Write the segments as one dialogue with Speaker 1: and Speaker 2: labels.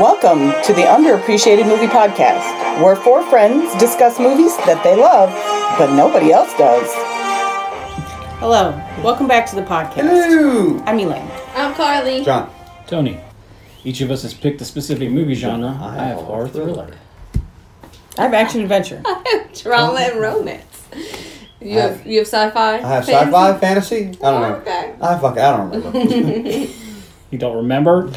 Speaker 1: Welcome to the Underappreciated Movie Podcast, where four friends discuss movies that they love, but nobody else does.
Speaker 2: Hello, welcome back to the podcast.
Speaker 3: Hello.
Speaker 2: I'm Elaine.
Speaker 4: I'm Carly.
Speaker 3: John.
Speaker 5: Tony, each of us has picked a specific movie genre. I have horror thriller.
Speaker 2: I have action adventure.
Speaker 4: Drama and romance. You
Speaker 3: I
Speaker 4: have you have
Speaker 3: I
Speaker 4: sci-fi.
Speaker 3: have
Speaker 4: fantasy?
Speaker 3: sci-fi, fantasy. I don't know.
Speaker 4: Okay.
Speaker 3: I fuck. I don't remember.
Speaker 5: You don't remember?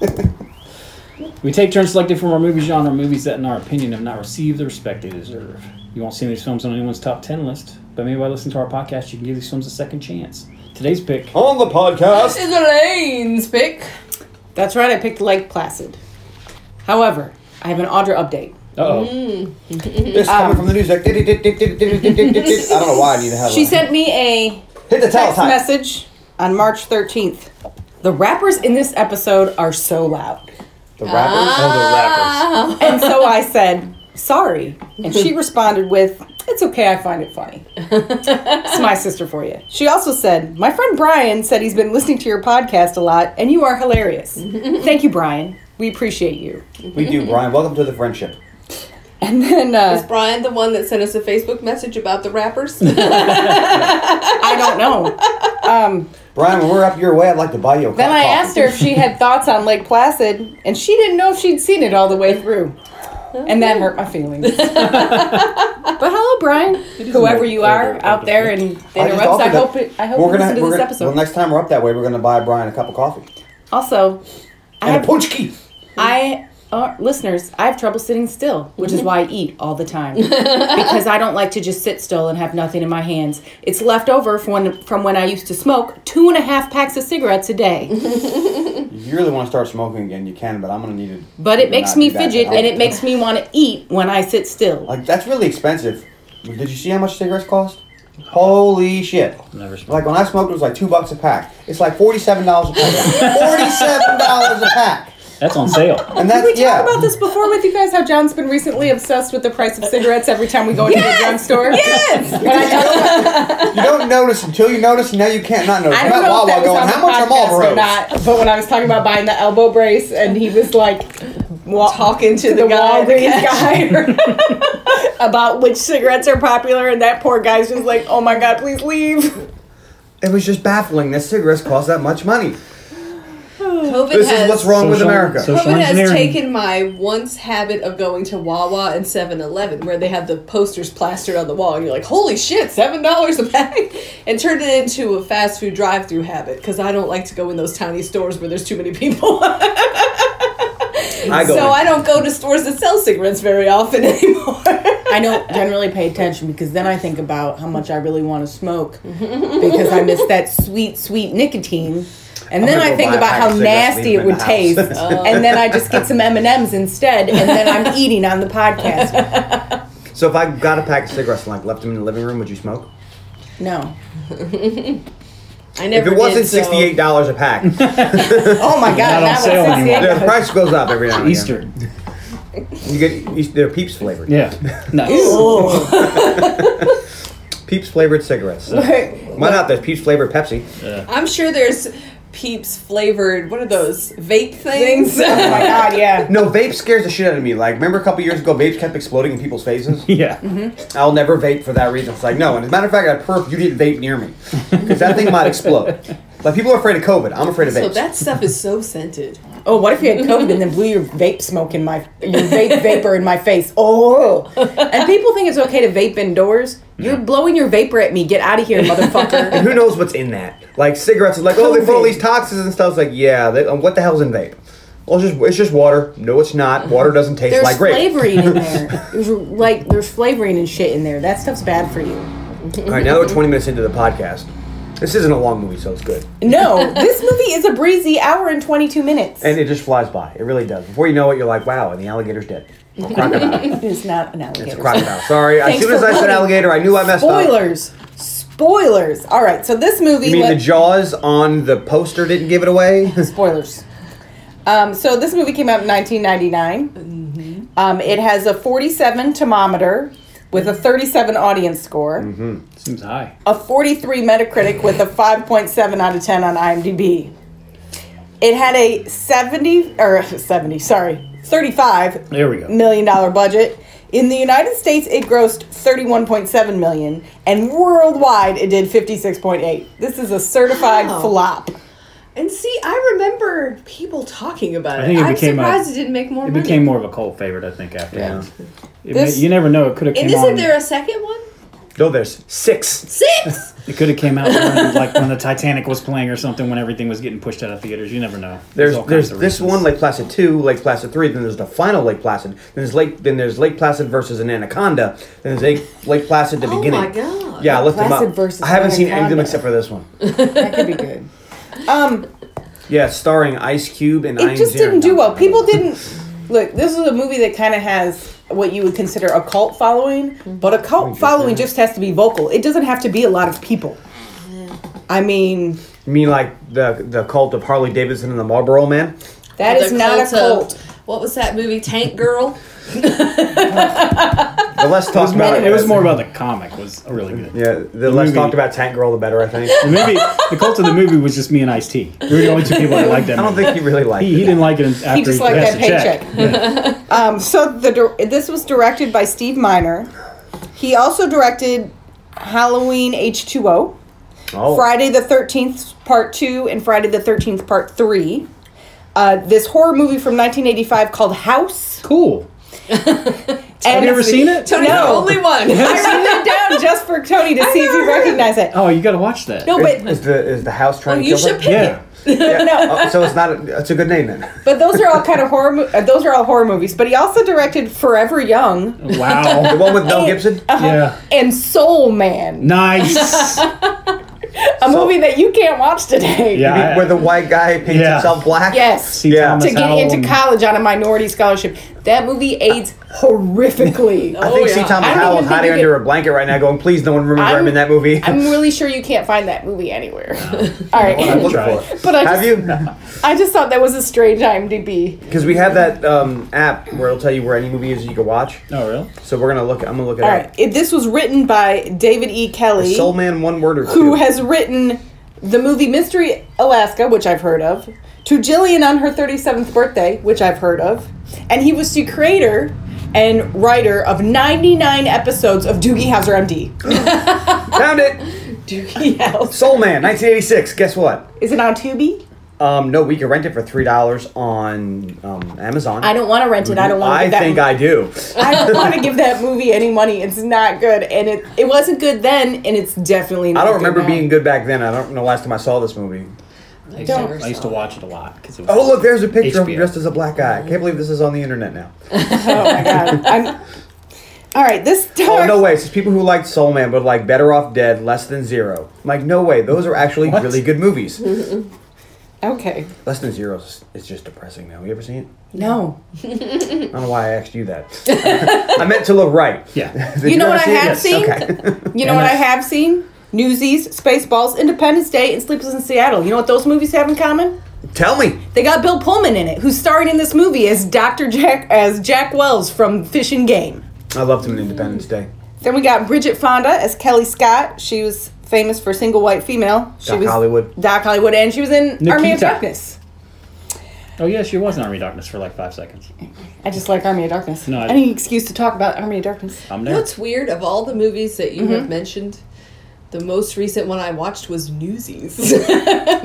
Speaker 5: we take turns selecting from our movie genre movies that, in our opinion, have not received the respect they deserve. You won't see these films on anyone's top 10 list, but maybe by listening to our podcast, you can give these films a second chance. Today's pick
Speaker 3: On the
Speaker 4: This
Speaker 3: podcast,
Speaker 4: is Elaine's pick.
Speaker 2: That's right, I picked Lake Placid. However, I have an Audra update.
Speaker 5: uh oh,
Speaker 3: this
Speaker 2: um,
Speaker 3: coming from the news. Like, "Diddy, diddy, diddy, diddy, diddy, diddy, diddy." I don't know why I need to have.
Speaker 2: She
Speaker 3: a-
Speaker 2: sent me a
Speaker 3: "Hit
Speaker 1: Oh,
Speaker 3: the towel
Speaker 2: text
Speaker 3: time."
Speaker 2: message on March 13th. The rappers in this episode are so loud.
Speaker 3: The rappers.
Speaker 2: Ah.
Speaker 5: oh, the rappers.
Speaker 2: And so I said, sorry. And she responded with, it's okay, I find it funny. it's my sister for you. She also said, my friend Brian said he's been listening to your podcast a lot and you are hilarious. Thank you, Brian. We appreciate you.
Speaker 3: We do, Brian. Welcome to the friendship.
Speaker 2: And then
Speaker 4: Is
Speaker 2: uh,
Speaker 4: Brian the one that sent us a Facebook message about the rappers? That's
Speaker 2: I don't know.
Speaker 3: Brian, when we're up your way, I'd like to buy you a cup
Speaker 2: Then
Speaker 3: of
Speaker 2: I
Speaker 3: coffee.
Speaker 2: asked her if she had thoughts on Lake Placid, and she didn't know if she'd seen it all the way through. And that hurt my feelings. but hello, Brian. Whoever
Speaker 5: look
Speaker 2: you
Speaker 5: older,
Speaker 2: are out
Speaker 5: older.
Speaker 2: there in the
Speaker 3: I just
Speaker 2: interrupts, I
Speaker 3: offered
Speaker 2: hope
Speaker 3: that-
Speaker 2: it, I hope
Speaker 3: we're
Speaker 2: you
Speaker 3: gonna,
Speaker 2: listen to
Speaker 3: we're
Speaker 2: this
Speaker 3: gonna,
Speaker 2: episode.
Speaker 3: Well, next time we're up that way, we're gonna buy Brian a cup of coffee
Speaker 2: Also, I
Speaker 3: and a
Speaker 2: have,
Speaker 3: punch key.
Speaker 2: I uh, listeners, I have trouble sitting still, which
Speaker 3: Mm-hmm.
Speaker 2: is why I eat all the time because I don't like to just sit still and have nothing in my hands. It's left over from when, from when I used to smoke two and a half packs of cigarettes a
Speaker 3: Mm-hmm.
Speaker 2: day,
Speaker 3: If you really want to start smoking again, you can, but I'm gonna need it.
Speaker 2: but it makes me fidget and it
Speaker 3: makes.
Speaker 2: makes me want to eat when I sit still.
Speaker 3: Like that's really expensive. Did you see how much cigarettes cost? Holy shit!
Speaker 5: Never smoked.
Speaker 3: Like when I smoked, it was like two bucks a pack. It's like forty-seven dollars a pack. forty-seven dollars a pack,
Speaker 5: That's on sale.
Speaker 3: and that's
Speaker 2: we talked
Speaker 3: yeah.
Speaker 2: about this before with you guys how John's been recently obsessed with the price of cigarettes every time we go into the drugstore. Yes!
Speaker 3: You don't notice until you notice, and now you can't not notice.
Speaker 2: I
Speaker 3: I'm
Speaker 2: don't
Speaker 3: at
Speaker 2: know if that
Speaker 3: Wawa
Speaker 2: was
Speaker 3: going,
Speaker 2: on
Speaker 3: how much are
Speaker 2: the podcast or
Speaker 3: Marlboros?
Speaker 2: not, but when I was talking about buying the elbow brace, and he was like wa- talking to the,
Speaker 4: guy at the
Speaker 2: Walgreens guy about which cigarettes are popular, and that poor guy's just like, "Oh my god, please leave."
Speaker 3: It was just baffling that cigarettes cost that much money.
Speaker 4: COVID
Speaker 3: This
Speaker 4: has
Speaker 3: is what's wrong with
Speaker 5: Social-
Speaker 3: America.
Speaker 5: social-
Speaker 4: COVID has
Speaker 5: engineering.
Speaker 4: taken my once habit of going to Wawa and 7-Eleven where they have the posters plastered on the wall and you're like, holy shit, seven dollars a pack, and turned it into a fast food drive-through habit because I don't like to go in those tiny stores where there's too many people.
Speaker 3: I go.
Speaker 4: so
Speaker 3: in.
Speaker 4: I don't go to stores that sell cigarettes very often anymore.
Speaker 2: I don't generally pay attention because then I think about how much I really want to smoke because I miss that sweet, sweet nicotine. And then
Speaker 3: gonna
Speaker 2: I
Speaker 3: go
Speaker 2: think
Speaker 3: buy a
Speaker 2: about
Speaker 3: pack
Speaker 2: how
Speaker 3: of cigarettes,
Speaker 2: nasty it
Speaker 3: leave them in
Speaker 2: would
Speaker 3: the
Speaker 2: taste,
Speaker 3: house.
Speaker 2: and then I just get some M and M's instead, and then I'm eating on the podcast.
Speaker 3: so if I got a pack of cigarettes and like left them in the living room, would you smoke?
Speaker 2: No,
Speaker 4: I
Speaker 3: If
Speaker 4: never
Speaker 3: it wasn't
Speaker 4: did, so-
Speaker 3: sixty-eight dollars a pack, the
Speaker 2: oh my god,
Speaker 5: Not on
Speaker 2: that
Speaker 5: sale
Speaker 2: was
Speaker 5: anymore.
Speaker 2: $68.
Speaker 3: price goes up every now and again.
Speaker 5: Easter.
Speaker 3: You get you- they're Peeps flavored.
Speaker 5: Yeah. Nice.
Speaker 2: Oh.
Speaker 3: Peeps flavored cigarettes. Why not? There's peach flavored Pepsi.
Speaker 4: I'm sure there's Peeps flavored. What are those vape things?
Speaker 2: Oh my god, yeah.
Speaker 3: No, vape scares the shit out of me. Like, remember a couple years ago, vapes kept exploding in people's faces?
Speaker 5: Yeah.
Speaker 3: I'll never vape for that reason. It's like, no. And as a matter of fact, I perf you didn't vape near me. Because that thing might explode. Like, people are afraid of COVID. I'm afraid of
Speaker 4: so
Speaker 3: vapes.
Speaker 4: that stuff is so scented.
Speaker 2: Oh, what if you had COVID and then blew your vape smoke in my your vape vapor in my face? Oh, and people think it's okay to vape indoors. You're blowing your vapor at me. Get out of here, motherfucker.
Speaker 3: and who knows what's in that? Like, cigarettes is like, oh, they put all these toxins and stuff. It's like, yeah, they, um, what the hell's in vape? Well, it's just, it's just water. No, it's not. Water doesn't taste
Speaker 2: There's
Speaker 3: like grape.
Speaker 2: flavoring in there. There's like there's flavoring and shit in there. That stuff's bad for you.
Speaker 3: All right, now we're 20 minutes into the podcast. This isn't a long movie, so it's good.
Speaker 2: No, this movie is a breezy hour and 22 minutes.
Speaker 3: And it just flies by. It really does. Before you know it, you're like, wow, and the alligator's dead. Or crocodile.
Speaker 2: it's not an alligator.
Speaker 3: It's a crocodile. Sorry. as
Speaker 2: Thanks
Speaker 3: soon as
Speaker 2: for
Speaker 3: I said
Speaker 2: warning.
Speaker 3: alligator, I knew I messed up.
Speaker 2: Spoilers. Spoilers. All right, so this movie.
Speaker 3: You mean the
Speaker 2: let-
Speaker 3: jaws on the poster didn't give it away?
Speaker 2: spoilers. Um, so this movie came out in 1999. Um, it has a 47 thermometer with a 37 audience score,
Speaker 5: Seems high.
Speaker 2: a 43 Metacritic with a 5.7 out of 10 on IMDb. It had a 70 or 70, sorry, 35
Speaker 5: There we go.
Speaker 2: million dollar budget. In the United States, it grossed 31.7 million and worldwide it did 56.8. This is a certified
Speaker 4: Wow.
Speaker 2: flop.
Speaker 4: And see, I remember people talking about it.
Speaker 5: I think it
Speaker 4: I'm
Speaker 5: became a-
Speaker 4: surprised it didn't make more
Speaker 5: It
Speaker 4: money.
Speaker 5: became more of a cult favorite, I think, after
Speaker 3: Yeah.
Speaker 5: that. It
Speaker 2: This-
Speaker 5: may- you never know. It could have
Speaker 4: and
Speaker 5: came
Speaker 4: isn't
Speaker 5: on.
Speaker 4: there a second one?
Speaker 3: No, there's six.
Speaker 4: Six.
Speaker 5: It could have came out when, like when the Titanic was playing or something when everything was getting pushed out of theaters. You never know.
Speaker 3: There's
Speaker 5: all kinds
Speaker 3: there's
Speaker 5: of
Speaker 3: this
Speaker 5: reasons.
Speaker 3: one Lake Placid two, Lake Placid three. Then there's the final Lake Placid. Then there's Lake then there's Lake Placid versus an Anaconda. Then there's Lake, Lake Placid the
Speaker 4: Oh
Speaker 3: beginning.
Speaker 4: my God.
Speaker 3: Yeah, I looked them
Speaker 1: Placid
Speaker 3: up.
Speaker 1: versus
Speaker 3: I haven't seen any of them
Speaker 1: Anaconda.
Speaker 3: except for this one.
Speaker 1: That could be good.
Speaker 3: Yeah, starring Ice Cube and I
Speaker 2: It
Speaker 3: Am
Speaker 2: just
Speaker 3: Jared.
Speaker 2: didn't do well. People didn't look. This is a movie that kind of has what you would consider a cult following, but
Speaker 5: Mm-hmm.
Speaker 2: a cult following just has to be vocal. It doesn't have to be a lot of people. I mean,
Speaker 3: You mean like the the cult of Harley Davidson and the Marlboro Man?
Speaker 2: that is
Speaker 4: The
Speaker 2: not a
Speaker 4: cult of-
Speaker 2: cult.
Speaker 4: What was that movie? Tank Girl.
Speaker 3: The less talked about
Speaker 5: It was more about the comic. Was really good.
Speaker 3: Yeah, the, less
Speaker 5: movie.
Speaker 3: talked about Tank Girl, the better. I think.
Speaker 5: The movie, the cult of the movie was just me and Ice T. We were the only two people that liked that.
Speaker 3: I don't
Speaker 5: movie.
Speaker 3: think he really liked
Speaker 5: he, he
Speaker 3: it.
Speaker 5: didn't like it after
Speaker 2: He just liked
Speaker 5: passed
Speaker 2: that
Speaker 5: the check.
Speaker 2: paycheck. um, so the dir- this was directed by Steve Miner. He also directed Halloween H two O,
Speaker 3: Oh.
Speaker 2: Friday the Thirteenth Part Two, and Friday the Thirteenth Part Three. Uh, this horror movie from 1985 called House.
Speaker 5: Cool.
Speaker 2: Have
Speaker 5: you ever seen it?
Speaker 4: Tony's
Speaker 2: No.
Speaker 4: the only one.
Speaker 2: I wrote that down just for Tony to see if
Speaker 4: never
Speaker 2: you
Speaker 4: heard
Speaker 2: recognize it.
Speaker 5: Oh, you got to watch that.
Speaker 2: No,
Speaker 3: Is,
Speaker 2: but
Speaker 3: is the is the house trying
Speaker 2: Oh,
Speaker 3: to
Speaker 4: Well, you
Speaker 3: kill her?
Speaker 4: should pick
Speaker 5: yeah.
Speaker 3: Yeah.
Speaker 2: No.
Speaker 3: Oh, so it's not. A, it's a good name then.
Speaker 2: but those are all kind of horror. Mo- uh, those are all horror movies. But he also directed Forever Young
Speaker 3: The
Speaker 5: Wow.
Speaker 3: one with
Speaker 2: Oh.
Speaker 3: Mel Gibson.
Speaker 5: yeah.
Speaker 2: and Soul Man,
Speaker 5: Nice.
Speaker 2: a movie that you can't watch today.
Speaker 5: Yeah. I-
Speaker 3: Where the white guy paints
Speaker 5: Yeah.
Speaker 3: himself black.
Speaker 2: Yes.
Speaker 5: See
Speaker 3: Yeah.
Speaker 5: Thomas
Speaker 2: to get
Speaker 5: Howell
Speaker 2: into
Speaker 5: and-
Speaker 2: college on a minority scholarship. That movie aids horrifically.
Speaker 3: I think
Speaker 4: Oh,
Speaker 3: see
Speaker 4: yeah.
Speaker 3: Thomas
Speaker 2: I don't
Speaker 3: Howell
Speaker 2: even think
Speaker 3: is hiding
Speaker 2: you
Speaker 3: under
Speaker 2: could-
Speaker 3: a blanket right now, going, "Please, no one remember I'm,
Speaker 2: I'm-
Speaker 3: in that movie."
Speaker 2: I'm really sure you can't find that movie anywhere. All right.
Speaker 3: I'm looking
Speaker 5: Try.
Speaker 3: for it.
Speaker 2: But I
Speaker 3: Have
Speaker 2: just-
Speaker 3: you?
Speaker 2: I just thought that was a strange IMDb.
Speaker 3: Because we have that um, app where it'll tell you where any movie is you can watch.
Speaker 5: Oh, really?
Speaker 3: So we're gonna look. I'm gonna look it
Speaker 2: All
Speaker 3: up.
Speaker 2: right. It, this was written by David E. Kelly.
Speaker 3: Soul Man, one word or two.
Speaker 2: who has written the movie Mystery Alaska, which I've heard of, to Jillian on her 37th birthday, which I've heard of, and he was the creator and writer of 99 episodes of Doogie Howser MD.
Speaker 3: found it?
Speaker 4: Doogie House.
Speaker 3: Soul Man, 1986. Guess what?
Speaker 2: Is it on Tubi?
Speaker 3: Um, no, we can rent it for three dollars on um, Amazon.
Speaker 2: I don't want to rent it. I don't want to
Speaker 3: I
Speaker 2: give that.
Speaker 3: think I do.
Speaker 2: I don't want to give that movie any money. It's not good, and it it wasn't good then, and it's definitely. Not
Speaker 3: I don't remember
Speaker 2: good now.
Speaker 3: being good back then. I don't know last time I saw this movie.
Speaker 5: I used, to,
Speaker 4: Don't.
Speaker 5: I used to watch it a lot because it was.
Speaker 3: Oh look, there's a picture of him
Speaker 5: HBO.
Speaker 3: dressed as a black guy. I can't believe this is on the internet now.
Speaker 2: Oh my god! I'm. All right, this.
Speaker 3: Oh
Speaker 2: Dark,
Speaker 3: no way! It's just people who liked Soul Man but like Better Off Dead, Less Than Zero. I'm like no way, those are actually
Speaker 5: What?
Speaker 3: really good movies.
Speaker 2: Okay.
Speaker 3: Less Than Zero is is just depressing now. You ever seen it?
Speaker 2: No.
Speaker 3: I don't know why I asked you that. I meant to look right.
Speaker 5: Yeah.
Speaker 3: Did
Speaker 2: You know
Speaker 3: ever
Speaker 2: what I
Speaker 3: see it?
Speaker 2: have
Speaker 3: Yes.
Speaker 2: seen?
Speaker 3: Okay.
Speaker 2: You know what I
Speaker 5: MS.
Speaker 2: have seen? Newsies, Spaceballs, Independence Day, and Sleepless in Seattle. You know what those movies have in common?
Speaker 3: Tell me.
Speaker 2: They got Bill Pullman in it, who's starring in this movie as Dr. Jack as Jack Wells from Fish and Game.
Speaker 3: I loved him in Independence Day.
Speaker 2: Then we got Bridget Fonda as Kelly Scott. She was famous for single white female. She
Speaker 3: Doc
Speaker 2: was
Speaker 3: Hollywood.
Speaker 2: Doc Hollywood, and she was in Army of
Speaker 5: Nikita.
Speaker 2: Darkness.
Speaker 5: Oh, yeah, she was in Army Darkness for like five seconds.
Speaker 2: I just like Army of Darkness.
Speaker 5: No, I-
Speaker 2: Any excuse to talk about Army of Darkness.
Speaker 5: I'm
Speaker 4: You know
Speaker 5: there.
Speaker 4: what's weird? Of all the movies that you
Speaker 2: Mm-hmm.
Speaker 4: have mentioned, the most recent one I watched was Newsies.
Speaker 2: Why did you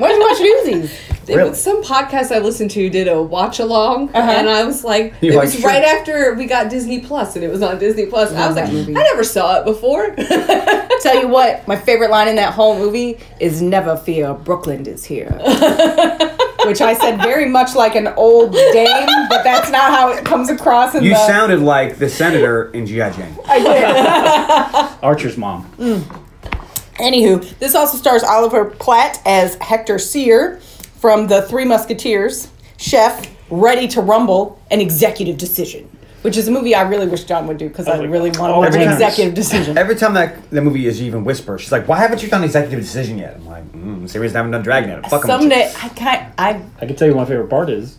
Speaker 2: watch Newsies?
Speaker 4: It
Speaker 3: Really?
Speaker 4: was some podcast I listened to did a watch along, and I was like,
Speaker 3: You
Speaker 4: it
Speaker 3: like,
Speaker 4: was
Speaker 3: sure.
Speaker 4: right after we got Disney Plus, and it was on Disney Plus. and I was
Speaker 2: Love
Speaker 4: like,
Speaker 2: that movie.
Speaker 4: I never saw it before.
Speaker 2: Tell you what, my favorite line in that whole movie is "Never fear, Brooklyn is here," which I said very much like an old dame, but that's not how it comes across in
Speaker 3: You
Speaker 2: the.
Speaker 3: sounded like the senator in GI Jane.
Speaker 2: I did.
Speaker 5: Archer's mom.
Speaker 2: Anywho, this also stars Oliver Platt as Hector Sear from the Three Musketeers, chef, ready to rumble, an executive decision. which is a movie I really wish John would do because I
Speaker 5: like,
Speaker 2: really want
Speaker 5: all
Speaker 2: to watch
Speaker 5: the
Speaker 2: an
Speaker 5: time.
Speaker 2: executive decision.
Speaker 3: Every time that the movie is even whispered, she's like, "Why haven't you done executive decision yet?" I'm like, mm, "Serious, haven't done Dragnet. Fuck 'em."
Speaker 2: Someday I can't. I
Speaker 5: I can tell you my favorite part is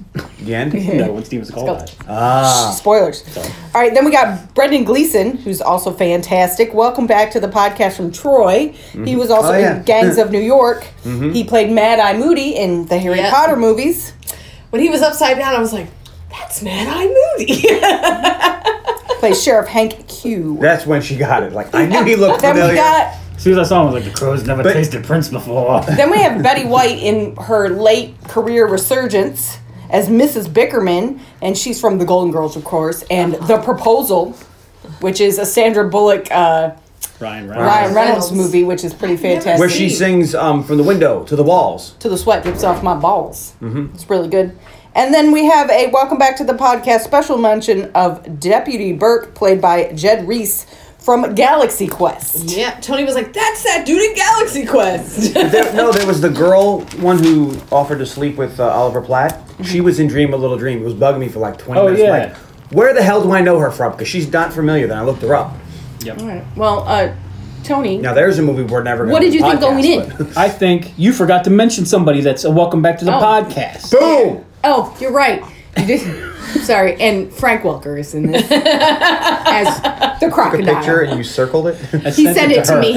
Speaker 3: The end.
Speaker 5: no, when Steven's called
Speaker 2: go.
Speaker 5: that.
Speaker 3: ah,
Speaker 2: spoilers. All right, then we got Brendan Gleeson, who's also fantastic. Welcome back to the podcast from Troy. He was also
Speaker 3: Oh, yeah. Mm-hmm.
Speaker 2: in Gangs of New York. He played Mad Eye Moody in the Harry
Speaker 4: Yeah.
Speaker 2: Potter movies.
Speaker 4: When he was upside down, I was like, that's Mad Eye Moody.
Speaker 2: Plays Sheriff Hank Q.
Speaker 3: that's when she got it. Like I knew he looked
Speaker 2: Then
Speaker 3: familiar.
Speaker 2: we got
Speaker 5: As soon as I saw him, I was like, the crow's never
Speaker 3: But-
Speaker 5: tasted prince before.
Speaker 2: then we have Betty White in her late career resurgence as Mrs. Bickerman, and she's from The Golden Girls, of course, and The Proposal, which is a Sandra Bullock uh, Ryan
Speaker 5: Ryan Reynolds.
Speaker 2: Reynolds
Speaker 4: Reynolds.
Speaker 2: movie, which is pretty fantastic.
Speaker 3: Uh-huh. Where she sings um, from the window to the walls.
Speaker 2: till the sweat drips off my balls.
Speaker 3: Mm-hmm.
Speaker 2: It's really good. And then we have a welcome back to the podcast special mention of Deputy Burke, played by Jed Reese from Galaxy Quest.
Speaker 4: yeah, Tony was like, that's that dude in Galaxy Quest.
Speaker 3: There, no, there was the girl one who offered to sleep with uh, Oliver Platt.
Speaker 2: Mm-hmm.
Speaker 3: She was in Dream a Little Dream. It was bugging me for like twenty
Speaker 5: Oh,
Speaker 3: minutes.
Speaker 5: yeah.
Speaker 3: Like, where the hell do I know her from? Because she's not familiar. Then I looked her up.
Speaker 2: All right. Well, uh, Tony,
Speaker 3: Now there's a movie we're never. gonna
Speaker 2: what did
Speaker 3: do
Speaker 2: you think
Speaker 3: podcast,
Speaker 2: going in?
Speaker 3: but-
Speaker 5: I think you forgot to mention somebody that's a welcome back to the
Speaker 2: Oh.
Speaker 5: podcast.
Speaker 3: Boom.
Speaker 2: Oh, you're right. You did. Sorry, and Frank Welker is in this as the
Speaker 3: Took a picture
Speaker 2: crocodile.
Speaker 3: and you circled it.
Speaker 5: He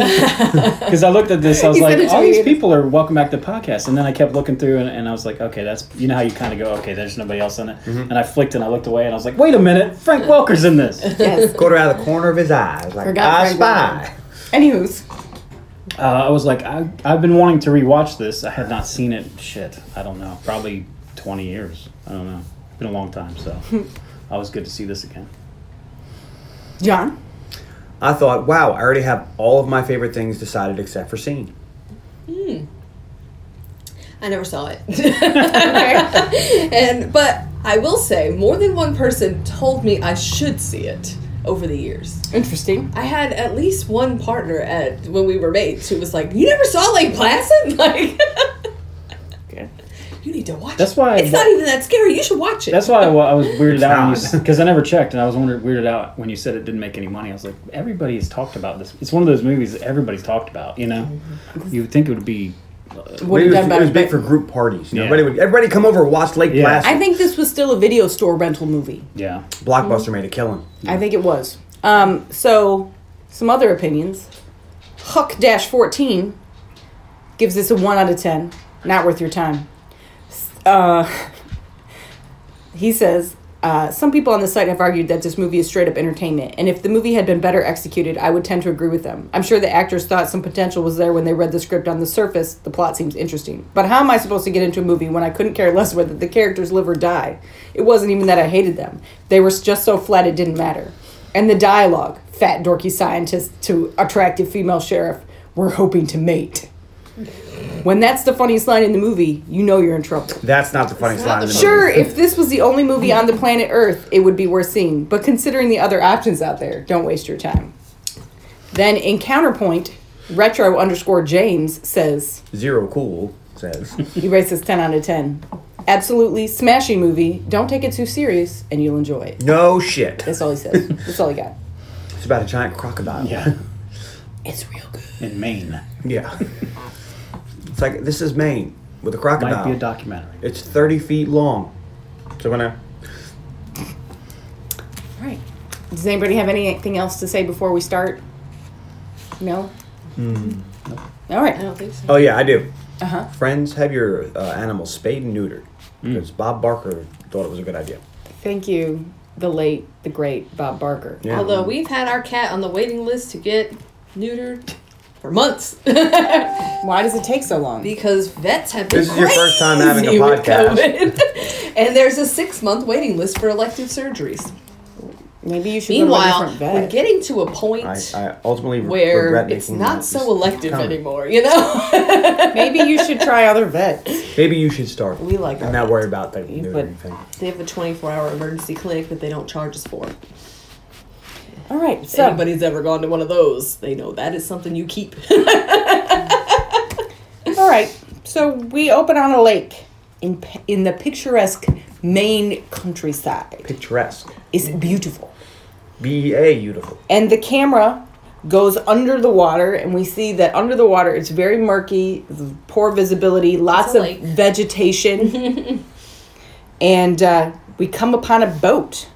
Speaker 5: because I looked at this. I was
Speaker 2: He
Speaker 5: like,
Speaker 2: sent it to
Speaker 5: all
Speaker 2: me.
Speaker 5: these people are welcome back to the podcast. And then I kept looking through, and, and I was like, okay, that's you know how you kind of go, okay, there's nobody else in it. And I flicked and I looked away, and I was like, wait a minute, Frank Welker's in this.
Speaker 2: Yes.
Speaker 3: Got her out of the corner of his eyes, like
Speaker 2: Forgot
Speaker 3: I
Speaker 2: Frank
Speaker 3: spy.
Speaker 2: Anywho's,
Speaker 5: Uh, I was like, I, I've been wanting to rewatch this. I had not seen it. Shit, I don't know. Probably 20 years. I don't know. It's been a long time, so I was good to see this again.
Speaker 2: John.
Speaker 3: I thought, wow, I already have all of my favorite things decided except for scene.
Speaker 4: I never saw it. and But I will say, more than one person told me I should see it over the years.
Speaker 2: Interesting.
Speaker 4: I had at least one partner at when we were mates who was like, "You never saw Lake Placid? Like,
Speaker 5: Okay.
Speaker 4: you need to watch."
Speaker 5: That's
Speaker 4: it.
Speaker 5: why I-
Speaker 4: it's not even that scary. You should watch it.
Speaker 5: That's why I, wa- I was weirded out
Speaker 3: not.
Speaker 5: because I never checked, and I was wondering weirded out when you said it didn't make any money. I was like, everybody has talked about this. It's one of those movies that everybody's talked about. You know,
Speaker 3: Mm-hmm.
Speaker 5: you would think it would be.
Speaker 2: Would have
Speaker 3: it was,
Speaker 2: done
Speaker 3: it was
Speaker 2: better.
Speaker 3: big
Speaker 2: but
Speaker 3: for group parties. You know,
Speaker 5: Yeah.
Speaker 3: everybody, would, everybody come over, watch Lake
Speaker 5: Yeah.
Speaker 3: Placid.
Speaker 2: I think this was still a video store rental movie.
Speaker 5: Yeah,
Speaker 3: Blockbuster made a killing.
Speaker 2: I think it was. Um, so, some other opinions. Huck 14 gives this a 1 out of 10. Not worth your time. S- Uh, he says, uh, some people on the site have argued that this movie is straight up entertainment, and if the movie had been better executed, I would tend to agree with them. I'm sure the actors thought some potential was there when they read the script on the surface. The plot seems interesting. But how am I supposed to get into a movie when I couldn't care less whether the characters live or die? It wasn't even that I hated them, they were just so flat it didn't matter. And the dialogue fat, dorky scientist to attractive female sheriff, we're hoping to mate. When that's the funniest line in the movie, you know you're in trouble.
Speaker 3: That's not the funniest line in the movie.
Speaker 2: Sure, if this was the only movie on the planet Earth, it would be worth seeing. But considering the other options out there, don't waste your time. Then in counterpoint, retro underscore James says
Speaker 3: Zero cool says.
Speaker 2: he rates this ten out of ten. Absolutely smashing movie. Don't take it too serious, and you'll enjoy it.
Speaker 3: No shit.
Speaker 2: That's all he says. That's all he got.
Speaker 3: It's about a giant crocodile.
Speaker 5: yeah,
Speaker 2: It's real good.
Speaker 5: in Maine,
Speaker 3: Yeah. It's like this is Maine with a
Speaker 5: might
Speaker 3: crocodile.
Speaker 5: be a documentary.
Speaker 3: it's thirty feet long. So when I
Speaker 2: All right. Does anybody have anything else to say before we start? No. All
Speaker 4: I
Speaker 2: right.
Speaker 4: don't think so.
Speaker 3: oh yeah I do.
Speaker 2: Uh huh.
Speaker 3: Friends, have your uh, animals spayed and neutered
Speaker 5: Mm.
Speaker 3: because Bob Barker thought it was a good idea.
Speaker 2: Thank you, the late, the great Bob Barker.
Speaker 3: Yeah.
Speaker 4: Although we've had our cat on the waiting list to get neutered for months
Speaker 2: Why does it take so long?
Speaker 4: because vets have been
Speaker 3: This is your first time having a
Speaker 4: crazy with
Speaker 3: podcast.
Speaker 4: COVID. and there's a six month waiting list for elective surgeries.
Speaker 2: Maybe you should
Speaker 4: Meanwhile,
Speaker 2: go to a
Speaker 4: we're
Speaker 2: different vet.
Speaker 4: getting to a point
Speaker 3: I, I ultimately re-
Speaker 4: where
Speaker 3: regret
Speaker 4: it's
Speaker 3: making
Speaker 4: not
Speaker 3: that
Speaker 4: so
Speaker 3: decision.
Speaker 4: elective
Speaker 3: Come.
Speaker 4: anymore. You know.
Speaker 2: Maybe you should try other vets.
Speaker 3: Maybe you should start.
Speaker 2: We like
Speaker 3: and
Speaker 2: our
Speaker 3: not worry about that
Speaker 2: You
Speaker 3: neutering
Speaker 2: would-
Speaker 3: thing.
Speaker 4: They have a 24 hour emergency clinic that they don't charge us for. If
Speaker 2: All right. So
Speaker 4: anybody's ever gone to one of those, they know that is something you keep.
Speaker 2: all right. So we open on a lake in p- in the picturesque Maine countryside.
Speaker 3: Picturesque.
Speaker 2: is beautiful.
Speaker 3: B E A, beautiful.
Speaker 2: and the camera goes under the water and we see that under the water it's very murky poor visibility lots
Speaker 4: a
Speaker 2: of
Speaker 4: lake.
Speaker 2: vegetation and uh, we come upon a boat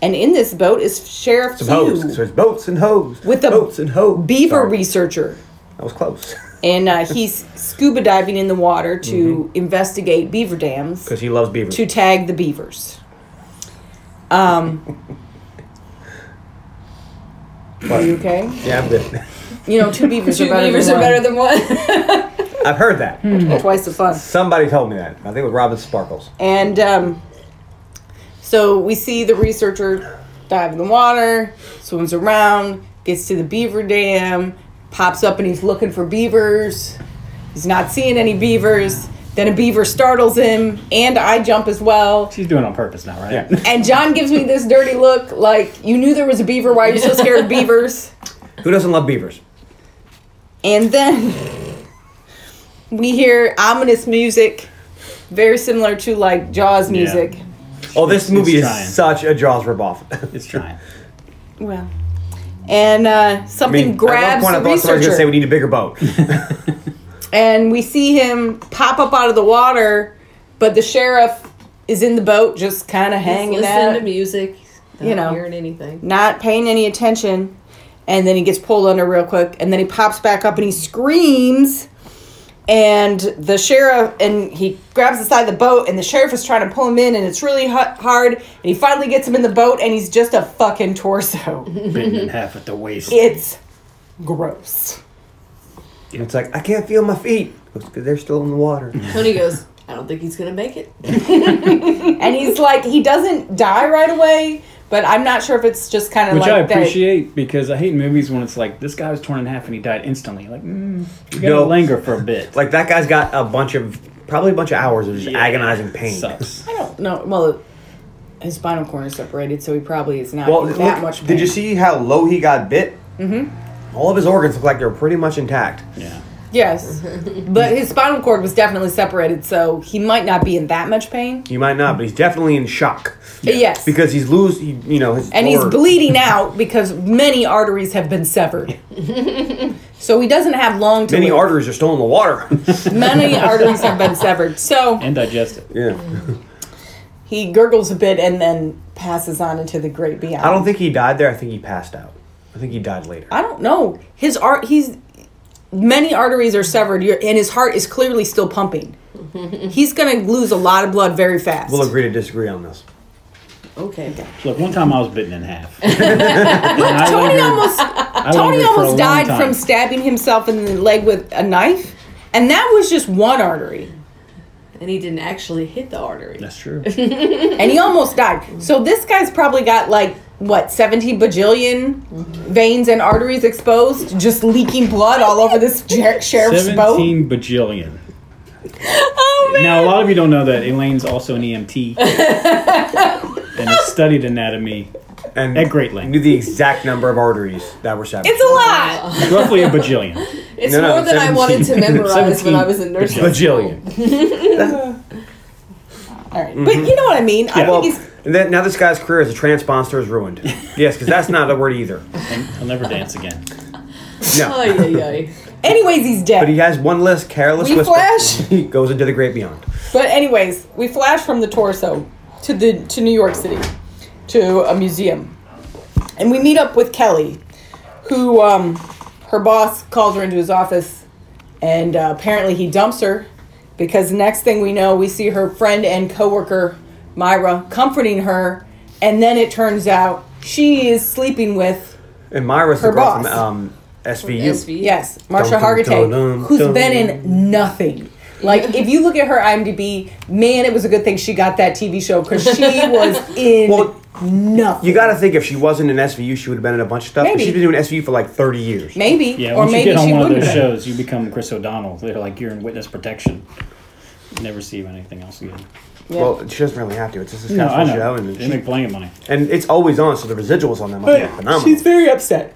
Speaker 2: and in this boat is sheriff
Speaker 3: Some hoes. So
Speaker 2: Hugh,
Speaker 3: it's boats and hoes.
Speaker 2: With the
Speaker 3: boats and hoes.
Speaker 2: beaver
Speaker 3: Sorry,
Speaker 2: researcher
Speaker 3: That was close.
Speaker 2: and uh, he's scuba diving in the water
Speaker 4: Mm-hmm.
Speaker 2: to investigate beaver dams
Speaker 3: Because he loves beavers.
Speaker 2: to tag the beavers
Speaker 3: But-
Speaker 2: you okay
Speaker 3: Yeah, I'm good.
Speaker 2: you know two beavers
Speaker 4: Two
Speaker 2: are better
Speaker 4: beavers
Speaker 2: than
Speaker 4: are
Speaker 2: one.
Speaker 4: better than one.
Speaker 3: I've heard that.
Speaker 2: twice the fun
Speaker 3: Somebody told me that. I think it was Robin Sparkles.
Speaker 2: And um, so we see the researcher dive in the water, swims around, gets to the beaver dam, pops up and he's looking for beavers. He's not seeing any beavers. Then a beaver startles him, and I jump as well.
Speaker 5: She's doing it on purpose now, right?
Speaker 3: Yeah.
Speaker 2: And John gives me this dirty look like, you knew there was a beaver, why are you so scared of beavers?
Speaker 3: Who doesn't love beavers?
Speaker 2: And then we hear ominous music, very similar to like Jaws music.
Speaker 3: Oh, this
Speaker 5: It's-
Speaker 3: movie
Speaker 5: it's
Speaker 3: is
Speaker 5: trying.
Speaker 3: such a Jaws ripoff.
Speaker 5: It's trying.
Speaker 2: Well, and uh, something grabs
Speaker 3: I
Speaker 2: the
Speaker 3: thought somebody was
Speaker 2: researcher,
Speaker 3: gonna say we need a bigger boat.
Speaker 2: and we see him pop up out of the water, but the sheriff is in the boat, just kind of hanging
Speaker 4: Listen to
Speaker 2: out,
Speaker 4: music. Not
Speaker 2: You know.
Speaker 4: hearing anything.
Speaker 2: not paying any attention. And then he gets pulled under real quick, and then he pops back up and he screams. And the sheriff and he grabs the side of the boat, and the sheriff is trying to pull him in, and it's really hu- hard. And he finally gets him in the boat, and he's just a fucking torso.
Speaker 5: Bitten in half at the waist.
Speaker 2: it's gross.
Speaker 3: it's like I can't feel my feet. It's 'cause They're still in the water.
Speaker 4: Tony goes, I don't think he's gonna make it.
Speaker 2: and he's like he doesn't die right away but i'm not sure if it's just kind of
Speaker 5: Which
Speaker 2: like
Speaker 5: I appreciate because I hate movies when it's like this guy was torn in half and he died instantly. Like, mm, you gotta
Speaker 3: No.
Speaker 5: linger for a bit.
Speaker 3: Like that guy's got a bunch of probably a bunch of hours of just agonizing pain.
Speaker 5: Sucks.
Speaker 2: that, i don't know well his spinal cord is separated so he probably is not
Speaker 3: Well,
Speaker 2: in that
Speaker 3: look,
Speaker 2: much pain.
Speaker 3: did you see how low he got bit? Mm-hmm. All of his organs look like they're pretty much intact.
Speaker 5: Yeah.
Speaker 2: yes but his spinal cord was definitely separated so he might not be in that much pain
Speaker 3: You might not, but he's definitely in shock
Speaker 2: yes
Speaker 3: because he's lose. He, you know, his
Speaker 2: and
Speaker 3: lower-
Speaker 2: he's bleeding out because many arteries have been severed so he doesn't have long to
Speaker 3: Many
Speaker 2: live.
Speaker 3: arteries are still in the water.
Speaker 2: many arteries have been severed so
Speaker 5: And digest it.
Speaker 3: yeah.
Speaker 2: he gurgles a bit and then passes on into the great beyond
Speaker 3: I don't think he died there. I think he passed out. I think he died later.
Speaker 2: I don't know. His art, he's many arteries are severed, you and his heart is clearly still pumping. he's gonna lose a lot of blood very fast.
Speaker 3: We'll agree to disagree on this.
Speaker 4: Okay. okay.
Speaker 5: Look, one time I was bitten in half. And I
Speaker 2: Tony
Speaker 5: lingered-
Speaker 2: almost,
Speaker 5: I
Speaker 2: Tony
Speaker 5: lingered for a
Speaker 2: almost
Speaker 5: long
Speaker 2: died
Speaker 5: time.
Speaker 2: from stabbing himself in the leg with a knife, and that was just one artery,
Speaker 4: And he didn't actually hit the artery.
Speaker 5: That's true.
Speaker 2: and he almost died. So this guy's probably got like what seventy bajillion veins and arteries exposed, just leaking blood all over this jer- sheriff's boat.
Speaker 5: 17 bajillion. Oh, man. Now, a lot of you don't know that Elaine's also an EMT and has studied anatomy.
Speaker 3: And
Speaker 5: At great length.
Speaker 3: knew the exact number of arteries that were severed.
Speaker 2: It's a lot.
Speaker 5: Roughly a bajillion.
Speaker 4: It's
Speaker 3: No, no,
Speaker 4: more than I wanted to
Speaker 3: 17.
Speaker 4: memorize when I was in nursing.
Speaker 5: Seventeen.
Speaker 3: bajillion.
Speaker 2: All right. But
Speaker 5: Mm-hmm.
Speaker 2: you know what I mean. I
Speaker 3: Well,
Speaker 2: think he's
Speaker 3: and then, now this guy's career as a trans sponsor is ruined. yes, because that's not a word either.
Speaker 5: And I'll never dance again.
Speaker 3: No.
Speaker 4: Ay, ay, ay.
Speaker 2: Anyways, he's dead.
Speaker 3: But he has one list, careless
Speaker 2: We
Speaker 3: whisper.
Speaker 2: flash.
Speaker 3: He goes into the great beyond.
Speaker 2: But anyways, we flash from the torso to the to New York City, to a museum, and we meet up with Kelly, who um, her boss calls her into his office, and uh, apparently he dumps her, because the next thing we know, we see her friend and coworker Myra comforting her, and then it turns out she is sleeping with
Speaker 3: And Myra's
Speaker 2: Her
Speaker 3: the girl
Speaker 2: boss.
Speaker 3: from um, SVU.
Speaker 4: SV.
Speaker 2: Yes,
Speaker 3: Dum,
Speaker 2: Marsha
Speaker 3: dum,
Speaker 2: Hargitay,
Speaker 3: dum,
Speaker 2: who's
Speaker 3: dum.
Speaker 2: been in nothing. Like, if you look at her IMDb, man, it was a good thing she got that TV show because she was in
Speaker 3: Well,
Speaker 2: nothing.
Speaker 3: You got to think if she wasn't in SVU, she would have been in a bunch of stuff. but
Speaker 2: Maybe.
Speaker 3: She's been doing SVU for like 30 years.
Speaker 2: maybe,
Speaker 5: Yeah,
Speaker 2: or
Speaker 5: once you
Speaker 2: maybe
Speaker 5: get on
Speaker 2: she
Speaker 5: one of
Speaker 2: wouldn't.
Speaker 5: those
Speaker 2: have.
Speaker 5: shows, you become Chris O'Donnell. They're like, you're in witness protection. Never see you in anything else again.
Speaker 3: Well, she doesn't really have to. It's just a
Speaker 5: No, I
Speaker 3: successful show,
Speaker 5: know.
Speaker 3: and,
Speaker 5: They
Speaker 3: she-
Speaker 5: make plenty of money.
Speaker 3: and it's always on, so the residuals on that must be
Speaker 2: But
Speaker 3: phenomenal.
Speaker 2: she's very upset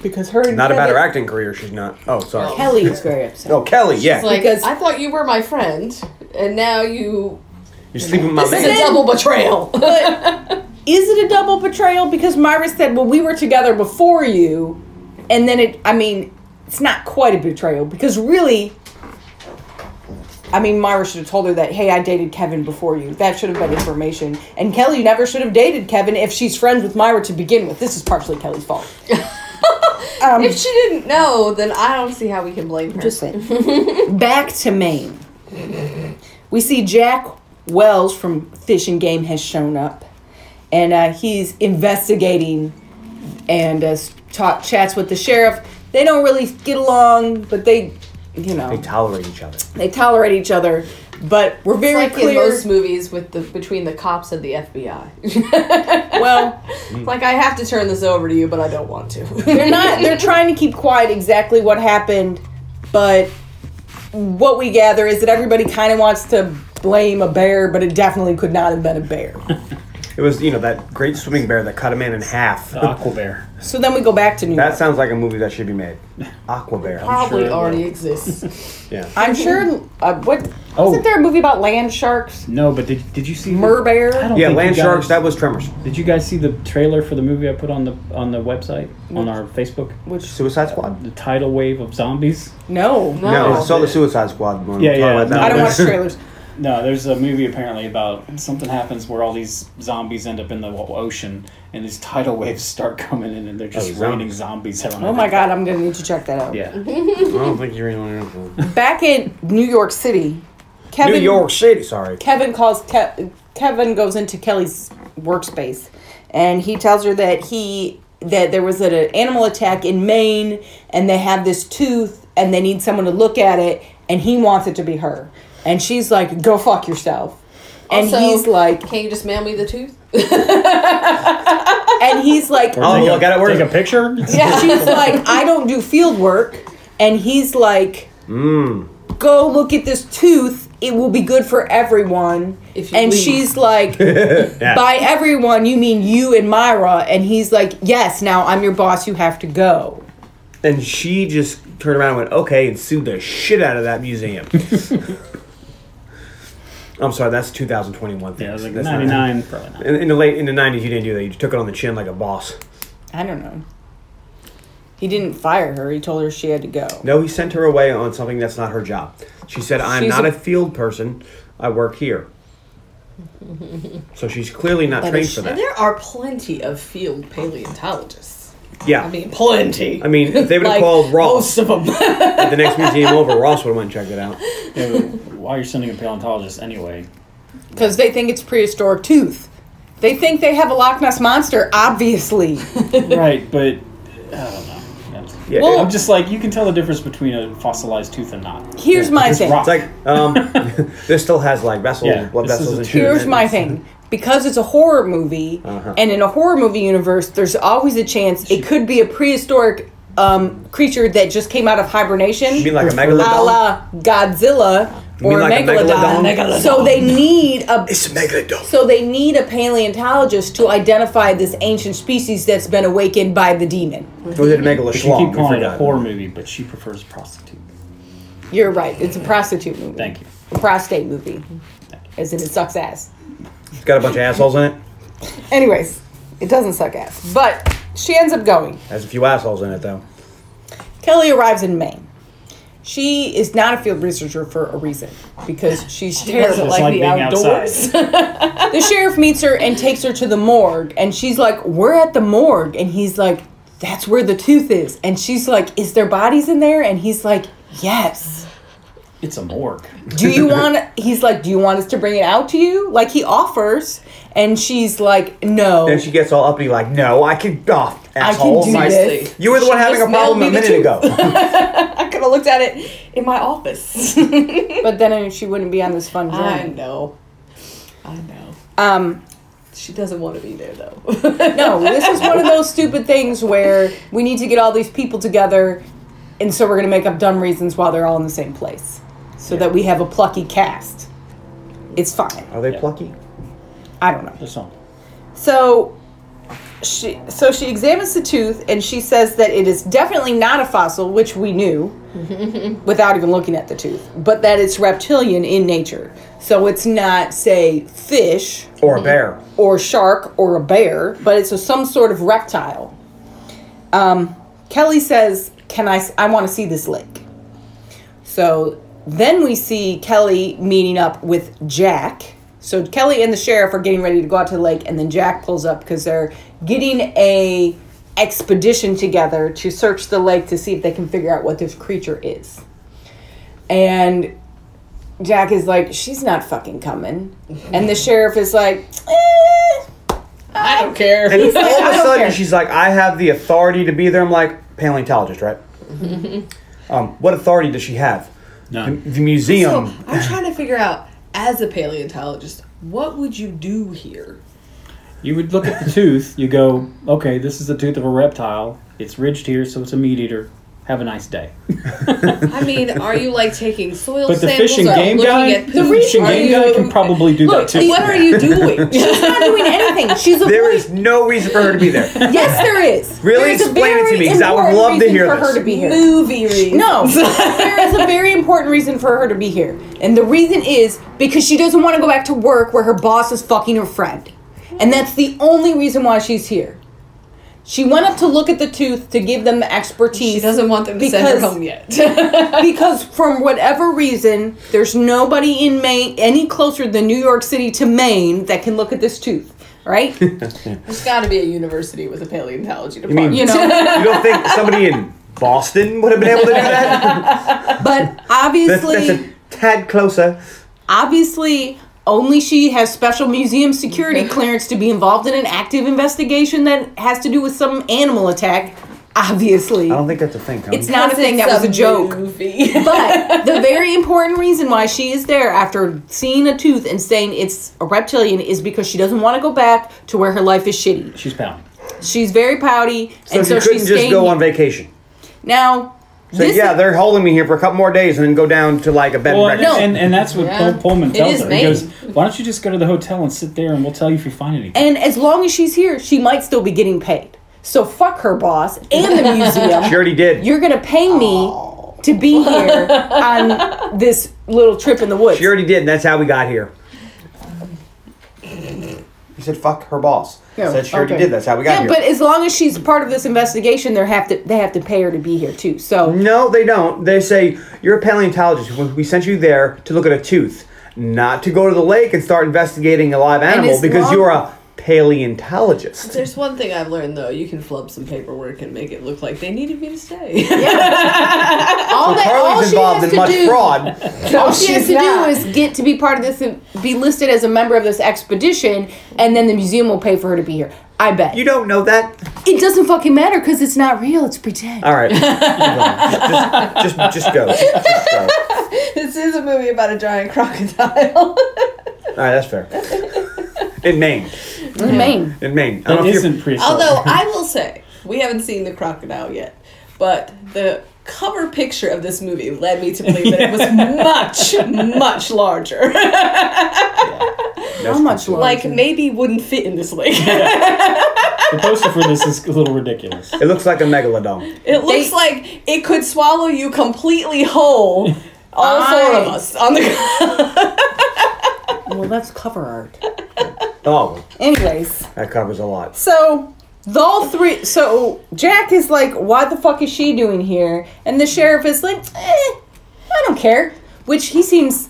Speaker 2: because her and
Speaker 3: not about
Speaker 2: Kelly-
Speaker 3: her acting career, she's not. Oh, sorry.
Speaker 2: Kelly is very upset.
Speaker 3: Oh, Kelly, yeah.
Speaker 4: It's like,
Speaker 2: Because-
Speaker 4: I thought you were my friend, and now you.
Speaker 3: You're sleeping with my
Speaker 4: This is a
Speaker 3: man.
Speaker 4: double betrayal.
Speaker 2: But Is it a double betrayal? Because Myra said, well, we were together before you. And then it, I mean, it's not quite a betrayal because really, I mean, Myra should have told her that, hey, I dated Kevin before you. That should have been information. And Kelly never should have dated Kevin if she's friends with Myra to begin with. This is partially Kelly's fault. um,
Speaker 4: If she didn't know, then I don't see how we can blame her.
Speaker 2: Just saying. Back to Maine. We see Jack Wells from Fish and Game has shown up, and uh, he's investigating and uh, talk chats with the sheriff. They don't really get along, but they, you know,
Speaker 3: They tolerate each other.
Speaker 2: they tolerate each other. But we're very
Speaker 4: like
Speaker 2: clear.
Speaker 4: in most movies with the between the cops and the FBI.
Speaker 2: well,
Speaker 4: like I have to turn this over to you, but I don't want to.
Speaker 2: they're not. They're trying to keep quiet exactly what happened, but what we gather is that everybody kind of wants to blame a bear, but it definitely could not have been a bear.
Speaker 3: It was, you know, that great swimming bear that cut a man in half.
Speaker 5: The Aqua Bear.
Speaker 2: So then we go back to New
Speaker 3: That
Speaker 2: York.
Speaker 3: sounds like a movie that should be made. Aqua Bear.
Speaker 4: Probably
Speaker 5: sure it
Speaker 4: already
Speaker 5: will.
Speaker 4: exists.
Speaker 3: Yeah.
Speaker 2: I'm sure. Uh, what
Speaker 5: Oh.
Speaker 2: wasn't there a movie about land sharks?
Speaker 5: No, but did, did you see the-
Speaker 2: Mer bear?
Speaker 5: I don't
Speaker 3: Yeah,
Speaker 5: think you
Speaker 3: Land
Speaker 5: guys-
Speaker 3: Sharks, that was Tremors.
Speaker 5: Did you guys see the trailer for the movie I put on the on the website on our Facebook?
Speaker 2: Which
Speaker 3: Suicide Squad?
Speaker 5: The tidal wave of zombies.
Speaker 2: no,
Speaker 3: No,
Speaker 4: Oh.
Speaker 3: I saw the Suicide Squad one.
Speaker 5: Yeah,
Speaker 3: Talk
Speaker 5: yeah,
Speaker 3: about that
Speaker 5: no,
Speaker 2: I don't
Speaker 3: one.
Speaker 2: watch trailers.
Speaker 5: No, there's a movie apparently about something happens where all these zombies end up in the wa- ocean and these tidal waves start coming in and they're just
Speaker 3: Oh, zombies.
Speaker 5: raining zombies out.
Speaker 2: Oh my god, I'm gonna need to check that out.
Speaker 5: Yeah,
Speaker 3: I don't think you're in
Speaker 2: Back in New York City, Kevin.
Speaker 3: New York City, sorry.
Speaker 2: Kevin calls. Ke- Kevin goes into Kelly's workspace, and he tells her that he that there was an animal attack in Maine, and they have this tooth, and they need someone to look at it, and he wants it to be her, and she's like, "Go fuck yourself," and
Speaker 4: Also,
Speaker 2: he's like,
Speaker 4: Can you just mail me the tooth?
Speaker 2: and he's like,
Speaker 3: Oh,
Speaker 5: Take
Speaker 3: look at it.
Speaker 5: Take a
Speaker 3: Where's
Speaker 5: picture.
Speaker 2: she's like, I don't do field work, and he's like,
Speaker 3: Mm.
Speaker 2: go look at this tooth. It will be good for everyone.
Speaker 4: If you
Speaker 2: and
Speaker 4: leave.
Speaker 2: she's like,
Speaker 3: Yeah.
Speaker 2: by everyone you mean you and Myra, and he's like, yes. Now I'm your boss. You have to go.
Speaker 3: And she just turned around and went, okay, and sued the shit out of that museum. I'm sorry, that's 2021 thing.
Speaker 5: Yeah, I was like
Speaker 3: That's not-
Speaker 5: ninety nine. Probably not.
Speaker 3: In, in the late in the 90s, you didn't do that. You took it on the chin like a boss.
Speaker 2: I don't know. He didn't fire her. He told her she had to go.
Speaker 3: No, he sent her away on something that's not her job. She said, I'm
Speaker 2: She's
Speaker 3: not
Speaker 2: a-
Speaker 3: a, field person. I work here. so she's clearly not
Speaker 2: But
Speaker 3: trained
Speaker 2: is
Speaker 3: for
Speaker 2: she-
Speaker 3: that.
Speaker 4: There are plenty of field paleontologists.
Speaker 3: Yeah.
Speaker 4: I mean, plenty.
Speaker 3: I mean, if they would have
Speaker 4: Like, oh,
Speaker 3: called Ross
Speaker 4: Most of them.
Speaker 3: at the next museum over, Ross would have went and checked it out.
Speaker 5: Yeah, but why you're sending a paleontologist anyway?
Speaker 2: Because they think it's prehistoric tooth. They think they have a Loch Ness monster. Obviously.
Speaker 5: right, but I don't know. Yeah.
Speaker 3: Yeah,
Speaker 2: Well-
Speaker 5: I'm just like you can tell the difference between a fossilized tooth and not.
Speaker 2: Here's my
Speaker 5: Just
Speaker 2: thing.
Speaker 5: rock.
Speaker 3: it's like, um, this still has like vessels,
Speaker 5: Yeah,
Speaker 3: blood
Speaker 5: this is
Speaker 3: vessels
Speaker 5: a
Speaker 3: and shit.
Speaker 5: tube.
Speaker 2: Here's my thing. Because it's a horror movie,
Speaker 3: Uh-huh.
Speaker 2: and in a horror movie universe, there's always a chance it could be a prehistoric um, creature that just came out of hibernation.
Speaker 3: You mean like
Speaker 2: a
Speaker 3: a megalodon?
Speaker 2: la Godzilla
Speaker 3: mean
Speaker 2: or
Speaker 3: like a
Speaker 2: megalodon.
Speaker 3: megalodon?
Speaker 2: So they need a
Speaker 3: It's a megalodon.
Speaker 2: so they need a paleontologist to identify this ancient species that's been awakened by the demon.
Speaker 3: Or is it a megalodon?
Speaker 4: uh,
Speaker 5: You keep calling it a horror movie, but she prefers prostitute.
Speaker 2: You're right. It's a prostitute movie.
Speaker 5: Thank you.
Speaker 2: A prostate movie, as in it sucks ass.
Speaker 3: It's got a bunch of assholes in it.
Speaker 2: Anyways, it doesn't suck ass, but she ends up going.
Speaker 3: Has a few assholes in it, though.
Speaker 2: Kelly arrives in Maine. She is not a field researcher for a reason because she's
Speaker 4: Doesn't
Speaker 2: terrible.
Speaker 5: Just
Speaker 4: like,
Speaker 5: like
Speaker 4: the
Speaker 5: being
Speaker 4: outdoors.
Speaker 2: the sheriff meets her and takes her to the morgue, and she's like, "We're at the morgue," and he's like, "That's where the tooth is," and she's like, "Is there bodies in there?" And he's like, "Yes."
Speaker 5: It's a morgue.
Speaker 2: Do you want? He's like, "Do you want us to bring it out to you?" Like he offers, and she's like, "No."
Speaker 3: Then she gets all uppity, like, no, I can, oh,
Speaker 2: I
Speaker 3: asshole.
Speaker 2: can do
Speaker 3: My-
Speaker 4: Precisely.
Speaker 2: this.
Speaker 3: You were the one having a
Speaker 4: just mailed
Speaker 3: problem a
Speaker 4: me the
Speaker 3: minute ago.
Speaker 4: I could have looked at it in my office.
Speaker 2: But then she wouldn't be on this fun journey.
Speaker 4: I know. I know.
Speaker 2: Um,
Speaker 4: She doesn't want to be there though.
Speaker 2: No, this is one of those stupid things where we need to get all these people together, and so we're going to make up dumb reasons while they're all in the same place, so that we have a plucky cast. It's fine.
Speaker 3: Are they plucky?
Speaker 2: I don't know.
Speaker 5: Just on.
Speaker 2: So she so she examines the tooth and she says that it is definitely not a fossil, which we knew without even looking at the tooth, but that it's reptilian in nature. So it's not say fish
Speaker 3: Or a bear.
Speaker 2: or shark or a bear, but it's a, some sort of reptile. Um, Kelly says, "Can I? s- I want to see this lake." So then we see Kelly meeting up with Jack. So Kelly and the sheriff are getting ready to go out to the lake, and then Jack pulls up because they're getting a expedition together to search the lake to see if they can figure out what this creature is. And Jack is like, "She's not fucking coming," and the sheriff is like, "Eh,
Speaker 4: I don't care.
Speaker 3: And all
Speaker 2: "I
Speaker 3: of a
Speaker 2: don't
Speaker 3: sudden,
Speaker 2: care."
Speaker 3: she's like, I have the authority to be there. I'm like, paleontologist, right?
Speaker 2: Mm-hmm.
Speaker 3: um, what authority does she have?
Speaker 5: None.
Speaker 3: The, the museum.
Speaker 4: So I'm trying to figure out, as a paleontologist, what would you do here?
Speaker 5: You would look at the tooth, you go, okay, this is the tooth of a reptile. It's ridged here, so it's a meat eater. Have a nice day.
Speaker 4: I mean, are you like taking soil
Speaker 5: But the
Speaker 4: samples?
Speaker 5: fish and
Speaker 4: Are you
Speaker 5: game
Speaker 4: looking
Speaker 5: guy-
Speaker 4: at
Speaker 5: the
Speaker 4: poop?
Speaker 5: fish and
Speaker 4: Are
Speaker 5: game guy can probably do
Speaker 4: Look,
Speaker 5: that too.
Speaker 4: What are you doing?
Speaker 2: She's not doing anything. She's a
Speaker 3: there is no reason for her to be there.
Speaker 2: Yes, there is.
Speaker 3: Really?
Speaker 2: There is a
Speaker 3: Explain it to
Speaker 2: very
Speaker 3: me, 'cause I would
Speaker 2: important
Speaker 3: love to
Speaker 2: reason
Speaker 3: hear
Speaker 2: for
Speaker 3: this.
Speaker 2: her to be here.
Speaker 4: Movie reads.
Speaker 2: No, there is a very important reason for her to be here, and the reason is because she doesn't want to go back to work where her boss is fucking her friend, and that's the only reason why she's here. She went up to look at the tooth to give them the expertise.
Speaker 4: She doesn't want them to send her
Speaker 2: because-
Speaker 4: home yet.
Speaker 2: because from whatever reason, there's nobody in Maine any closer than New York City to Maine that can look at this tooth, right?
Speaker 4: There's got to be a university with a paleontology
Speaker 3: I mean,
Speaker 4: department.
Speaker 3: you,
Speaker 2: You know.
Speaker 3: don't think somebody in Boston would have been able to do that?
Speaker 2: But
Speaker 3: that's,
Speaker 2: obviously,
Speaker 3: that's a tad closer.
Speaker 2: obviously only she has special museum security clearance to be involved in an active investigation that has to do with some animal attack obviously
Speaker 3: I don't think that's a thing. Tom.
Speaker 2: it's not a thing that was a joke
Speaker 4: Movie.
Speaker 2: but the very important reason why she is there after seeing a tooth and saying it's a reptilian is because she doesn't want to go back to where her life is shitty
Speaker 5: She's pounding.
Speaker 2: she's very pouty
Speaker 3: so
Speaker 2: and so
Speaker 3: she couldn't
Speaker 2: she's
Speaker 3: just
Speaker 2: staying
Speaker 3: go on vacation.
Speaker 2: now
Speaker 3: So
Speaker 2: this
Speaker 3: yeah,
Speaker 2: is-
Speaker 3: they're holding me here for a couple more days and then go down to like a bed
Speaker 5: Well,
Speaker 3: and
Speaker 5: and,
Speaker 3: breakfast.
Speaker 5: and, and that's what
Speaker 4: Yeah.
Speaker 5: Paul Pullman
Speaker 4: It
Speaker 5: tells
Speaker 4: is
Speaker 5: her. He
Speaker 4: Maine.
Speaker 5: goes, why don't you just go to the hotel and sit there and we'll tell you if you find anything.
Speaker 2: and as long as she's here she might still be getting paid so fuck her boss and the museum
Speaker 3: She already did.
Speaker 2: you're gonna pay me to be here on this little trip in the woods.
Speaker 3: She already did, and that's how we got here. You said fuck her boss.
Speaker 2: Yeah,
Speaker 3: said she already
Speaker 2: okay.
Speaker 3: did. That's how we got
Speaker 2: yeah,
Speaker 3: here.
Speaker 2: but as long as she's part of this investigation, they have to they have to pay her to be here too. So
Speaker 3: no, they don't. They say you're a paleontologist. We we sent you there to look at a tooth, not to go to the lake and start investigating a live animal
Speaker 2: it's
Speaker 3: because
Speaker 2: long-
Speaker 3: you're a paleontologist.
Speaker 4: There's one thing I've learned though: you can flub some paperwork and make it look like they needed me to stay.
Speaker 2: all that all
Speaker 3: Harley's
Speaker 2: she
Speaker 3: involved
Speaker 2: has
Speaker 3: in
Speaker 2: to
Speaker 3: much
Speaker 2: do,
Speaker 3: fraud.
Speaker 2: all she has
Speaker 4: she's
Speaker 2: to
Speaker 4: not.
Speaker 2: do is get to be part of this, be listed as a member of this expedition, and then the museum will pay for her to be here. I bet
Speaker 3: You don't know that.
Speaker 2: it doesn't fucking matter because it's not real. It's pretend.
Speaker 3: All right. just, just, just go. Just, just go. All
Speaker 4: this is a movie about a giant crocodile.
Speaker 3: right, that's fair. In Maine.
Speaker 2: In Maine.
Speaker 3: In Maine. I
Speaker 5: That
Speaker 3: don't know if you're-
Speaker 5: isn't pretty
Speaker 4: Although I will say, we haven't seen the crocodile yet, but the cover picture of this movie led me to believe that it was much, much larger.
Speaker 3: that's
Speaker 2: How much
Speaker 3: pretty-
Speaker 2: longer?
Speaker 4: like maybe wouldn't fit in this lake.
Speaker 5: The poster for this is a little ridiculous.
Speaker 3: It looks like a megalodon.
Speaker 4: It looks like it could swallow you completely whole. All four of
Speaker 2: I-
Speaker 4: us on the.
Speaker 2: Well, that's cover art.
Speaker 3: Oh,
Speaker 2: Anyways.
Speaker 3: that covers a lot.
Speaker 2: So the all three. So Jack is like, "What the fuck is she doing here?" And the sheriff is like, eh, "I don't care." Which he seems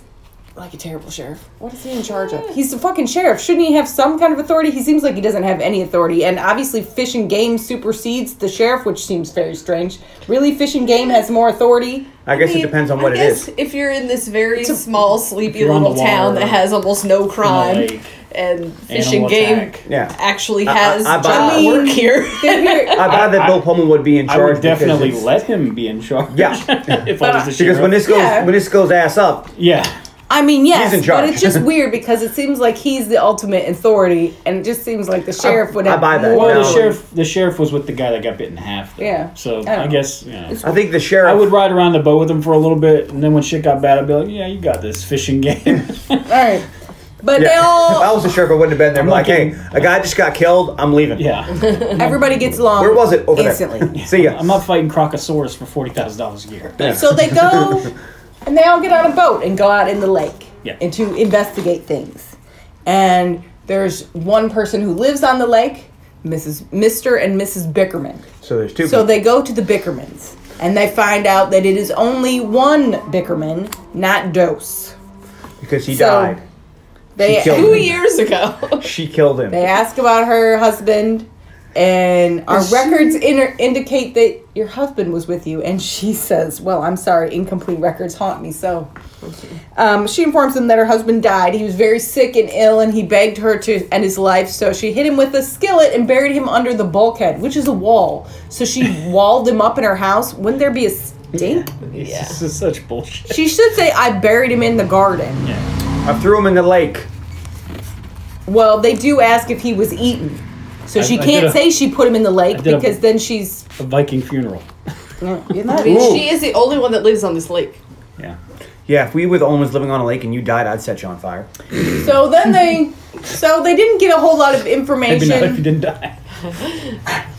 Speaker 2: like a terrible sheriff. What is he in charge of? He's the fucking sheriff. Shouldn't he have some kind of authority? He seems like he doesn't have any authority. And obviously, fish and game supersedes the sheriff, which seems very strange. Really, fish and game has more authority.
Speaker 3: I guess it depends on what
Speaker 4: I
Speaker 3: it
Speaker 4: guess
Speaker 3: is.
Speaker 4: If you're in this very small, sleepy
Speaker 5: you're on
Speaker 4: little
Speaker 5: the
Speaker 4: town
Speaker 5: water,
Speaker 4: that has almost no crime
Speaker 5: lake,
Speaker 4: and fishing
Speaker 5: animal
Speaker 4: game
Speaker 5: attack.
Speaker 3: Yeah.
Speaker 4: actually
Speaker 3: I-
Speaker 4: has
Speaker 3: I buy
Speaker 4: job
Speaker 3: that.
Speaker 4: work here.
Speaker 2: They're here-
Speaker 3: I buy that Bill Pullman would be in
Speaker 5: I
Speaker 3: charge.
Speaker 5: would
Speaker 3: because
Speaker 5: definitely
Speaker 3: it's-
Speaker 5: let him be in charge.
Speaker 3: Yeah.
Speaker 5: if I was the
Speaker 3: Because
Speaker 5: sheriff.
Speaker 3: when this goes
Speaker 2: Yeah.
Speaker 3: when this goes ass up,
Speaker 5: yeah.
Speaker 2: I mean, yes,
Speaker 3: in charge.
Speaker 2: but it's just weird because it seems like he's the ultimate authority, and it just seems like the sheriff would
Speaker 3: I
Speaker 2: have.
Speaker 3: buy that.
Speaker 2: more
Speaker 5: Well,
Speaker 3: No.
Speaker 5: the sheriff the sheriff was with the guy that got bit in half. Though.
Speaker 2: Yeah.
Speaker 5: So
Speaker 2: I don't
Speaker 5: I,
Speaker 2: know.
Speaker 5: guess you know.
Speaker 3: I think the sheriff
Speaker 5: I would ride around the boat with him for a little bit, and then when shit got bad, I'd be like, "Yeah, you got this fishing game."
Speaker 2: All right. But they
Speaker 3: Yeah. if I
Speaker 2: all,
Speaker 3: was the sheriff, I wouldn't have been there. Be
Speaker 5: not
Speaker 3: like, hey,
Speaker 5: kidding.
Speaker 3: a guy just got killed. I'm leaving.
Speaker 5: Yeah.
Speaker 2: everybody gets along.
Speaker 3: Where was it? Over
Speaker 2: instantly.
Speaker 3: there. See ya.
Speaker 5: I'm not fighting Crocosaurus for forty thousand dollars a year.
Speaker 2: So they go and they all get on a boat and go out in the lake
Speaker 5: Yeah.
Speaker 2: and to investigate things. And there's one person who lives on the lake, Mrs. Mr. and Mrs. Bickerman.
Speaker 3: So there's two.
Speaker 2: So
Speaker 3: people.
Speaker 2: they go to the Bickermans and they find out that it is only one Bickerman, not Dose.
Speaker 3: because he
Speaker 2: so-
Speaker 3: died.
Speaker 2: They
Speaker 3: killed
Speaker 4: Two years ago.
Speaker 3: She killed him.
Speaker 2: they ask about her husband and our records inter- indicate that your husband was with you and she says well i'm sorry incomplete records haunt me so um, she informs them that her husband died he was very sick and ill and he begged her to end his life so she hit him with a skillet and buried him under the bulkhead which is a wall so she walled him up in her house wouldn't there be a stink
Speaker 4: Yeah.
Speaker 5: This is such bullshit.
Speaker 2: she should say i buried him in the garden
Speaker 3: I threw him in the lake.
Speaker 2: Well, they do ask if he was eaten. So
Speaker 5: I-
Speaker 2: she
Speaker 5: I
Speaker 2: can't
Speaker 5: did a-
Speaker 2: say she put him in the lake
Speaker 5: I did a-
Speaker 2: because then she's.
Speaker 5: A Viking funeral.
Speaker 2: You're
Speaker 4: I
Speaker 2: not
Speaker 4: mean, she is the only one that lives on this lake.
Speaker 5: Yeah.
Speaker 3: Yeah, if we were the only ones living on a lake and you died, I'd set you on fire.
Speaker 2: So then they. So they didn't get a whole lot of
Speaker 5: Maybe not if you
Speaker 2: information.
Speaker 5: didn't die.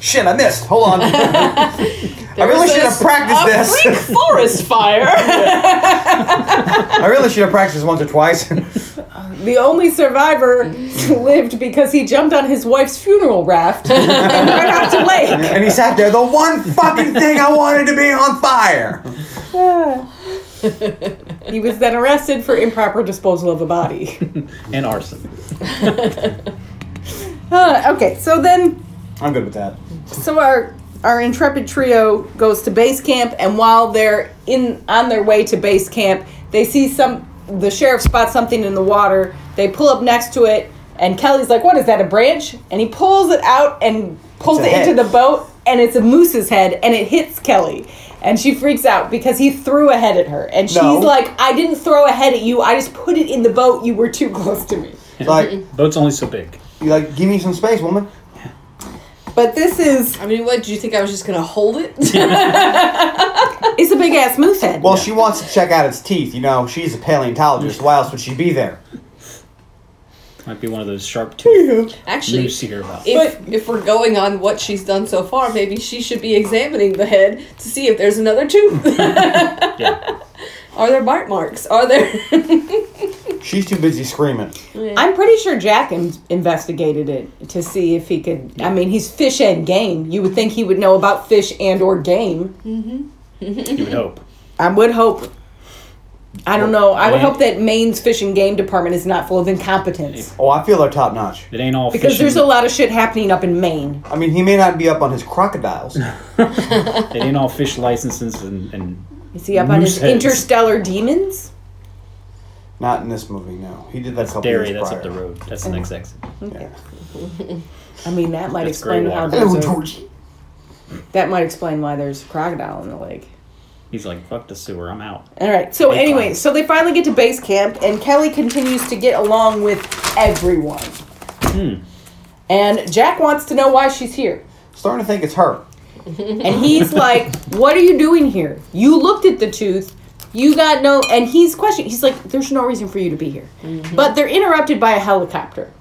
Speaker 3: Shit, I missed. Hold on. I really should have practiced this.
Speaker 4: Freak forest fire.
Speaker 3: I really should have practiced once or twice.
Speaker 2: The only survivor lived because he jumped on his wife's funeral raft and ran out to lake.
Speaker 3: and he sat there, the one fucking thing I wanted to be on fire.
Speaker 2: He was then arrested for improper disposal of a body.
Speaker 5: And arson.
Speaker 2: Huh, okay, so then
Speaker 3: I'm good with that.
Speaker 2: so our our intrepid trio goes to base camp and while they're in on their way to base camp they see some the sheriff spots something in the water they pull up next to it and kelly's like what is that a branch and he pulls it out and pulls
Speaker 3: It's
Speaker 2: it
Speaker 3: a
Speaker 2: into
Speaker 3: head.
Speaker 2: the boat and it's a moose's head and it hits kelly and she freaks out because he threw a head at her and she's
Speaker 3: No.
Speaker 2: like i didn't throw a head at you i just put it in the boat you were too close to me
Speaker 3: It's like,
Speaker 5: Boat's only so big.
Speaker 3: you like, give me some space, woman.
Speaker 2: but this is
Speaker 4: I mean, what? Do you think I was just going to hold it?
Speaker 2: it's a big ass moose head
Speaker 3: Well, she wants to check out its teeth. You know, she's a paleontologist. Why else would she be there?
Speaker 5: Might be one of those sharp tooth
Speaker 4: Actually,
Speaker 5: moose you hear about.
Speaker 4: if, if we're going on what she's done so far, maybe she should be examining the head to see if there's another tooth.
Speaker 5: Yeah.
Speaker 4: Are there bite marks? Are there.
Speaker 3: She's too busy screaming.
Speaker 2: I'm pretty sure Jack in- investigated it to see if he could. I mean, he's fish and game. You would think he would know about fish and or game.
Speaker 5: You would hope.
Speaker 2: I would hope. I don't know. I would
Speaker 5: Well,
Speaker 2: hope that Maine's fish and game department is not full of incompetence
Speaker 3: Oh, I feel they're top notch.
Speaker 5: It ain't all
Speaker 2: because
Speaker 5: fishing.
Speaker 2: there's a lot of shit happening up in Maine.
Speaker 3: I mean, he may not be up on his crocodiles.
Speaker 5: It ain't all fish licenses and, and
Speaker 2: Is he up on his
Speaker 5: Moose heads.
Speaker 2: interstellar demons?
Speaker 3: Not in this movie, no. He did that a couple
Speaker 5: dairy.
Speaker 3: years prior.
Speaker 5: That's up the road. That's the next exit.
Speaker 3: Yeah.
Speaker 2: I mean, that might
Speaker 5: That's
Speaker 2: explain
Speaker 5: great
Speaker 2: how
Speaker 5: water.
Speaker 2: there's a,
Speaker 3: Georgie.
Speaker 2: that might explain why there's a crocodile in the lake.
Speaker 5: He's like, fuck the sewer. I'm out.
Speaker 2: All right. So
Speaker 5: Big
Speaker 2: anyway,
Speaker 5: time.
Speaker 2: so they finally get to base camp, and Kelly continues to get along with everyone.
Speaker 4: Hmm.
Speaker 2: And Jack wants to know why she's here,
Speaker 3: Starting to think it's her.
Speaker 2: and he's like, "What are you doing here? You looked at the tooth." You got no, and he's questioning. He's like, "There's no reason for you to be here,"
Speaker 4: Mm-hmm.
Speaker 2: but they're interrupted by a helicopter.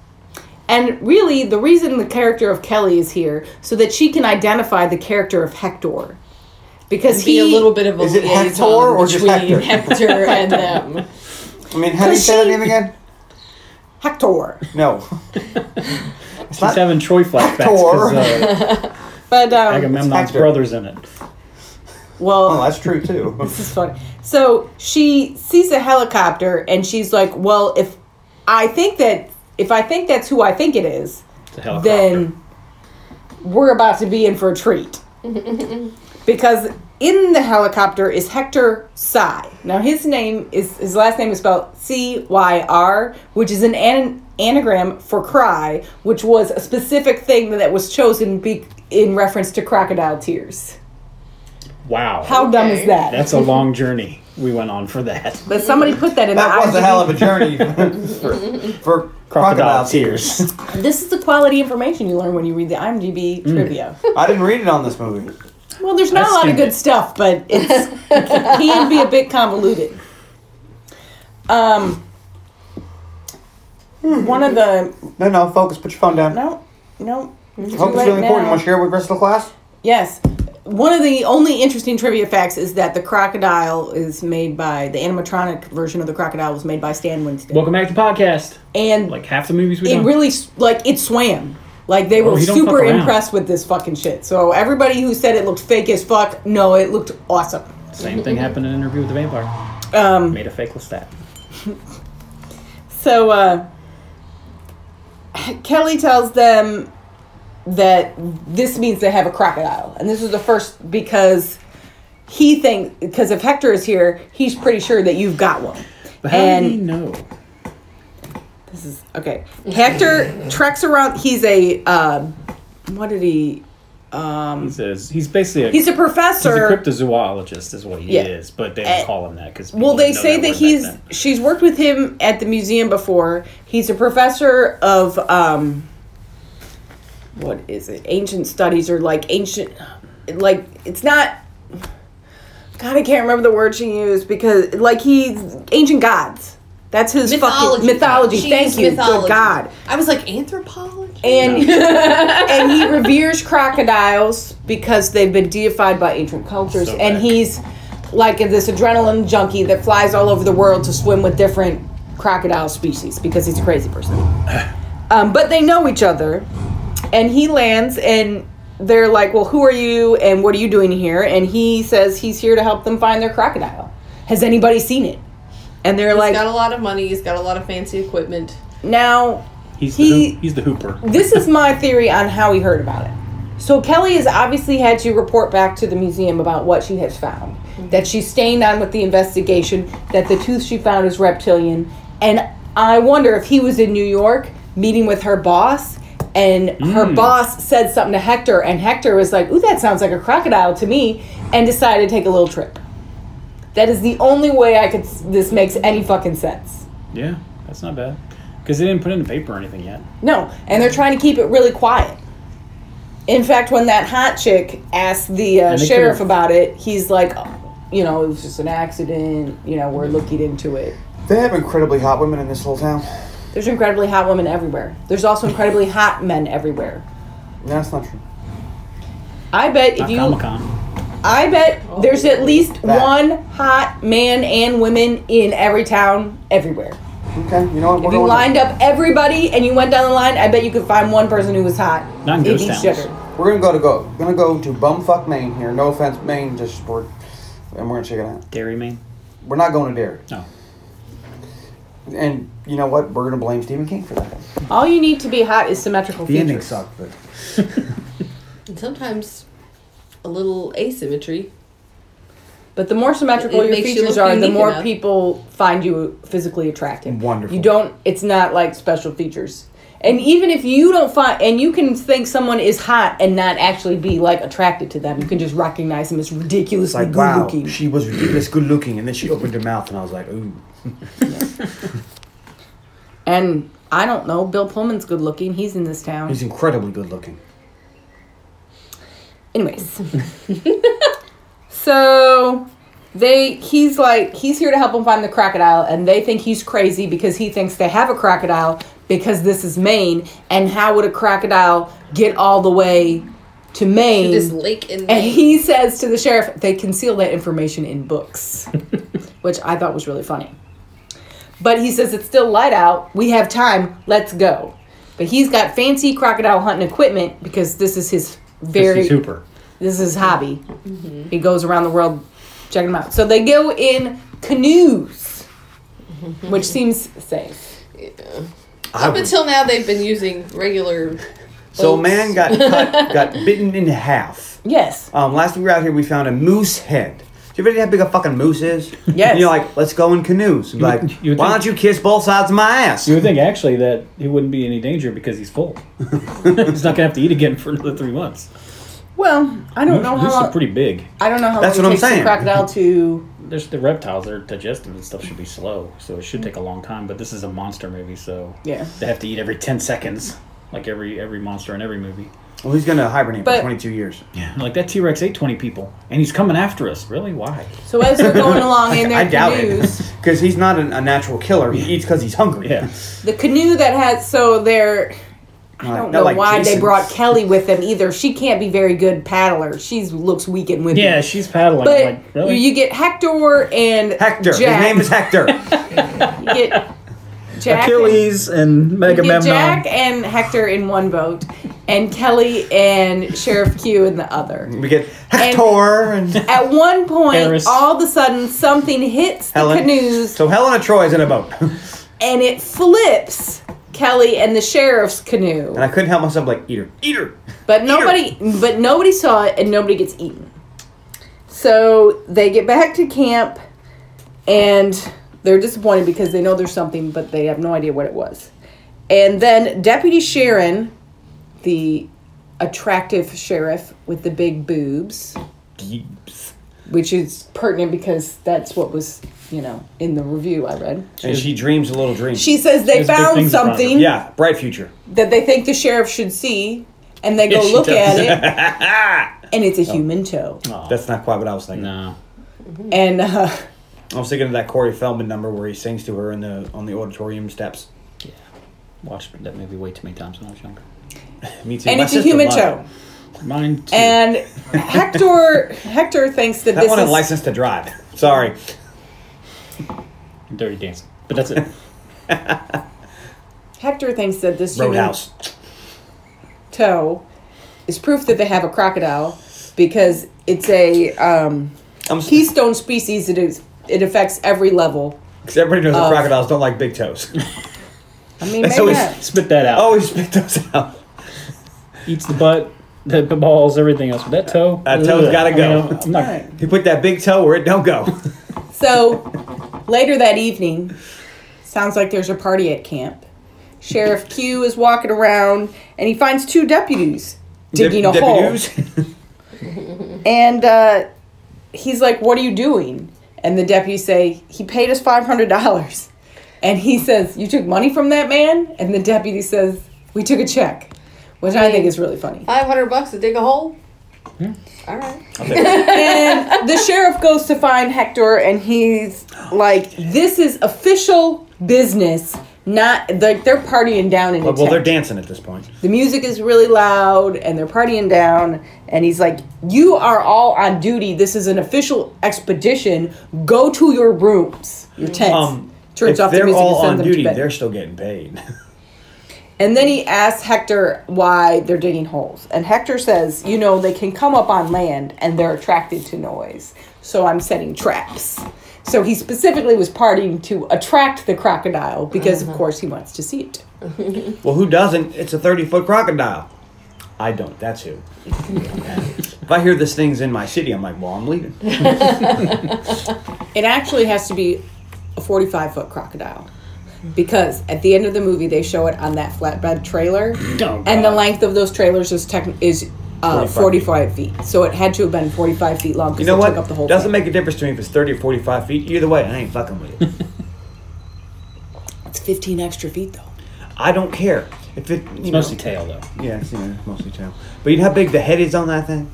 Speaker 2: And really, the reason the character of Kelly is here so that she can identify the character of Hector, because
Speaker 4: be
Speaker 2: he
Speaker 4: a little bit of a
Speaker 3: Is it
Speaker 4: liaison
Speaker 3: Hector or just
Speaker 4: between
Speaker 3: Hector?
Speaker 4: Hector and them.
Speaker 3: I mean, how do you
Speaker 2: Cause
Speaker 3: say that
Speaker 2: she-
Speaker 3: name again?
Speaker 2: Hector.
Speaker 3: No. it's
Speaker 5: He's
Speaker 3: not
Speaker 5: having Troy flashbacks because uh,
Speaker 2: But um,
Speaker 5: Agamemnon's
Speaker 3: Hector.
Speaker 5: brother's in it.
Speaker 2: well,
Speaker 3: Oh, that's true too.
Speaker 2: This is funny. So she sees a helicopter and she's like, "Well, if I think that if I think that's who I think it is,
Speaker 5: It's a helicopter.
Speaker 2: then we're about to be in for a treat." because in the helicopter is Hector Cy. Now his name is his last name is spelled C Y R, which is an, an anagram for cry, which was a specific thing that was chosen be- in reference to crocodile tears.
Speaker 5: wow.
Speaker 2: How dumb is
Speaker 4: Okay.
Speaker 2: that?
Speaker 5: That's a long journey we went on for that.
Speaker 2: but somebody put that in
Speaker 3: That
Speaker 2: the
Speaker 3: was a
Speaker 2: IMDb
Speaker 3: hell of a journey for, for crocodile tears.
Speaker 2: This is the quality information you learn when you read the IMDb trivia.
Speaker 3: I didn't read it on this movie.
Speaker 2: Well, there's not
Speaker 5: I
Speaker 2: a lot of
Speaker 5: skimmed
Speaker 2: good
Speaker 5: it.
Speaker 2: stuff, but it's, it can be a bit convoluted. Um, one of the
Speaker 3: No, no, focus. Put your phone down.
Speaker 2: no, no. it's too
Speaker 3: Hope it's
Speaker 2: late
Speaker 3: really important.
Speaker 2: now.
Speaker 3: Want to share it with the rest of the class?
Speaker 2: Yes. One of the only interesting trivia facts is that the crocodile is made by the animatronic version of the crocodile was made by Stan Winston.
Speaker 5: Welcome back to podcast.
Speaker 2: and
Speaker 5: Like half the movies we
Speaker 2: it
Speaker 5: done.
Speaker 2: really s- like it swam. Like they were
Speaker 5: Oh, he don't fuck
Speaker 2: super
Speaker 5: around.
Speaker 2: impressed with this fucking shit. So everybody who said it looked fake as fuck, no, it looked awesome.
Speaker 5: Same thing happened in an interview with the vampire.
Speaker 2: Um,
Speaker 5: Made a fake Lestat.
Speaker 2: So uh, Kelly tells them that this means they have a crocodile, and this is the first because he thinks because if Hector is here, he's pretty sure that you've got one.
Speaker 5: But how did he
Speaker 2: and
Speaker 5: know?
Speaker 2: this is okay. Hector treks around. He's a uh, what did he?
Speaker 5: He says he's basically a
Speaker 2: He's a professor.
Speaker 5: he's a cryptozoologist is what he
Speaker 2: Yeah.
Speaker 5: is, but they
Speaker 2: Eh,
Speaker 5: don't call him that because
Speaker 2: Well, they say that, he's she's worked with him at the museum before. He's a professor of um, what is it? Ancient studies or like ancient, like it's not. God, I can't remember the word she used because like he's ancient gods. That's his fucking mythology.
Speaker 4: She's
Speaker 2: Thank you,
Speaker 4: mythology.
Speaker 2: good God.
Speaker 4: I was like anthropology.
Speaker 2: And and he reveres crocodiles because they've been deified by ancient cultures,
Speaker 5: So
Speaker 2: and
Speaker 5: back.
Speaker 2: he's like this adrenaline junkie that flies all over the world to swim with different crocodile species because he's a crazy person. Um, but they know each other, and he lands and. They're like, well, who are you and what are you doing here? And he says he's here to help them find their crocodile. Has anybody seen it? And they're
Speaker 4: He's
Speaker 2: like,
Speaker 4: got a lot of money. He's got a lot of fancy equipment.
Speaker 2: now
Speaker 5: he's
Speaker 2: he-
Speaker 5: the, hoop- he's the hooper.
Speaker 2: this is my theory on how he heard about it. So Kelly has obviously had to report back to the museum about what she has found. That she's staying on with the investigation, that the tooth she found is reptilian. And I wonder if he was in New York meeting with her boss and her boss said something to Hector and Hector was like, Ooh, that sounds like a crocodile to me and decided to take a little trip. That is the only way I could s- this makes any fucking sense.
Speaker 5: Yeah, that's not bad because they didn't put it in the paper or anything yet.
Speaker 2: No, and they're trying to keep it really quiet. In fact, when that hot chick asked the uh,
Speaker 5: And they
Speaker 2: sheriff
Speaker 5: could've-
Speaker 2: about it, he's like, "Oh, you know, it was just an accident. You know, we're looking into it.
Speaker 3: They have incredibly hot women in this whole town.
Speaker 2: There's incredibly hot women everywhere. There's also incredibly hot men everywhere.
Speaker 3: That's not true.
Speaker 2: I bet if
Speaker 5: Not
Speaker 2: you,
Speaker 5: Comic Con.
Speaker 2: I bet there's at least
Speaker 3: Oh, That.
Speaker 2: one hot man and women in every town everywhere.
Speaker 3: Okay, you know what?
Speaker 2: If you lined up everybody and you went down the line, I bet you could find one person who was hot.
Speaker 5: Not in
Speaker 2: It'd
Speaker 5: ghost
Speaker 2: be
Speaker 5: towns.
Speaker 2: sugar.
Speaker 3: We're gonna go to go. Gonna go to bumfuck Maine here. No offense, Maine. Just we're, and we're gonna check it out.
Speaker 5: Dairy Maine.
Speaker 3: We're not going to Derry.
Speaker 5: No.
Speaker 3: And you know what? We're gonna blame Stephen King for that.
Speaker 2: All you need to be hot is symmetrical
Speaker 3: The ending
Speaker 2: features.
Speaker 3: sucked, but
Speaker 4: And sometimes a little asymmetry.
Speaker 2: But the more symmetrical
Speaker 4: It
Speaker 2: your
Speaker 4: makes you
Speaker 2: features
Speaker 4: look
Speaker 2: are, the
Speaker 4: unique
Speaker 2: more
Speaker 4: enough.
Speaker 2: people find you physically attractive.
Speaker 3: Wonderful.
Speaker 2: You don't. It's not like special features. And even if you don't find, and you can think someone is hot and not actually be like attracted to them, you can just recognize them as ridiculously
Speaker 3: like
Speaker 2: good
Speaker 3: wow,
Speaker 2: looking.
Speaker 3: she was ridiculous good looking, and then she opened her mouth, and I was like, ooh.
Speaker 2: and I don't know. Bill Pullman's good looking. He's in this town.
Speaker 3: He's incredibly good looking.
Speaker 2: Anyways, so they he's like he's here to help them find the crocodile, and they think he's crazy because he thinks they have a crocodile because this is Maine, and how would a crocodile get all the way to Maine?
Speaker 4: This lake in
Speaker 2: and
Speaker 4: Maine.
Speaker 2: he says to the sheriff, they conceal that information in books, which I thought was really funny. But he says, it's still light out. We have time. Let's go. But he's got fancy crocodile hunting equipment because this is his very
Speaker 5: He's Hooper.
Speaker 2: this is his hobby. He goes around the world checking them out. So they go in canoes, which seems safe.
Speaker 3: I
Speaker 4: Up
Speaker 3: was-
Speaker 4: until now, they've been using regular.
Speaker 3: so a
Speaker 4: boats.
Speaker 3: man got cut, got bitten in half.
Speaker 2: Yes.
Speaker 3: Um, last week we were out here, we found a moose head. Do you ever know how big a fucking moose is?
Speaker 2: Yes.
Speaker 3: And you're like, let's go in canoes. And be like,
Speaker 5: you would
Speaker 3: why don't
Speaker 5: think-
Speaker 3: you kiss both sides of my ass?
Speaker 5: You would think actually that he wouldn't be in any danger because he's full. he's not gonna have to eat again for another three months.
Speaker 2: Well, I don't know how
Speaker 5: Moose are
Speaker 2: long.
Speaker 5: pretty big.
Speaker 2: I don't know how
Speaker 3: That's
Speaker 2: long it
Speaker 3: what I'm
Speaker 2: takes the
Speaker 3: saying.
Speaker 2: crocodile to.
Speaker 5: There's the reptiles. Their digestive and stuff should be slow, so it should take a long time. But this is a monster movie, so
Speaker 2: Yeah.
Speaker 5: they have to eat every ten seconds, like every every monster in every movie.
Speaker 3: Well, he's gonna hibernate
Speaker 2: But-
Speaker 3: for 22 years.
Speaker 5: Yeah, like that T Rex ate twenty people, and he's coming after us. Really? Why?
Speaker 2: So as they're going along in their
Speaker 3: I doubt it.
Speaker 2: canoes,
Speaker 3: because he's not an, a natural killer. He eats because he's hungry. Uh,
Speaker 5: Yeah.
Speaker 2: The canoe that has so they're I
Speaker 3: Not-
Speaker 2: don't
Speaker 3: not
Speaker 2: know
Speaker 3: like
Speaker 2: why they
Speaker 3: Jason.
Speaker 2: brought Kelly with them either. She can't be very good paddler. She looks weak and wimpy.
Speaker 5: Yeah, she's paddling.
Speaker 2: but
Speaker 5: like, really?
Speaker 2: you get Hector and
Speaker 3: Hector.
Speaker 2: Jack.
Speaker 3: His name is Hector.
Speaker 2: You get Jack
Speaker 5: Achilles
Speaker 2: And,
Speaker 5: and
Speaker 2: you get Jack
Speaker 5: Megamemnon.
Speaker 2: and Hector in one boat, and Kelly and Sheriff Q in the other.
Speaker 3: we get Hector and,
Speaker 2: At one point,
Speaker 5: Harris.
Speaker 2: all of a sudden, something hits the
Speaker 3: Helen.
Speaker 2: canoes
Speaker 3: So Helena Troy's in a boat, and
Speaker 2: and it flips Kelly and the sheriff's canoe.
Speaker 3: I couldn't help myself. Like eater, eater.
Speaker 2: But nobody, but nobody saw it, and nobody gets eaten. So they get back to camp, and they're disappointed because they know there's something, but they have no idea what it was. And then Deputy Sharon, the attractive sheriff with the big boobs, which is pertinent because that's what was you know in the review I read.
Speaker 3: And she dreams a little dream.
Speaker 2: She says they
Speaker 5: There's big
Speaker 2: found
Speaker 5: things in front of her.
Speaker 2: something
Speaker 3: yeah, bright future.
Speaker 2: that they think the sheriff should see, and they go
Speaker 5: Yeah, she
Speaker 2: look
Speaker 5: does.
Speaker 2: at it, and it's a human toe.
Speaker 3: That's not quite what I was thinking.
Speaker 5: No.
Speaker 2: And uh,
Speaker 3: I was thinking of that Corey Feldman number where he sings to her in the on the auditorium steps.
Speaker 5: Watched that movie way too many times when I was younger.
Speaker 3: Me too.
Speaker 2: and
Speaker 3: My
Speaker 2: it's a
Speaker 3: sister
Speaker 2: human
Speaker 3: loved
Speaker 2: toe.
Speaker 3: it.
Speaker 5: Mine too.
Speaker 2: And Hector Hector thinks that,
Speaker 3: That
Speaker 2: this
Speaker 3: one
Speaker 2: is
Speaker 3: is license to drive. Sorry.
Speaker 5: Dirty Dancing. But that's it.
Speaker 2: Hector thinks that this human
Speaker 3: Roadhouse.
Speaker 2: toe is proof that they have a crocodile because it's a um,
Speaker 3: I'm s-
Speaker 2: keystone species. It is it affects every level.
Speaker 3: 'cause everybody knows that crocodiles don't like big toes. Oh,
Speaker 2: I mean,
Speaker 3: That's
Speaker 2: maybe
Speaker 3: always-
Speaker 2: not.
Speaker 5: Spit that out.
Speaker 3: Always spit those out.
Speaker 5: Eats the butt, the, the balls, everything else. But that toe.
Speaker 3: That toe's
Speaker 5: ugh.
Speaker 3: gotta
Speaker 5: I
Speaker 3: go.
Speaker 5: mean, I'm- I'm not-
Speaker 2: All right.
Speaker 3: You put that big toe where it don't go.
Speaker 2: So later that evening, sounds like there's a party at camp. Sheriff Q is walking around and he finds two deputies digging a hole.
Speaker 3: hole.
Speaker 2: And uh, he's like, What are you doing? And the deputies say, He paid us $500. And he says, You took money from that man? And the deputy says, We took a check, which I think is really funny.
Speaker 4: Five hundred bucks to dig a hole.
Speaker 3: Hmm.
Speaker 4: All right.
Speaker 2: And the sheriff goes to find Hector and he's like, This is official business. Not like they're partying down in the
Speaker 3: well, they're
Speaker 2: tent.
Speaker 3: dancing at this point.
Speaker 2: The music is really loud and they're partying down. And he's like, You are all on duty. This is an official expedition. Go to your rooms, your tents.
Speaker 3: Um,
Speaker 2: Turns
Speaker 3: if
Speaker 2: off the
Speaker 3: they're
Speaker 2: music and
Speaker 3: all
Speaker 2: sends
Speaker 3: on
Speaker 2: them to
Speaker 3: duty,
Speaker 2: bed.
Speaker 3: they're still getting paid.
Speaker 2: And then he asks Hector why they're digging holes. And Hector says, You know, they can come up on land and they're attracted to noise. So I'm setting traps. So he specifically was partying to attract the crocodile because, of course, he wants to see it.
Speaker 3: well, who doesn't? It's a 30 foot crocodile. I don't. That's who. if I hear this thing's in my city, I'm like, well, I'm leaving.
Speaker 2: It actually has to be a 45 foot crocodile because at the end of the movie they show it on that flatbed trailer,
Speaker 5: Oh,
Speaker 2: and the
Speaker 5: God.
Speaker 2: length of those trailers is tech- is uh, 45
Speaker 3: 45
Speaker 2: feet. So it had to have been 45 feet long because
Speaker 3: You know
Speaker 2: it
Speaker 3: what?
Speaker 2: took up the whole. thing.
Speaker 3: Doesn't make a difference to me if it's 30 or 45 feet. Either way, I ain't fucking with it.
Speaker 2: it's 15 extra feet though.
Speaker 3: I don't care. If it, you
Speaker 5: It's
Speaker 3: know,
Speaker 5: mostly tail, though.
Speaker 3: yeah, it's, you know, mostly tail. But you know how big the head is on that thing?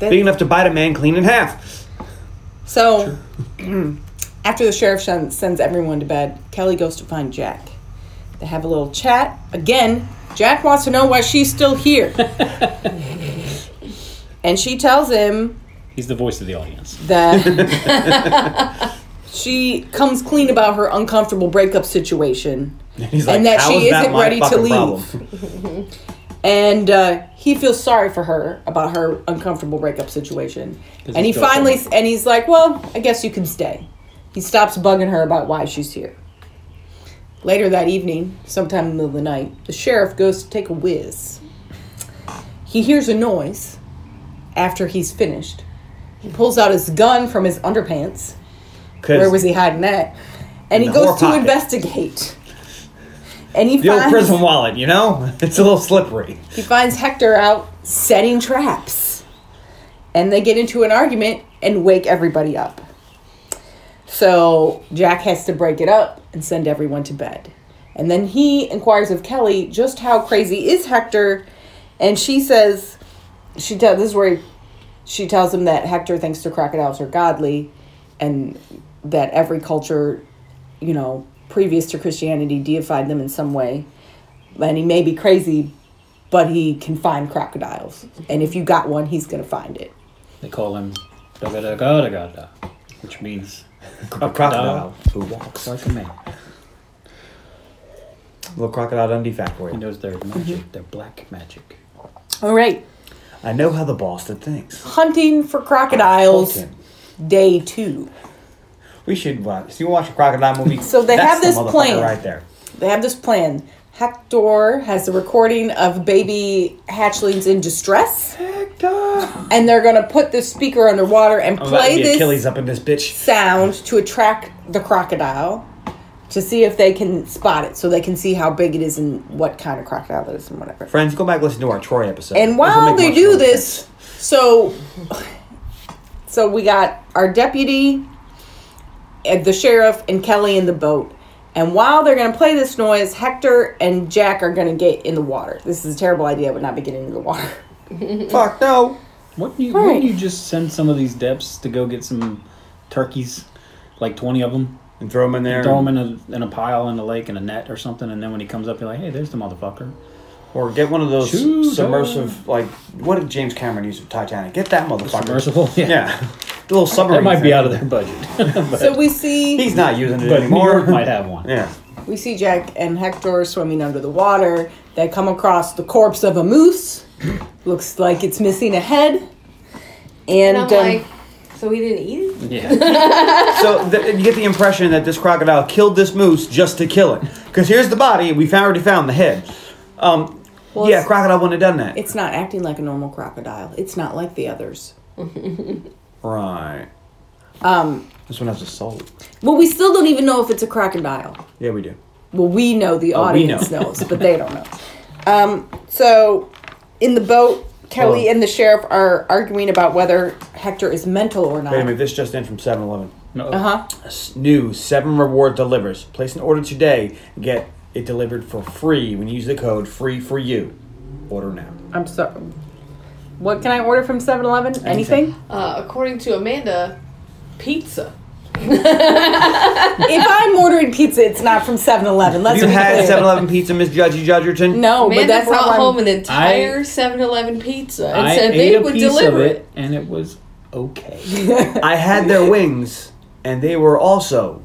Speaker 2: That-
Speaker 3: Big enough to bite a man clean in half.
Speaker 2: So after the sheriff shen- sends everyone to bed, Kelly goes to find Jack. They have a little chat again. Jack wants to know why she's still here. And she tells him
Speaker 5: He's the voice of the audience.
Speaker 2: that she comes clean about her uncomfortable breakup situation
Speaker 3: He's
Speaker 2: and that
Speaker 3: "How
Speaker 2: she
Speaker 3: is that
Speaker 2: isn't
Speaker 3: my
Speaker 2: ready to
Speaker 3: fucking
Speaker 2: leave.
Speaker 3: problem?"
Speaker 2: And uh, he feels sorry for her about her uncomfortable breakup situation. And he
Speaker 5: he's got
Speaker 2: finally,
Speaker 5: them.
Speaker 2: and he's like, well, I guess you can stay. He stops bugging her about why she's here. Later that evening, sometime in the middle of the night, the sheriff goes to take a whiz. He hears a noise after he's finished. He pulls out his gun from his underpants.
Speaker 3: 'Cause
Speaker 2: Where was he hiding that? And he
Speaker 3: the
Speaker 2: goes
Speaker 3: whore
Speaker 2: to
Speaker 3: pocket.
Speaker 2: investigate. And he
Speaker 3: The old
Speaker 2: finds
Speaker 3: prison wallet, you know? It's a little slippery.
Speaker 2: he finds Hector out setting traps. And they get into an argument and wake everybody up. So Jack has to break it up and send everyone to bed. And then he inquires of Kelly just how crazy is Hector, and she says she tells this is where she tells him that Hector thinks the crocodiles are godly and that every culture, you know, previous to Christianity deified them in some way. And he may be crazy, but he can find crocodiles. And if you got one, he's going to find it.
Speaker 5: They call him Dagadagada, which means
Speaker 3: A crocodile who walks.
Speaker 5: like a man.
Speaker 3: Little crocodile Dundee fact for
Speaker 5: He
Speaker 3: you.
Speaker 5: knows their
Speaker 4: Mm-hmm.
Speaker 5: magic, their black magic.
Speaker 2: All right.
Speaker 3: I know how the Boston thinks.
Speaker 2: Hunting for crocodiles,
Speaker 3: Hunting.
Speaker 2: day two.
Speaker 3: We should watch. So you watch a crocodile movie.
Speaker 2: So they
Speaker 3: that's
Speaker 2: have this
Speaker 3: the motherfucker
Speaker 2: plan.
Speaker 3: right there.
Speaker 2: They have this plan. Hector has the recording of baby hatchlings in distress, and they're going to put this speaker underwater and
Speaker 3: I'm about to
Speaker 2: play
Speaker 3: Oh, be
Speaker 2: this.
Speaker 3: Achilles up in this bitch.
Speaker 2: sound to attract the crocodile to see if they can spot it so they can see how big it is and what kind of crocodile it is and whatever.
Speaker 3: Friends, go back and listen to our Troy episode.
Speaker 2: And
Speaker 3: This will
Speaker 2: while
Speaker 3: make
Speaker 2: they
Speaker 3: much
Speaker 2: do
Speaker 3: more
Speaker 2: this, so so we got our deputy and the sheriff and Kelly in the boat. And while they're going to play this noise, Hector and Jack are going to get in the water. This is a terrible idea. I would not be getting in the water.
Speaker 3: sense. Fuck no.
Speaker 5: Wouldn't you, wouldn't
Speaker 2: Right.
Speaker 5: you just send some of these depths to go get some turkeys, like 20 of them?
Speaker 3: And throw them in there.
Speaker 5: Throw them in a, in a pile in the lake in a net or something, and then when he comes up, you're like, hey, there's the motherfucker.
Speaker 3: Or get one of those
Speaker 5: Shoot 'em.
Speaker 3: submersive, like what did James Cameron use for Titanic? Get that motherfucker.
Speaker 5: Submersible? Yeah.
Speaker 3: Yeah, the little submarine.
Speaker 5: That might be
Speaker 3: thing.
Speaker 5: out of their budget. but
Speaker 2: So we see
Speaker 3: He's not using it
Speaker 5: but New
Speaker 3: anymore.
Speaker 5: York might have one.
Speaker 3: Yeah,
Speaker 2: We see Jack and Hector swimming under the water. They come across the corpse of a moose. Looks like it's missing a head. And,
Speaker 4: And I'm
Speaker 2: um,
Speaker 4: like, so he didn't eat it?
Speaker 5: Yeah.
Speaker 3: so th- you get the impression that this crocodile killed this moose just to kill it. Because here's the body. We found, already found the head. Um,
Speaker 2: Well,
Speaker 3: yeah,
Speaker 2: it's-
Speaker 3: crocodile wouldn't have done that.
Speaker 2: it's not acting like a normal crocodile. It's not like the others.
Speaker 3: right.
Speaker 2: Um,
Speaker 3: This one has a soul.
Speaker 2: well, we still don't even know if it's a crocodile.
Speaker 3: Yeah, we do.
Speaker 2: Well, we know the
Speaker 3: we
Speaker 2: audience
Speaker 3: know.
Speaker 2: knows, but they don't know. Um, so, in the boat, Kelly
Speaker 3: Well-
Speaker 2: and the sheriff are arguing about whether Hector is mental or not.
Speaker 3: Wait a minute. This just in from 7-Eleven.
Speaker 5: No.
Speaker 4: Uh-huh.
Speaker 2: Uh huh.
Speaker 3: New Seven Reward delivers. Place an order today. and Get it delivered for free when you use the code free for you. Order now.
Speaker 2: I'm sorry. What can I order from 7 Eleven? Anything?
Speaker 4: Uh, according to Amanda, pizza.
Speaker 2: if I'm ordering pizza, it's not from 7 Eleven. Let's
Speaker 3: You
Speaker 2: be
Speaker 3: had
Speaker 2: clear.
Speaker 3: 7-Eleven pizza, Miss Judgy Judgerton.
Speaker 2: No,
Speaker 4: Amanda
Speaker 2: Oh, but that's
Speaker 4: brought
Speaker 2: how I'm.
Speaker 4: home an entire
Speaker 5: I-
Speaker 4: 7 Eleven pizza and
Speaker 5: I
Speaker 4: said
Speaker 5: ate
Speaker 4: they
Speaker 5: a
Speaker 4: would
Speaker 5: piece
Speaker 4: deliver
Speaker 5: of
Speaker 4: it.
Speaker 5: it, and it was okay.
Speaker 3: I had their wings, and they were also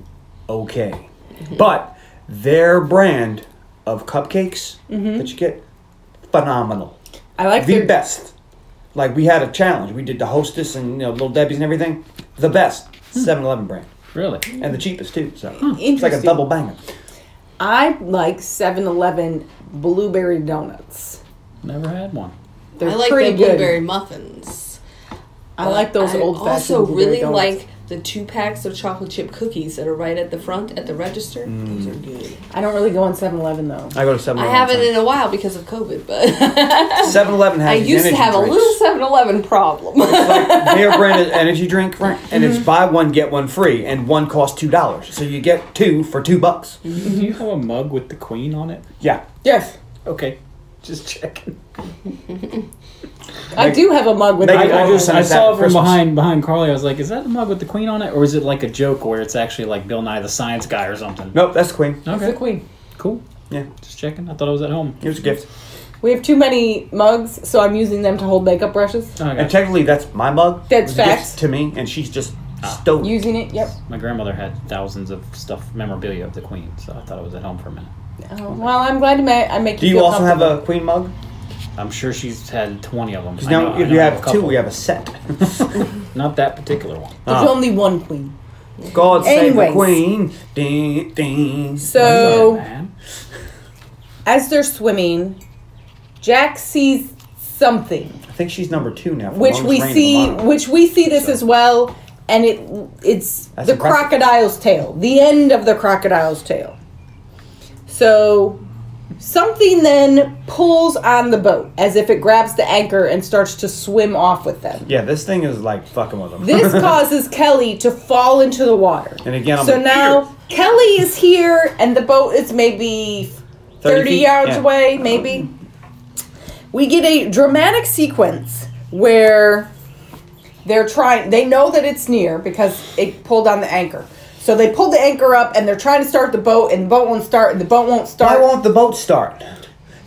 Speaker 3: okay. But their brand of cupcakes
Speaker 4: Mm-hmm.
Speaker 3: that you get, phenomenal.
Speaker 2: I like
Speaker 3: The
Speaker 2: their,
Speaker 3: best. Like, we had a challenge. We did the hostess and, you know, Little Debbie's and everything. The best
Speaker 4: Hmm.
Speaker 3: 7-Eleven brand.
Speaker 5: Really?
Speaker 3: And the cheapest, too. So it's like a double banger.
Speaker 2: I like 7 Eleven blueberry donuts.
Speaker 5: Never had one.
Speaker 2: They're
Speaker 4: I like
Speaker 2: pretty
Speaker 4: the
Speaker 2: good.
Speaker 4: blueberry muffins.
Speaker 2: I like those
Speaker 4: I
Speaker 2: old fashioned
Speaker 4: also
Speaker 2: blueberry
Speaker 4: really
Speaker 2: donuts.
Speaker 4: like the two packs of chocolate chip cookies that are right at the front at the register.
Speaker 3: Mm.
Speaker 4: Those are good.
Speaker 2: I don't really go on 7 Eleven though.
Speaker 3: I go to 7-Eleven.
Speaker 4: I haven't in a while because of COVID, but
Speaker 3: 7-Eleven has
Speaker 4: I
Speaker 3: these
Speaker 4: used to
Speaker 3: energy
Speaker 4: have a
Speaker 3: drinks.
Speaker 4: little 7 Eleven problem.
Speaker 3: like their brand is energy drink, right? And
Speaker 4: Mm-hmm.
Speaker 3: it's buy one get one free, and one costs two dollars, so you get two for two bucks.
Speaker 4: Mm-hmm.
Speaker 5: Do you have a mug with the queen on it?
Speaker 3: Yeah,
Speaker 2: Yes.
Speaker 5: Okay. Just checking.
Speaker 2: I do have a mug with
Speaker 3: They-
Speaker 2: my
Speaker 3: I
Speaker 5: I,
Speaker 3: just-
Speaker 5: I saw it from
Speaker 3: Christmas.
Speaker 5: behind behind Carly. I was like, "Is that a mug with the queen on it, or is it like a joke where it's actually like Bill Nye the Science Guy or something?"
Speaker 3: nope, that's the queen.
Speaker 5: Okay,
Speaker 2: queen.
Speaker 5: cool.
Speaker 3: Yeah,
Speaker 5: Just checking. I thought I was at home.
Speaker 3: here's a gift.
Speaker 2: We have too many mugs, so I'm using them to hold makeup brushes.
Speaker 5: Oh, I got
Speaker 3: And
Speaker 5: it.
Speaker 3: technically, that's my mug.
Speaker 2: That's
Speaker 3: It was a gift
Speaker 2: facts.
Speaker 3: to me, and she's just
Speaker 5: Ah.
Speaker 3: stole. it.
Speaker 2: Using it, yep.
Speaker 5: My grandmother had thousands of stuff memorabilia of the queen, so I thought I was at home for a minute.
Speaker 2: Oh, well, I'm glad to ma- I make
Speaker 3: Do
Speaker 2: you
Speaker 3: you
Speaker 2: feel
Speaker 3: also have
Speaker 2: comfortable.
Speaker 3: a queen mug?
Speaker 5: I'm sure she's had twenty of them.
Speaker 3: Because
Speaker 5: I
Speaker 3: now,
Speaker 5: know- I
Speaker 3: if
Speaker 5: know
Speaker 3: you
Speaker 5: I
Speaker 3: have two,
Speaker 5: couple.
Speaker 3: we have a set.
Speaker 5: not that particular one.
Speaker 2: There's
Speaker 3: uh,
Speaker 2: only one queen.
Speaker 3: God save the
Speaker 2: Anyways.
Speaker 3: queen. Ding, ding.
Speaker 2: So.
Speaker 5: Yeah, man.
Speaker 2: As they're swimming, Jack sees something,
Speaker 3: I think she's number two now. for
Speaker 2: which
Speaker 3: longest
Speaker 2: we
Speaker 3: reign in
Speaker 2: see,
Speaker 3: Vermont.
Speaker 2: which we see this as well, and it it's
Speaker 3: That's
Speaker 2: the
Speaker 3: impressive.
Speaker 2: crocodile's tail, the end of the crocodile's tail. So something then pulls on the boat as if it grabs the anchor and starts to swim off with them.
Speaker 3: Yeah, this thing is like fucking with them.
Speaker 2: This causes Kelly to fall into the water.
Speaker 3: And again, I'm
Speaker 2: so
Speaker 3: like,
Speaker 2: now Kelly is here, and the boat is maybe 30,
Speaker 3: 30 feet?
Speaker 2: yards
Speaker 3: Yeah.
Speaker 2: away, maybe. We get a dramatic sequence where they're trying, they know that it's near because it pulled on the anchor. So they pulled the anchor up and they're trying to start the boat and the boat won't start and the boat won't
Speaker 3: Why
Speaker 2: start.
Speaker 3: won't the boat start?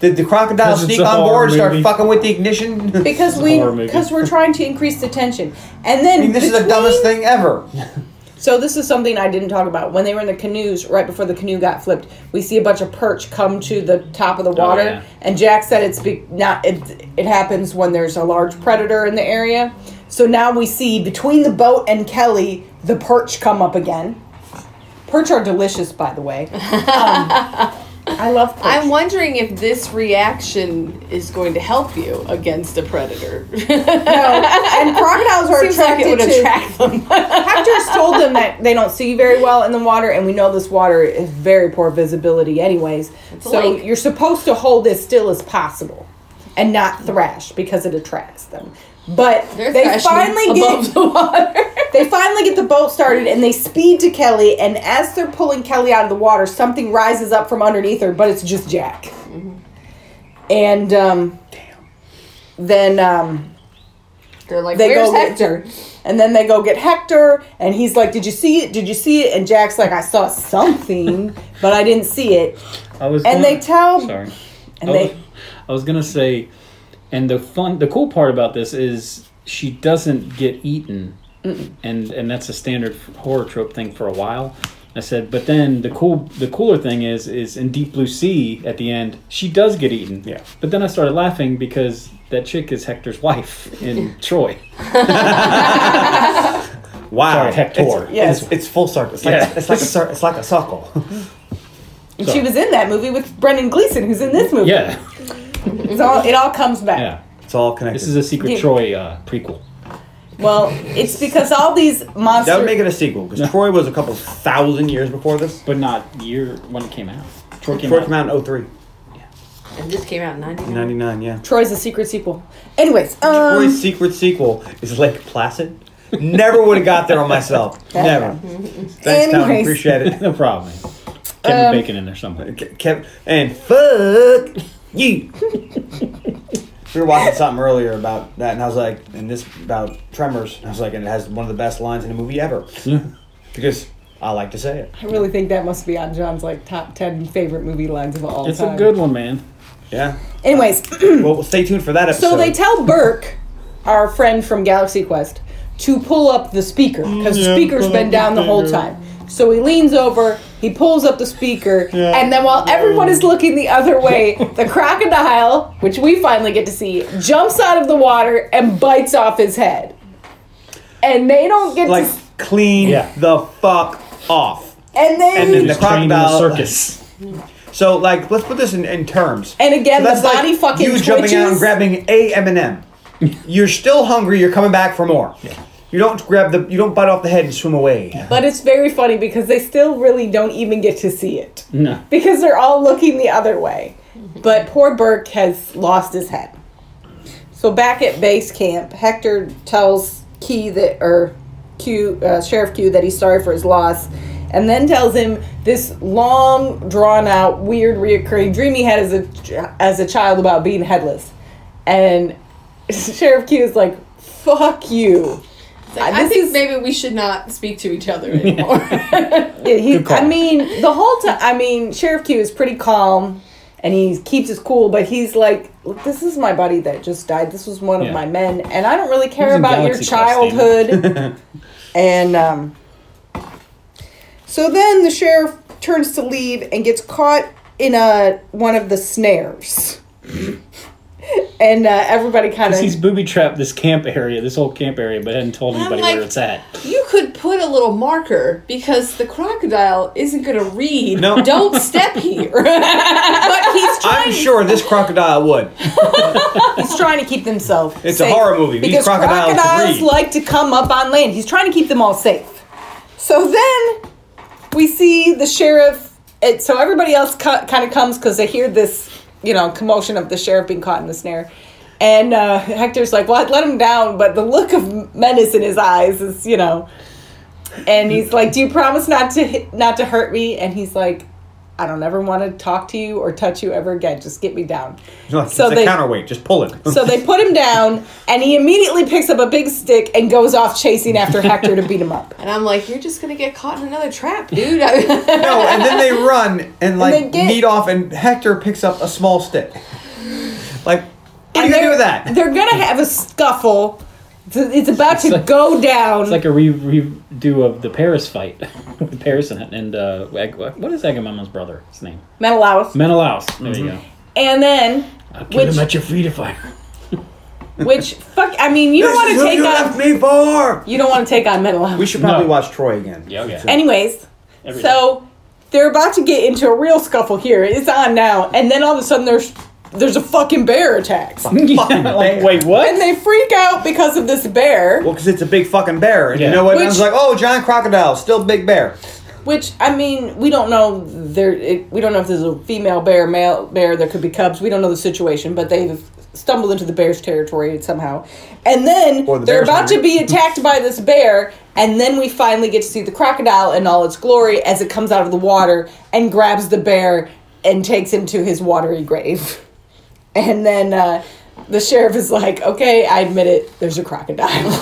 Speaker 3: Did the crocodile
Speaker 5: 'Cause it's
Speaker 3: sneak
Speaker 5: a
Speaker 3: on
Speaker 5: horror
Speaker 3: board, start
Speaker 5: movie.
Speaker 3: fucking with the ignition?
Speaker 2: because
Speaker 5: a
Speaker 2: we
Speaker 5: horror movie.
Speaker 2: because we're trying to increase the tension. And then
Speaker 3: I mean, this is the
Speaker 2: between-
Speaker 3: dumbest thing ever.
Speaker 2: So this is something I didn't talk about. When they were in the canoes, right before the canoe got flipped, we see a bunch of perch come to the top of the water,
Speaker 5: yeah.
Speaker 2: and Jack said it's be- not it, it happens when there's a large predator in the area. So now we see between the boat and Kelly, the perch come up again. Perch are delicious, by the way. Um, I love perch.
Speaker 4: I'm wondering if this reaction is going to help you against a predator.
Speaker 2: and crocodiles are
Speaker 4: Seems like
Speaker 2: attracted
Speaker 4: it would
Speaker 2: to
Speaker 4: attract them.
Speaker 2: Hector's told them that they don't see very well in the water, and we know this water is very poor visibility, anyways.
Speaker 4: a
Speaker 2: so
Speaker 4: lake.
Speaker 2: you're supposed to hold as still as possible and not thrash because it attracts them. But
Speaker 4: They're
Speaker 2: they
Speaker 4: thrashing
Speaker 2: finally
Speaker 4: above
Speaker 2: get
Speaker 4: the water.
Speaker 2: they finally get the boat started and they speed to Kelly. And as they're pulling Kelly out of the water, something rises up from underneath her, but it's just Jack.
Speaker 4: Mm-hmm.
Speaker 2: And um, then um,
Speaker 4: They're like,
Speaker 2: they
Speaker 4: where's
Speaker 2: go get-
Speaker 4: Hector?
Speaker 2: and then they go get Hector, and he's like, "Did you see it? Did you see it?" And Jack's like, "I saw something, but I didn't see it."
Speaker 5: I was
Speaker 2: And
Speaker 5: gonna-
Speaker 2: they tell-
Speaker 5: Sorry.
Speaker 2: And
Speaker 5: I
Speaker 2: they-
Speaker 5: was, I was gonna say, and the fun, the cool part about this is she doesn't get eaten, and and that's a standard horror trope thing for a while. I said, but then the cool, the cooler thing is, is in Deep Blue Sea at the end, she does get eaten.
Speaker 3: Yeah.
Speaker 5: But then I started laughing because that chick is Hector's wife in Troy.
Speaker 3: Wow,
Speaker 5: Sorry, Hector.
Speaker 3: It's,
Speaker 2: Yeah.
Speaker 3: it's, it's full circle. It's like,
Speaker 5: Yeah.
Speaker 3: it's like a cir- it's like a circle.
Speaker 2: And she was in that movie with Brendan Gleeson, who's in this movie.
Speaker 5: Yeah.
Speaker 2: It's all, it all comes back.
Speaker 5: Yeah.
Speaker 3: It's all connected.
Speaker 5: This is a secret
Speaker 2: Yeah.
Speaker 5: Troy uh, prequel.
Speaker 2: Well, it's because all these monsters.
Speaker 3: that would make it a sequel because Troy was a couple thousand years before this.
Speaker 5: But not year when it came out. Troy came
Speaker 3: Troy
Speaker 5: out.
Speaker 3: came out in 03,
Speaker 4: And this came out in 99.
Speaker 3: 99, yeah.
Speaker 2: Troy's a secret sequel. Anyways, um,
Speaker 3: Troy's secret sequel is Lake Placid. Never would have got there on myself. Never. Thanks, Tom.
Speaker 2: Anyways.
Speaker 3: Appreciate it.
Speaker 5: No problem.
Speaker 2: Um,
Speaker 5: Kevin Bacon in there somewhere.
Speaker 3: Ke- Kev and fuck you. we were watching something earlier about that, and I was like, and this about Tremors, and I was like, and it has one of the best lines in a movie ever because I like to say it.
Speaker 2: I really think that must be on John's like top ten favorite movie lines of all
Speaker 5: It's
Speaker 2: time.
Speaker 5: a good one, man.
Speaker 3: Yeah.
Speaker 2: Anyways,
Speaker 3: well, stay tuned for that episode.
Speaker 2: so they tell Burke, our friend from Galaxy Quest, to pull up the speaker because the speaker's been down the whole time. So he leans over, he pulls up the speaker, and then while everyone is looking the other way, the crocodile, which we finally get to see, jumps out of the water and bites off his head. And they don't get
Speaker 3: like
Speaker 2: to. s-
Speaker 3: clean
Speaker 5: Yeah.
Speaker 3: the fuck off.
Speaker 2: And then.
Speaker 3: and
Speaker 2: And,
Speaker 3: then the
Speaker 5: Train in the
Speaker 3: crocodile
Speaker 5: circus.
Speaker 3: So like, let's put this in, in terms.
Speaker 2: again,
Speaker 3: So
Speaker 2: the body fucking
Speaker 3: you
Speaker 2: twitches.
Speaker 3: jumping out and grabbing a M&M. you're still hungry. You're coming back for more. You don't grab the. You don't bite off the head and swim away.
Speaker 2: but it's very funny because they still really don't even get to see it.
Speaker 5: No.
Speaker 2: because they're all looking the other way. But poor Burke has lost his head. So back at base camp, Hector tells Key that or Q uh, Sheriff Q that he's sorry for his loss, and then tells him this long, drawn out, weird, reoccurring dream he had as a as a child about being headless. And Sheriff Q is like, "Fuck you."
Speaker 4: I
Speaker 2: This
Speaker 4: think
Speaker 2: is-
Speaker 4: maybe we should not speak to each other anymore.
Speaker 2: Yeah, he,
Speaker 5: call.
Speaker 2: I mean, the whole time. I mean, Sheriff Q is pretty calm, and he keeps his cool. But he's like, "Look, "This is my buddy that just died. This was one
Speaker 5: Yeah.
Speaker 2: of my men, and I don't really care
Speaker 5: in
Speaker 2: about your
Speaker 5: Galaxy Quest, David.
Speaker 2: childhood." and um, so then the sheriff turns to leave and gets caught in a one of the snares, and uh, everybody kind of
Speaker 5: He's booby trapped this camp area, this whole camp area, but hadn't told anybody
Speaker 4: like-
Speaker 5: where it's at.
Speaker 4: you could put a little marker because the crocodile isn't going to read.
Speaker 3: No.
Speaker 4: Don't step here. but he's
Speaker 3: I'm sure this crocodile would.
Speaker 2: He's trying to keep themselves.
Speaker 3: It's a
Speaker 2: safe
Speaker 3: horror movie. These
Speaker 2: because
Speaker 3: crocodiles can
Speaker 2: crocodiles
Speaker 3: breathe.
Speaker 2: like to come up on land. He's trying to keep them all safe. So then we see the sheriff. It, so everybody else co- kind of comes because they hear this, you know, commotion of the sheriff being caught in the snare. And uh, Hector's like, "Well, I'd let him down," but the look of menace in his eyes is, you know. And he's like, "Do you promise not to hit, not to hurt me?" And he's like, I don't ever want to talk to you or touch you ever again. Just get me down.
Speaker 3: Look,
Speaker 2: So
Speaker 3: it's a
Speaker 2: they-
Speaker 3: counterweight. Just pull it.
Speaker 2: So they put him down, and he immediately picks up a big stick and goes off chasing after Hector to beat him up.
Speaker 4: And I'm like, you're just gonna get caught in another trap, dude. I-
Speaker 3: no, and then they run and like
Speaker 2: they get-
Speaker 3: meet off, and Hector picks up a small stick. Like, what are you
Speaker 2: And
Speaker 3: gonna do
Speaker 2: they're-
Speaker 3: with that?
Speaker 2: They're gonna have a scuffle. It's- It's about to go down.
Speaker 5: It's like a re- redo of the Paris fight with Paris and, and uh, Ag- what is Agamemnon's brother? His name
Speaker 2: Menelaus.
Speaker 5: Menelaus. There
Speaker 3: Mm-hmm.
Speaker 5: you go.
Speaker 2: And then,
Speaker 5: I'll kill
Speaker 2: which,
Speaker 5: him at your feet if I.
Speaker 2: which, fuck, I mean, you don't want to take on,
Speaker 3: me for.
Speaker 2: you don't want to take on Menelaus.
Speaker 3: We should probably
Speaker 5: No.
Speaker 3: watch Troy again.
Speaker 5: Yeah, okay.
Speaker 2: Anyways,
Speaker 5: Every
Speaker 2: so they're about to get into a real scuffle here. It's on now, and then all of a sudden there's there's a fucking bear attacks, and
Speaker 3: fucking
Speaker 5: like,
Speaker 3: bear.
Speaker 5: wait, what?
Speaker 2: they freak out because of this bear.
Speaker 3: Well, because it's a big fucking bear, and
Speaker 5: Yeah.
Speaker 3: you know what? I
Speaker 2: Which-
Speaker 3: was like, oh, John Crocodile, still big bear.
Speaker 2: Which I mean, we don't know there. It, we don't know if there's a female bear, male bear. There could be cubs. We don't know the situation, but they've stumbled into the bear's territory somehow. And then
Speaker 3: Or the
Speaker 2: they're
Speaker 3: bear's
Speaker 2: about to
Speaker 3: hungry.
Speaker 2: be attacked by this bear, and then we finally get to see the crocodile in all its glory as it comes out of the water and grabs the bear and takes him to his watery grave. And then uh, the sheriff is like, "Okay, I admit it. There's a crocodile."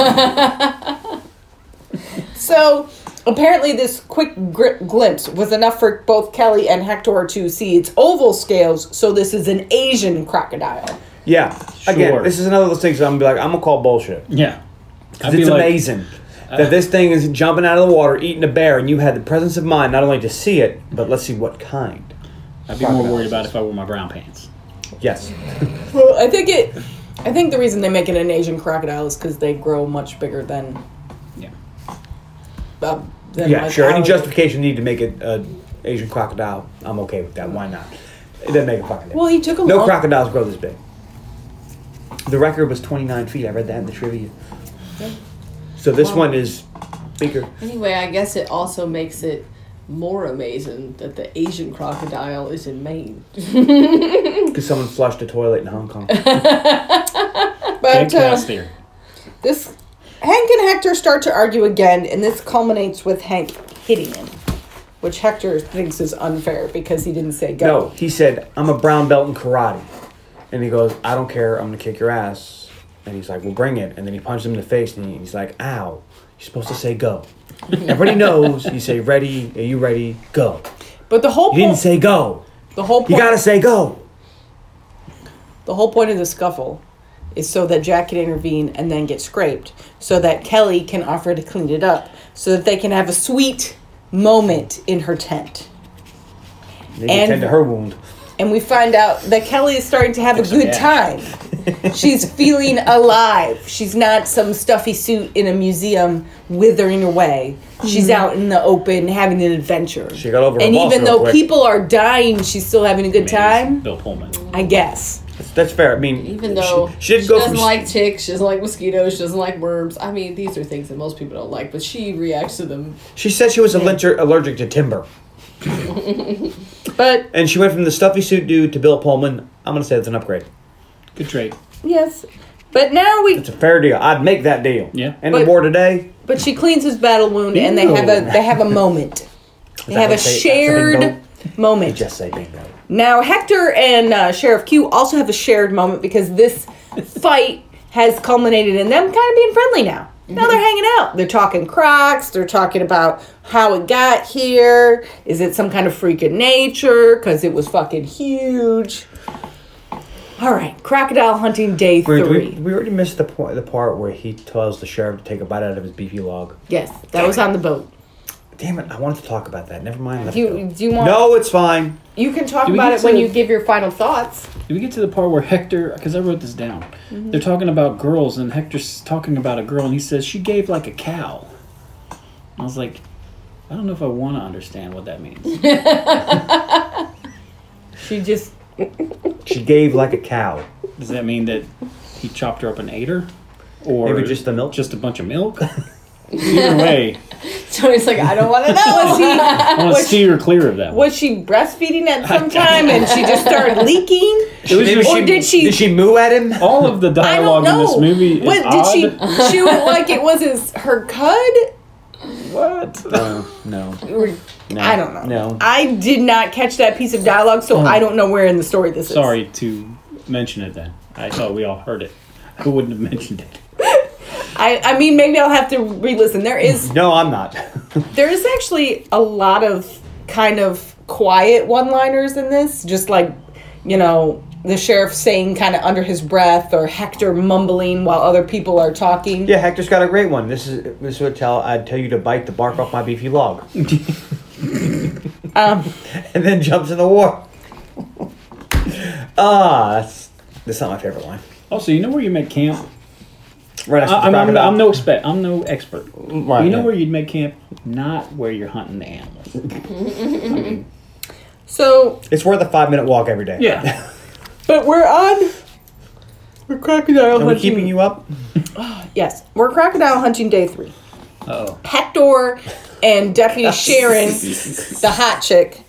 Speaker 2: So apparently, this quick gri glimpse was enough for both Kelly and Hector to see its oval scales. So this is an Asian crocodile.
Speaker 3: Yeah. Again,
Speaker 5: Sure.
Speaker 3: this is another of those things I'm gonna be like, I'm gonna call bullshit.
Speaker 5: Yeah. I'd
Speaker 3: Because
Speaker 5: be
Speaker 3: it's
Speaker 5: like, uh,
Speaker 3: amazing that this thing is jumping out of the water, eating a bear, and you had the presence of mind not only to see it, but let's see what kind.
Speaker 5: I'd be more worried about if I wore my brown pants.
Speaker 3: Yes.
Speaker 2: Well, I think it. I think the reason they make it an Asian crocodile is because they grow much bigger than.
Speaker 5: Yeah.
Speaker 2: Uh, than
Speaker 3: Yeah,
Speaker 2: like
Speaker 3: sure. Any
Speaker 2: ours.
Speaker 3: justification you need to make it an Asian crocodile, I'm okay with that. Why not? It doesn't make a fucking difference.
Speaker 2: Well, he took a
Speaker 3: no
Speaker 2: long-
Speaker 3: crocodiles grow this big. The record was 29 feet. I read that in the trivia. So this one is bigger.
Speaker 4: anyway, I guess it also makes it more amazing that the Asian crocodile is in Maine.
Speaker 3: Because someone flushed a toilet in Hong Kong.
Speaker 2: But
Speaker 5: Big
Speaker 2: uh,
Speaker 5: ass there.
Speaker 2: this Hank and Hector start to argue again, and this culminates with Hank hitting him, which Hector thinks is unfair because he didn't say go.
Speaker 3: no, he said, I'm a brown belt in karate. And he goes, I don't care. I'm going to kick your ass. And he's like, Well, bring it. And then he punches him in the face and he- he's like, Ow. You're supposed to say go. Everybody knows you say, Ready? Are you ready? Go.
Speaker 2: But the whole
Speaker 3: You didn't
Speaker 2: point,
Speaker 3: say go.
Speaker 2: the whole point,
Speaker 3: You gotta say go.
Speaker 2: The whole point of the scuffle is so that Jack can intervene and then get scraped, so that Kelly can offer to clean it up, so that they can have a sweet moment in her tent.
Speaker 3: They
Speaker 2: And-
Speaker 3: can tend to her wound.
Speaker 2: And we find out that Kelly is starting to have a good time. She's feeling alive. She's not some stuffy suit in a museum withering away. She's out in the open having an adventure.
Speaker 3: She got over her
Speaker 2: And
Speaker 3: boss
Speaker 2: even
Speaker 3: real
Speaker 2: though
Speaker 3: quick.
Speaker 2: people are dying, she's still having a good time.
Speaker 5: Bill Pullman.
Speaker 2: I guess.
Speaker 3: That's fair. I mean,
Speaker 4: Even though
Speaker 3: she,
Speaker 4: she,
Speaker 3: she did go
Speaker 4: doesn't
Speaker 3: from
Speaker 4: like ticks, she doesn't like mosquitoes, she doesn't like worms. I mean, these are things that most people don't like, but she reacts to them.
Speaker 3: she said she was allergic, allergic to timber,
Speaker 2: But
Speaker 3: and she went from the stuffy suit dude to Bill Pullman. I'm gonna say it's an upgrade.
Speaker 5: Good trade.
Speaker 2: yes. But now we
Speaker 3: It's a fair deal. I'd make that deal.
Speaker 5: Yeah.
Speaker 3: End of
Speaker 2: But-
Speaker 3: war today.
Speaker 2: But she cleans his battle wound, and they have a
Speaker 5: Ew.
Speaker 2: they have a moment. They
Speaker 3: that
Speaker 2: have a
Speaker 3: what they- that's a
Speaker 2: shared
Speaker 3: bingo?
Speaker 2: moment.
Speaker 3: Just say bingo.
Speaker 2: Now Hector and uh, Sheriff Q also have a shared moment because this fight has culminated in them kind of being friendly now. Now they're hanging out. They're talking Crocs. They're talking about how it got here. Is it some kind of freak of nature? Because it was fucking huge. All right, crocodile hunting day
Speaker 3: Wait,
Speaker 2: three.
Speaker 3: we, we already missed the point, the part where he tells the sheriff to take a bite out of his beefy log.
Speaker 2: Yes, that was on the boat.
Speaker 3: Damn it! I wanted to talk about that. Never mind. Let's
Speaker 2: Do you,
Speaker 3: go.
Speaker 2: do you want?
Speaker 3: no, it's fine.
Speaker 2: You can talk
Speaker 5: Do we
Speaker 2: about
Speaker 5: get
Speaker 2: it when
Speaker 5: to-
Speaker 2: you give your final thoughts.
Speaker 5: Do we get to the part where Hector? Because I wrote this down.
Speaker 2: Mm-hmm.
Speaker 5: They're talking about girls, and Hector's talking about a girl, and he says she gave like a cow. And I was like, I don't know if I want to understand what that means.
Speaker 2: She just
Speaker 3: She gave like a cow.
Speaker 5: Does that mean that he chopped her up and ate her, or
Speaker 3: Maybe just the milk?
Speaker 5: just a bunch of milk? Either way,
Speaker 4: Tony's like, I don't want to know.
Speaker 2: was she
Speaker 5: I want to steer clear of that. one.
Speaker 2: was she breastfeeding at some time and she just started leaking?
Speaker 5: It was
Speaker 3: Maybe
Speaker 5: just-
Speaker 2: Or did she- Oh.
Speaker 3: Did she moo at him?
Speaker 5: all of the
Speaker 2: I don't
Speaker 5: dialogue in
Speaker 2: know.
Speaker 5: this movie is
Speaker 2: what did
Speaker 5: odd.
Speaker 2: she chew it like it was his, her cud?
Speaker 5: What?
Speaker 3: Uh, No.
Speaker 4: Or
Speaker 2: I don't know.
Speaker 3: No.
Speaker 2: I did not catch that piece of dialogue, so I don't know where in the story this is.
Speaker 5: Oh. Sorry to mention it then. I thought we all heard it. I wouldn't have mentioned it.
Speaker 2: I, I mean, maybe I'll have to re-listen. There is
Speaker 3: No, I'm not.
Speaker 2: there is actually a lot of kind of quiet one-liners in this, just like you know the sheriff saying kind of under his breath or Hector mumbling while other people are talking.
Speaker 3: yeah, Hector's got a great one. This is this would tell I'd tell you to bite the bark off my beefy log. Um. and then jumps in the war. Ah, that's that's not my favorite line.
Speaker 5: Also, you know where you make camp?
Speaker 3: Right
Speaker 2: Uh,
Speaker 3: next to
Speaker 5: I, am
Speaker 3: the crocodile.
Speaker 5: no expert. I'm no expert.
Speaker 3: Right,
Speaker 5: you know
Speaker 3: yeah.
Speaker 5: where you'd make camp? Not where you're hunting the animals.
Speaker 2: So,
Speaker 3: It's worth a five minute walk every day.
Speaker 5: Yeah.
Speaker 2: but we're on we're crocodile
Speaker 3: Are we
Speaker 2: hunting.
Speaker 3: keeping you up?
Speaker 2: Yes, we're crocodile hunting day three.
Speaker 5: Oh,
Speaker 2: Hector and Deputy Sharon, the hot chick,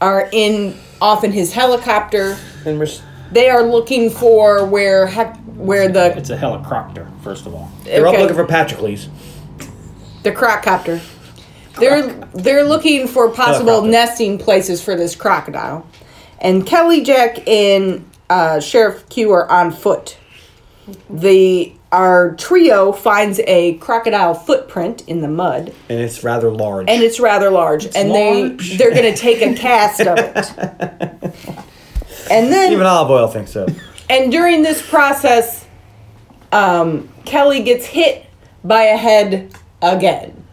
Speaker 2: are in off in his helicopter.
Speaker 3: And we're s-
Speaker 2: They are looking for where Hec- where the
Speaker 5: it's a helicopter. First of all,
Speaker 3: they're
Speaker 2: okay,
Speaker 3: up looking for Patrocles.
Speaker 2: the crocopter. They're they're looking for possible
Speaker 3: Helicopter.
Speaker 2: nesting places for this crocodile, and Kelly Jack and uh, Sheriff Q are on foot. The our trio finds a crocodile footprint in the mud.
Speaker 3: And it's rather large.
Speaker 2: and it's rather large, and they
Speaker 5: large.
Speaker 2: they're going to take a cast of it. And
Speaker 3: Even
Speaker 2: then,
Speaker 3: olive oil thinks so.
Speaker 2: and during this process, um, Kelly gets hit by a head again.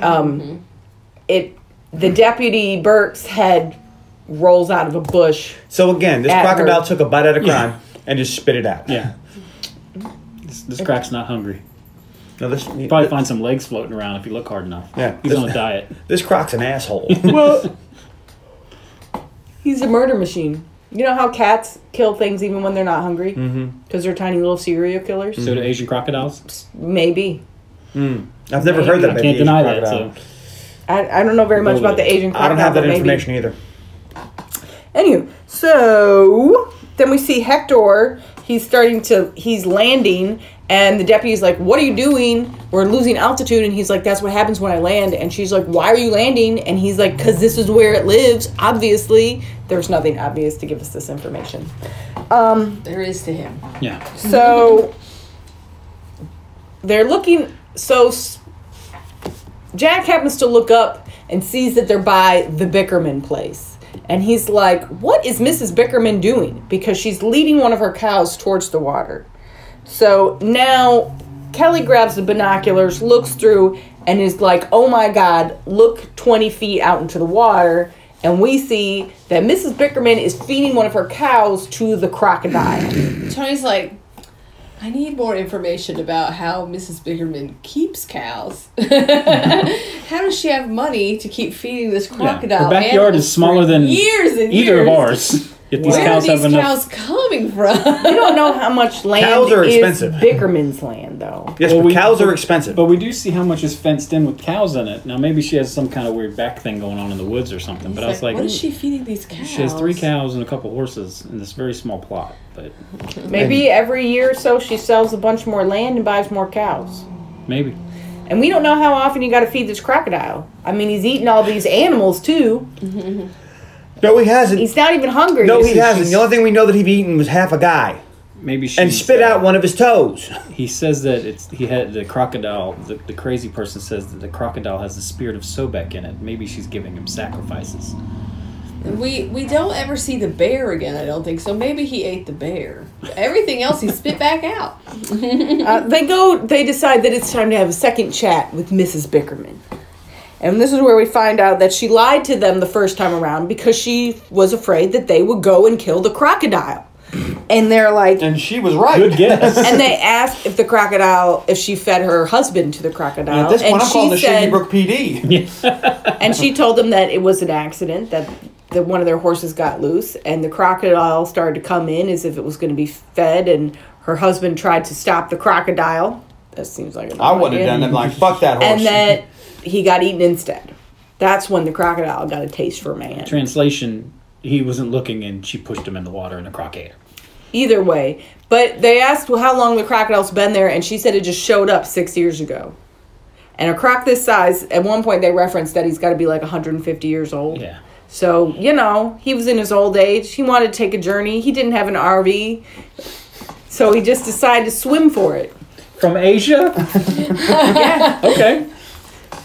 Speaker 2: Um, it the deputy Burke's head rolls out of a bush.
Speaker 3: So again, this
Speaker 2: At
Speaker 3: crocodile
Speaker 2: her.
Speaker 3: took a bite out of crime and just spit it out.
Speaker 5: yeah. This, this crack's not hungry.
Speaker 3: No, this
Speaker 5: Probably find some legs floating around if you look hard enough.
Speaker 3: Yeah.
Speaker 5: He's on a diet.
Speaker 3: this croc's an asshole.
Speaker 2: Well, he's a murder machine. You know how cats kill things even when they're not hungry because
Speaker 3: Mm-hmm.
Speaker 2: they're tiny little serial killers.
Speaker 5: So do Asian crocodiles.
Speaker 3: Mm-hmm.
Speaker 2: Maybe
Speaker 3: I've never heard that.
Speaker 5: I
Speaker 3: about
Speaker 5: can't
Speaker 3: the Asian
Speaker 5: deny that.
Speaker 3: crocodile.
Speaker 5: So
Speaker 2: I, I don't know very much
Speaker 5: Google
Speaker 2: about the
Speaker 5: it.
Speaker 2: Asian crocodile.
Speaker 3: I don't have that
Speaker 2: but maybe-
Speaker 3: information either.
Speaker 2: Anywho, so then we see Hector. He's starting to. He's landing, and the deputy's like, "What are you doing? We're losing altitude." And he's like, "That's what happens when I land." And she's like, "Why are you landing?" And he's like, "Cause this is where it lives. Obviously, there's nothing obvious to give us this information."
Speaker 4: There is to him.
Speaker 5: yeah.
Speaker 2: So they're looking. So s- Jack happens to look up and sees that they're by the Bickerman place. And he's like, What is Mrs. Bickerman doing? Because she's leading one of her cows towards the water. So now Kelly grabs the binoculars, looks through, and is like, Oh my God, look 20 feet out into the water. And we see that Mrs. Bickerman is feeding one of her cows to the crocodile.
Speaker 4: Tony's like, I need more information about how Mrs. Bickerman keeps cows. how does she have money to keep feeding this crocodile?
Speaker 5: Her backyard
Speaker 4: animals
Speaker 5: is smaller
Speaker 4: for
Speaker 5: than
Speaker 4: years and
Speaker 5: either of
Speaker 4: years?
Speaker 5: ours. Yet these
Speaker 4: Where are
Speaker 5: cows
Speaker 4: these
Speaker 5: have enough.
Speaker 4: cows coming from?
Speaker 2: We don't know how much land
Speaker 3: Cows are
Speaker 2: is
Speaker 3: expensive.
Speaker 2: Bickerman's land, though.
Speaker 3: Yes,
Speaker 5: Well,
Speaker 3: but
Speaker 5: we-
Speaker 3: cows are expensive.
Speaker 5: But we do see how much is fenced in with cows in it. Now maybe she has some kind of weird back thing going on in the woods or something. but I was like,
Speaker 4: what is
Speaker 5: "Ooh."
Speaker 4: she feeding these cows?
Speaker 5: She has three cows and a couple horses in this very small plot. But
Speaker 2: Maybe every year or so she sells a bunch more land and buys more cows.
Speaker 5: maybe
Speaker 2: And we don't know how often you got to feed this crocodile. I mean, he's eating all these animals too.
Speaker 3: no, he hasn't.
Speaker 2: He's not even hungry.
Speaker 3: no, he
Speaker 5: she's-
Speaker 3: hasn't. The only thing we know that he'd eaten was half a guy
Speaker 5: maybe she
Speaker 3: and spit out one of his toes.
Speaker 5: He says that it's he had the crocodile. The, the crazy person says that the crocodile has the spirit of Sobek in it. Maybe she's giving him sacrifices.
Speaker 4: We we don't ever see the bear again. I don't think so. Maybe he ate the bear. Everything else he spit back out.
Speaker 2: Uh, they go. They decide that it's time to have a second chat with Mrs. Bickerman. And this is where we find out that she lied to them the first time around because she was afraid that they would go and kill the crocodile. And they're like,
Speaker 3: And she was right.
Speaker 5: Good guess.
Speaker 2: and they asked if the crocodile if she fed her husband to the crocodile
Speaker 3: At this point, I'm calling the
Speaker 2: she said,
Speaker 3: Shady Brook PD.
Speaker 2: and she told them that it was an accident that the, one of their horses got loose and the crocodile started to come in as if it was going to be fed and her husband tried to stop the crocodile that seems like a
Speaker 3: I wouldn't have done that. Like fuck that horse.
Speaker 2: and that he got eaten instead that's when the crocodile got a taste for man
Speaker 5: Translation: He wasn't looking, and she pushed him in the water, and the croc ate him.
Speaker 2: either way but they asked well, how long the crocodile's been there and she said it just showed up six years ago And a croc this size, at one point they referenced that he's got to be like 150 years old.
Speaker 5: Yeah.
Speaker 2: So, you know, he was in his old age. He wanted to take a journey. He didn't have an RV. So he just decided to swim for it.
Speaker 5: From Asia? Okay.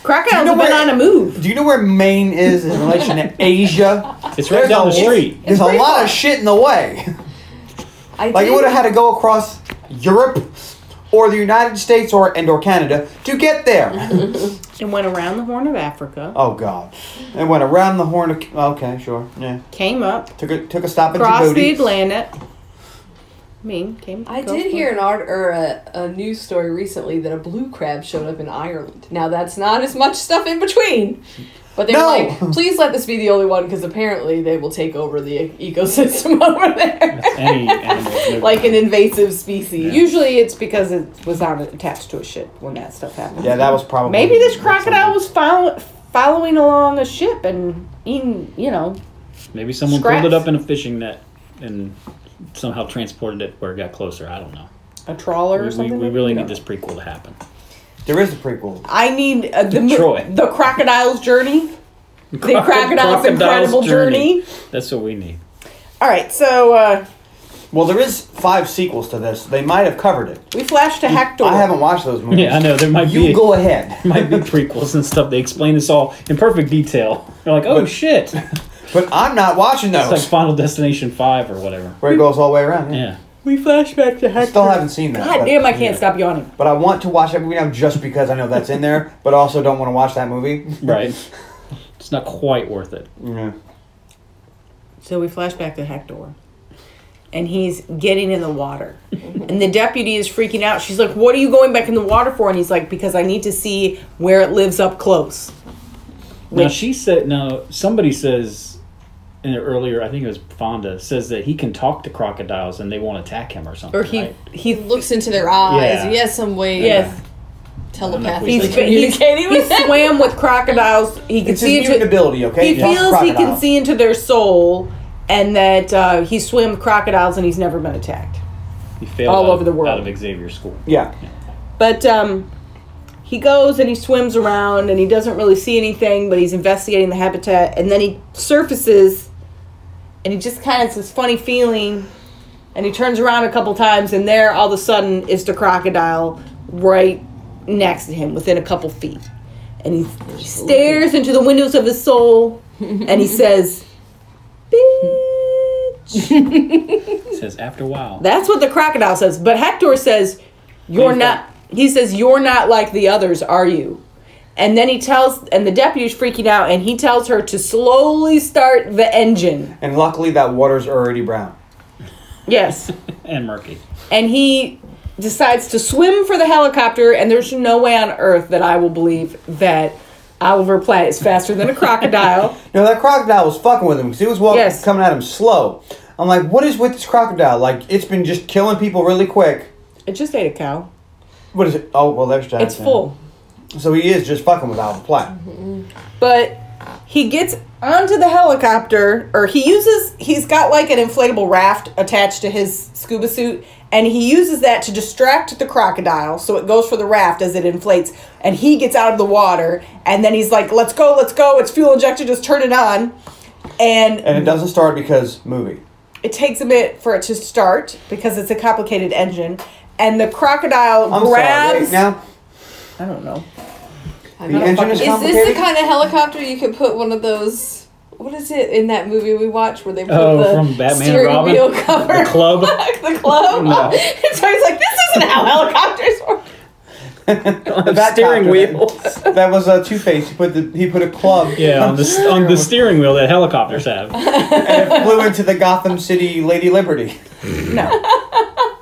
Speaker 2: Crocodiles have been
Speaker 3: where-
Speaker 2: on a move.
Speaker 3: Do you know where Maine is in relation to Asia?
Speaker 5: It's right down the street.
Speaker 3: There's a
Speaker 4: pretty
Speaker 3: lot
Speaker 4: far.
Speaker 3: of shit in the way.
Speaker 4: I
Speaker 3: Like it
Speaker 4: did-
Speaker 3: would have had to go across Europe or the United States or and or Canada to get there.
Speaker 2: And went around the Horn of Africa,
Speaker 3: oh God! It went around the horn. Of, okay, sure. Yeah.
Speaker 2: came up,
Speaker 3: Took a took a stop in
Speaker 2: crossed the
Speaker 3: Djibouti.
Speaker 2: Atlantic. I mean, came.
Speaker 4: I
Speaker 2: go
Speaker 4: did
Speaker 2: for-
Speaker 4: hear an art or a, a news story recently that a blue crab showed up in Ireland. Now that's not as much stuff in between, but they
Speaker 3: No.
Speaker 4: were like, "Please let this be the only one," because apparently they will take over the e- ecosystem over there,
Speaker 5: Any animal.
Speaker 4: like an invasive species.
Speaker 2: Usually it's because it was on attached to a ship when that stuff happened.
Speaker 3: Yeah, that was probably.
Speaker 2: Maybe this crocodile was follow, following along a ship and eating, you know,
Speaker 5: Maybe someone pulled
Speaker 2: Scraps.
Speaker 5: it up in a fishing net and somehow transported it where it got closer. I don't know.
Speaker 2: a trawler or
Speaker 5: We, we,
Speaker 2: something.
Speaker 5: we really
Speaker 2: No.
Speaker 5: need this prequel to happen.
Speaker 3: There is a prequel.
Speaker 2: I need uh, the mo-
Speaker 5: Troy.
Speaker 2: the crocodile's journey.
Speaker 5: The
Speaker 2: crocodile's incredible journey.
Speaker 5: That's what we need.
Speaker 2: All right, so uh,
Speaker 3: Well, there is five sequels to this. They might have covered it.
Speaker 2: we flash to Hector.
Speaker 3: I haven't watched those movies.
Speaker 5: Yeah, I know. There might
Speaker 3: You
Speaker 5: be
Speaker 3: go ahead.
Speaker 5: might be prequels and stuff. They explain this all in perfect detail. They're like, oh shit. It's
Speaker 3: But I'm not watching those.
Speaker 5: like Final Destination 5 or whatever.
Speaker 3: Where it goes all the way around. Yeah.
Speaker 5: Yeah.
Speaker 2: We flash back to
Speaker 3: I
Speaker 2: Hector.
Speaker 3: still haven't seen that.
Speaker 2: God
Speaker 3: but,
Speaker 2: damn, I can't stop yawning.
Speaker 3: but I want to watch that movie now just because I know that's in there, but also don't want to watch that movie.
Speaker 5: Right. It's not quite worth it.
Speaker 3: Yeah.
Speaker 2: So we flash back to Hector. And he's getting in the water. and the deputy is freaking out. She's like, What are you going back in the water for? And he's like, Because I need to see where it lives up close.
Speaker 5: Now
Speaker 2: Which-
Speaker 5: she said. Now somebody says in it earlier. I think it was Fonda says that he can talk to crocodiles and they won't attack him or something.
Speaker 2: Or he
Speaker 5: right?
Speaker 2: he
Speaker 4: looks into their eyes.
Speaker 5: Yeah.
Speaker 4: He has some way
Speaker 2: Yes.
Speaker 4: of telepathy.
Speaker 5: He's-
Speaker 2: He's,
Speaker 5: Like
Speaker 2: he's, he swam with crocodiles. He can
Speaker 3: It's his
Speaker 2: see
Speaker 3: mutant
Speaker 2: into
Speaker 3: ability, okay?
Speaker 2: he
Speaker 3: He talks to
Speaker 2: feels he can
Speaker 3: crocodiles.
Speaker 2: see into their soul, and that uh, he swam with crocodiles and he's never been attacked.
Speaker 5: he failed
Speaker 2: all
Speaker 5: out
Speaker 2: over
Speaker 5: of-
Speaker 2: the world.
Speaker 5: out of Xavier's school.
Speaker 3: Yeah.
Speaker 2: But um, he goes and he swims around and he doesn't really see anything, but he's investigating the habitat. And then he surfaces and he just kind of has this funny feeling. And he turns around a couple times, and there all of a sudden is the crocodile right next to him within a couple feet. And he, he stares into the windows of his soul and he says, Bitch.
Speaker 5: He says after a while.
Speaker 2: That's what the crocodile says. But Hector says, "You're
Speaker 5: Please
Speaker 2: not." He says, "You're not like the others, are you?" And then he tells, and the deputy's freaking out, and he tells her to slowly start the engine.
Speaker 3: And luckily, that water's already brown.
Speaker 2: Yes,
Speaker 5: and murky.
Speaker 2: and he decides to swim for the helicopter. And there's no way on earth that I will believe that Oliver Platt is faster than a crocodile.
Speaker 3: No, that crocodile was fucking with him because he was walking,
Speaker 2: Yes.
Speaker 3: coming at him slow. I'm like, what is with this crocodile? Like, it's been just killing people really quick.
Speaker 2: it just ate a cow.
Speaker 3: What is it? Oh, well, there's Jack.
Speaker 2: It's full.
Speaker 3: So he is just fucking with Alvin Platt.
Speaker 2: but he gets onto the helicopter or he uses he's got like an inflatable raft attached to his scuba suit and he uses that to distract the crocodile so it goes for the raft as it inflates and he gets out of the water and then he's like let's go let's go it's fuel injected just turn it on and,
Speaker 3: And it doesn't start because movie.
Speaker 2: it takes a bit for it to start because it's a complicated engine and the crocodile
Speaker 3: I'm sorry.
Speaker 2: grabs
Speaker 3: Wait, now,
Speaker 2: i don't know
Speaker 3: the engine is
Speaker 4: Is this the
Speaker 3: complicated.
Speaker 4: kind of helicopter you could put one of those? What is it in that movie we watched where they put
Speaker 5: Oh,
Speaker 4: the
Speaker 5: from Batman and
Speaker 4: steering
Speaker 5: Robin?
Speaker 4: wheel cover
Speaker 5: The club?
Speaker 2: Oh,
Speaker 4: the club?
Speaker 5: No.
Speaker 4: so I was like, this isn't how helicopters work.
Speaker 3: That
Speaker 5: steering
Speaker 3: copter
Speaker 5: wheel.
Speaker 3: That, that was uh, Two Face. He put the he put a club.
Speaker 5: Yeah, on the on the steering wheel that helicopters have.
Speaker 3: And it flew into the Gotham City Lady Liberty.
Speaker 2: no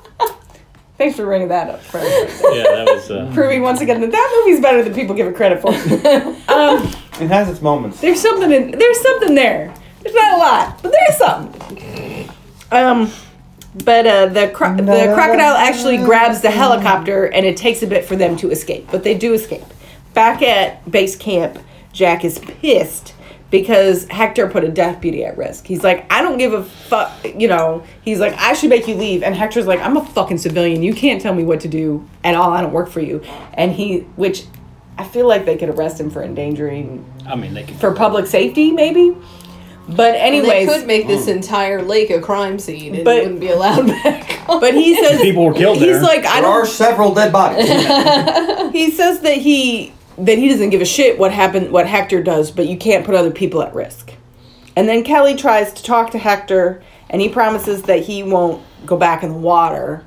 Speaker 2: thanks for bringing that up for everybody.
Speaker 5: Yeah, that was. Uh,
Speaker 2: proving once again that that movie's better than people give it credit for. um,
Speaker 3: It has its moments.
Speaker 2: there's something in there's something there. There's not a lot, but there's something. Um, but uh, the cro- the crocodile actually grabs the helicopter, and it takes a bit for them to escape, but they do escape. Back at base camp, Jack is pissed because Hector put a deputy at risk. He's like, I don't give a fuck, you know. He's like, I should make you leave, and Hector's like, I'm a fucking civilian. You can't tell me what to do at all. I don't work for you. And he, which I feel like they could arrest him for endangering
Speaker 5: I mean, they could.
Speaker 2: for public safety, maybe. But
Speaker 4: They
Speaker 2: anyways,
Speaker 4: could make this entire lake a crime scene and
Speaker 2: But-
Speaker 4: it wouldn't be allowed back.
Speaker 2: but he says
Speaker 5: People were killed
Speaker 2: He's
Speaker 5: there.
Speaker 2: like, I
Speaker 3: There
Speaker 2: don't
Speaker 3: are several dead bodies.
Speaker 2: he says that he that he doesn't give a shit what happened what Hector does, but you can't put other people at risk. And then Kelly tries to talk to Hector and he promises that he won't go back in the water.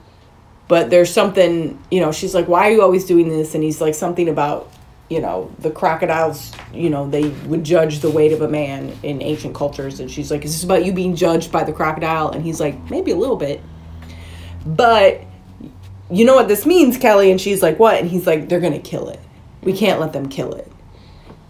Speaker 2: But there's something, you know, she's like, "Why are you always doing this?" and he's like something about, you know, the crocodiles, you know, they would judge the weight of a man in ancient cultures and she's like, "Is this about you being judged by the crocodile?" and he's like, "Maybe a little bit." But you know what this means, Kelly? And she's like, what? And he's like, they're going to kill it. We can't let them kill it.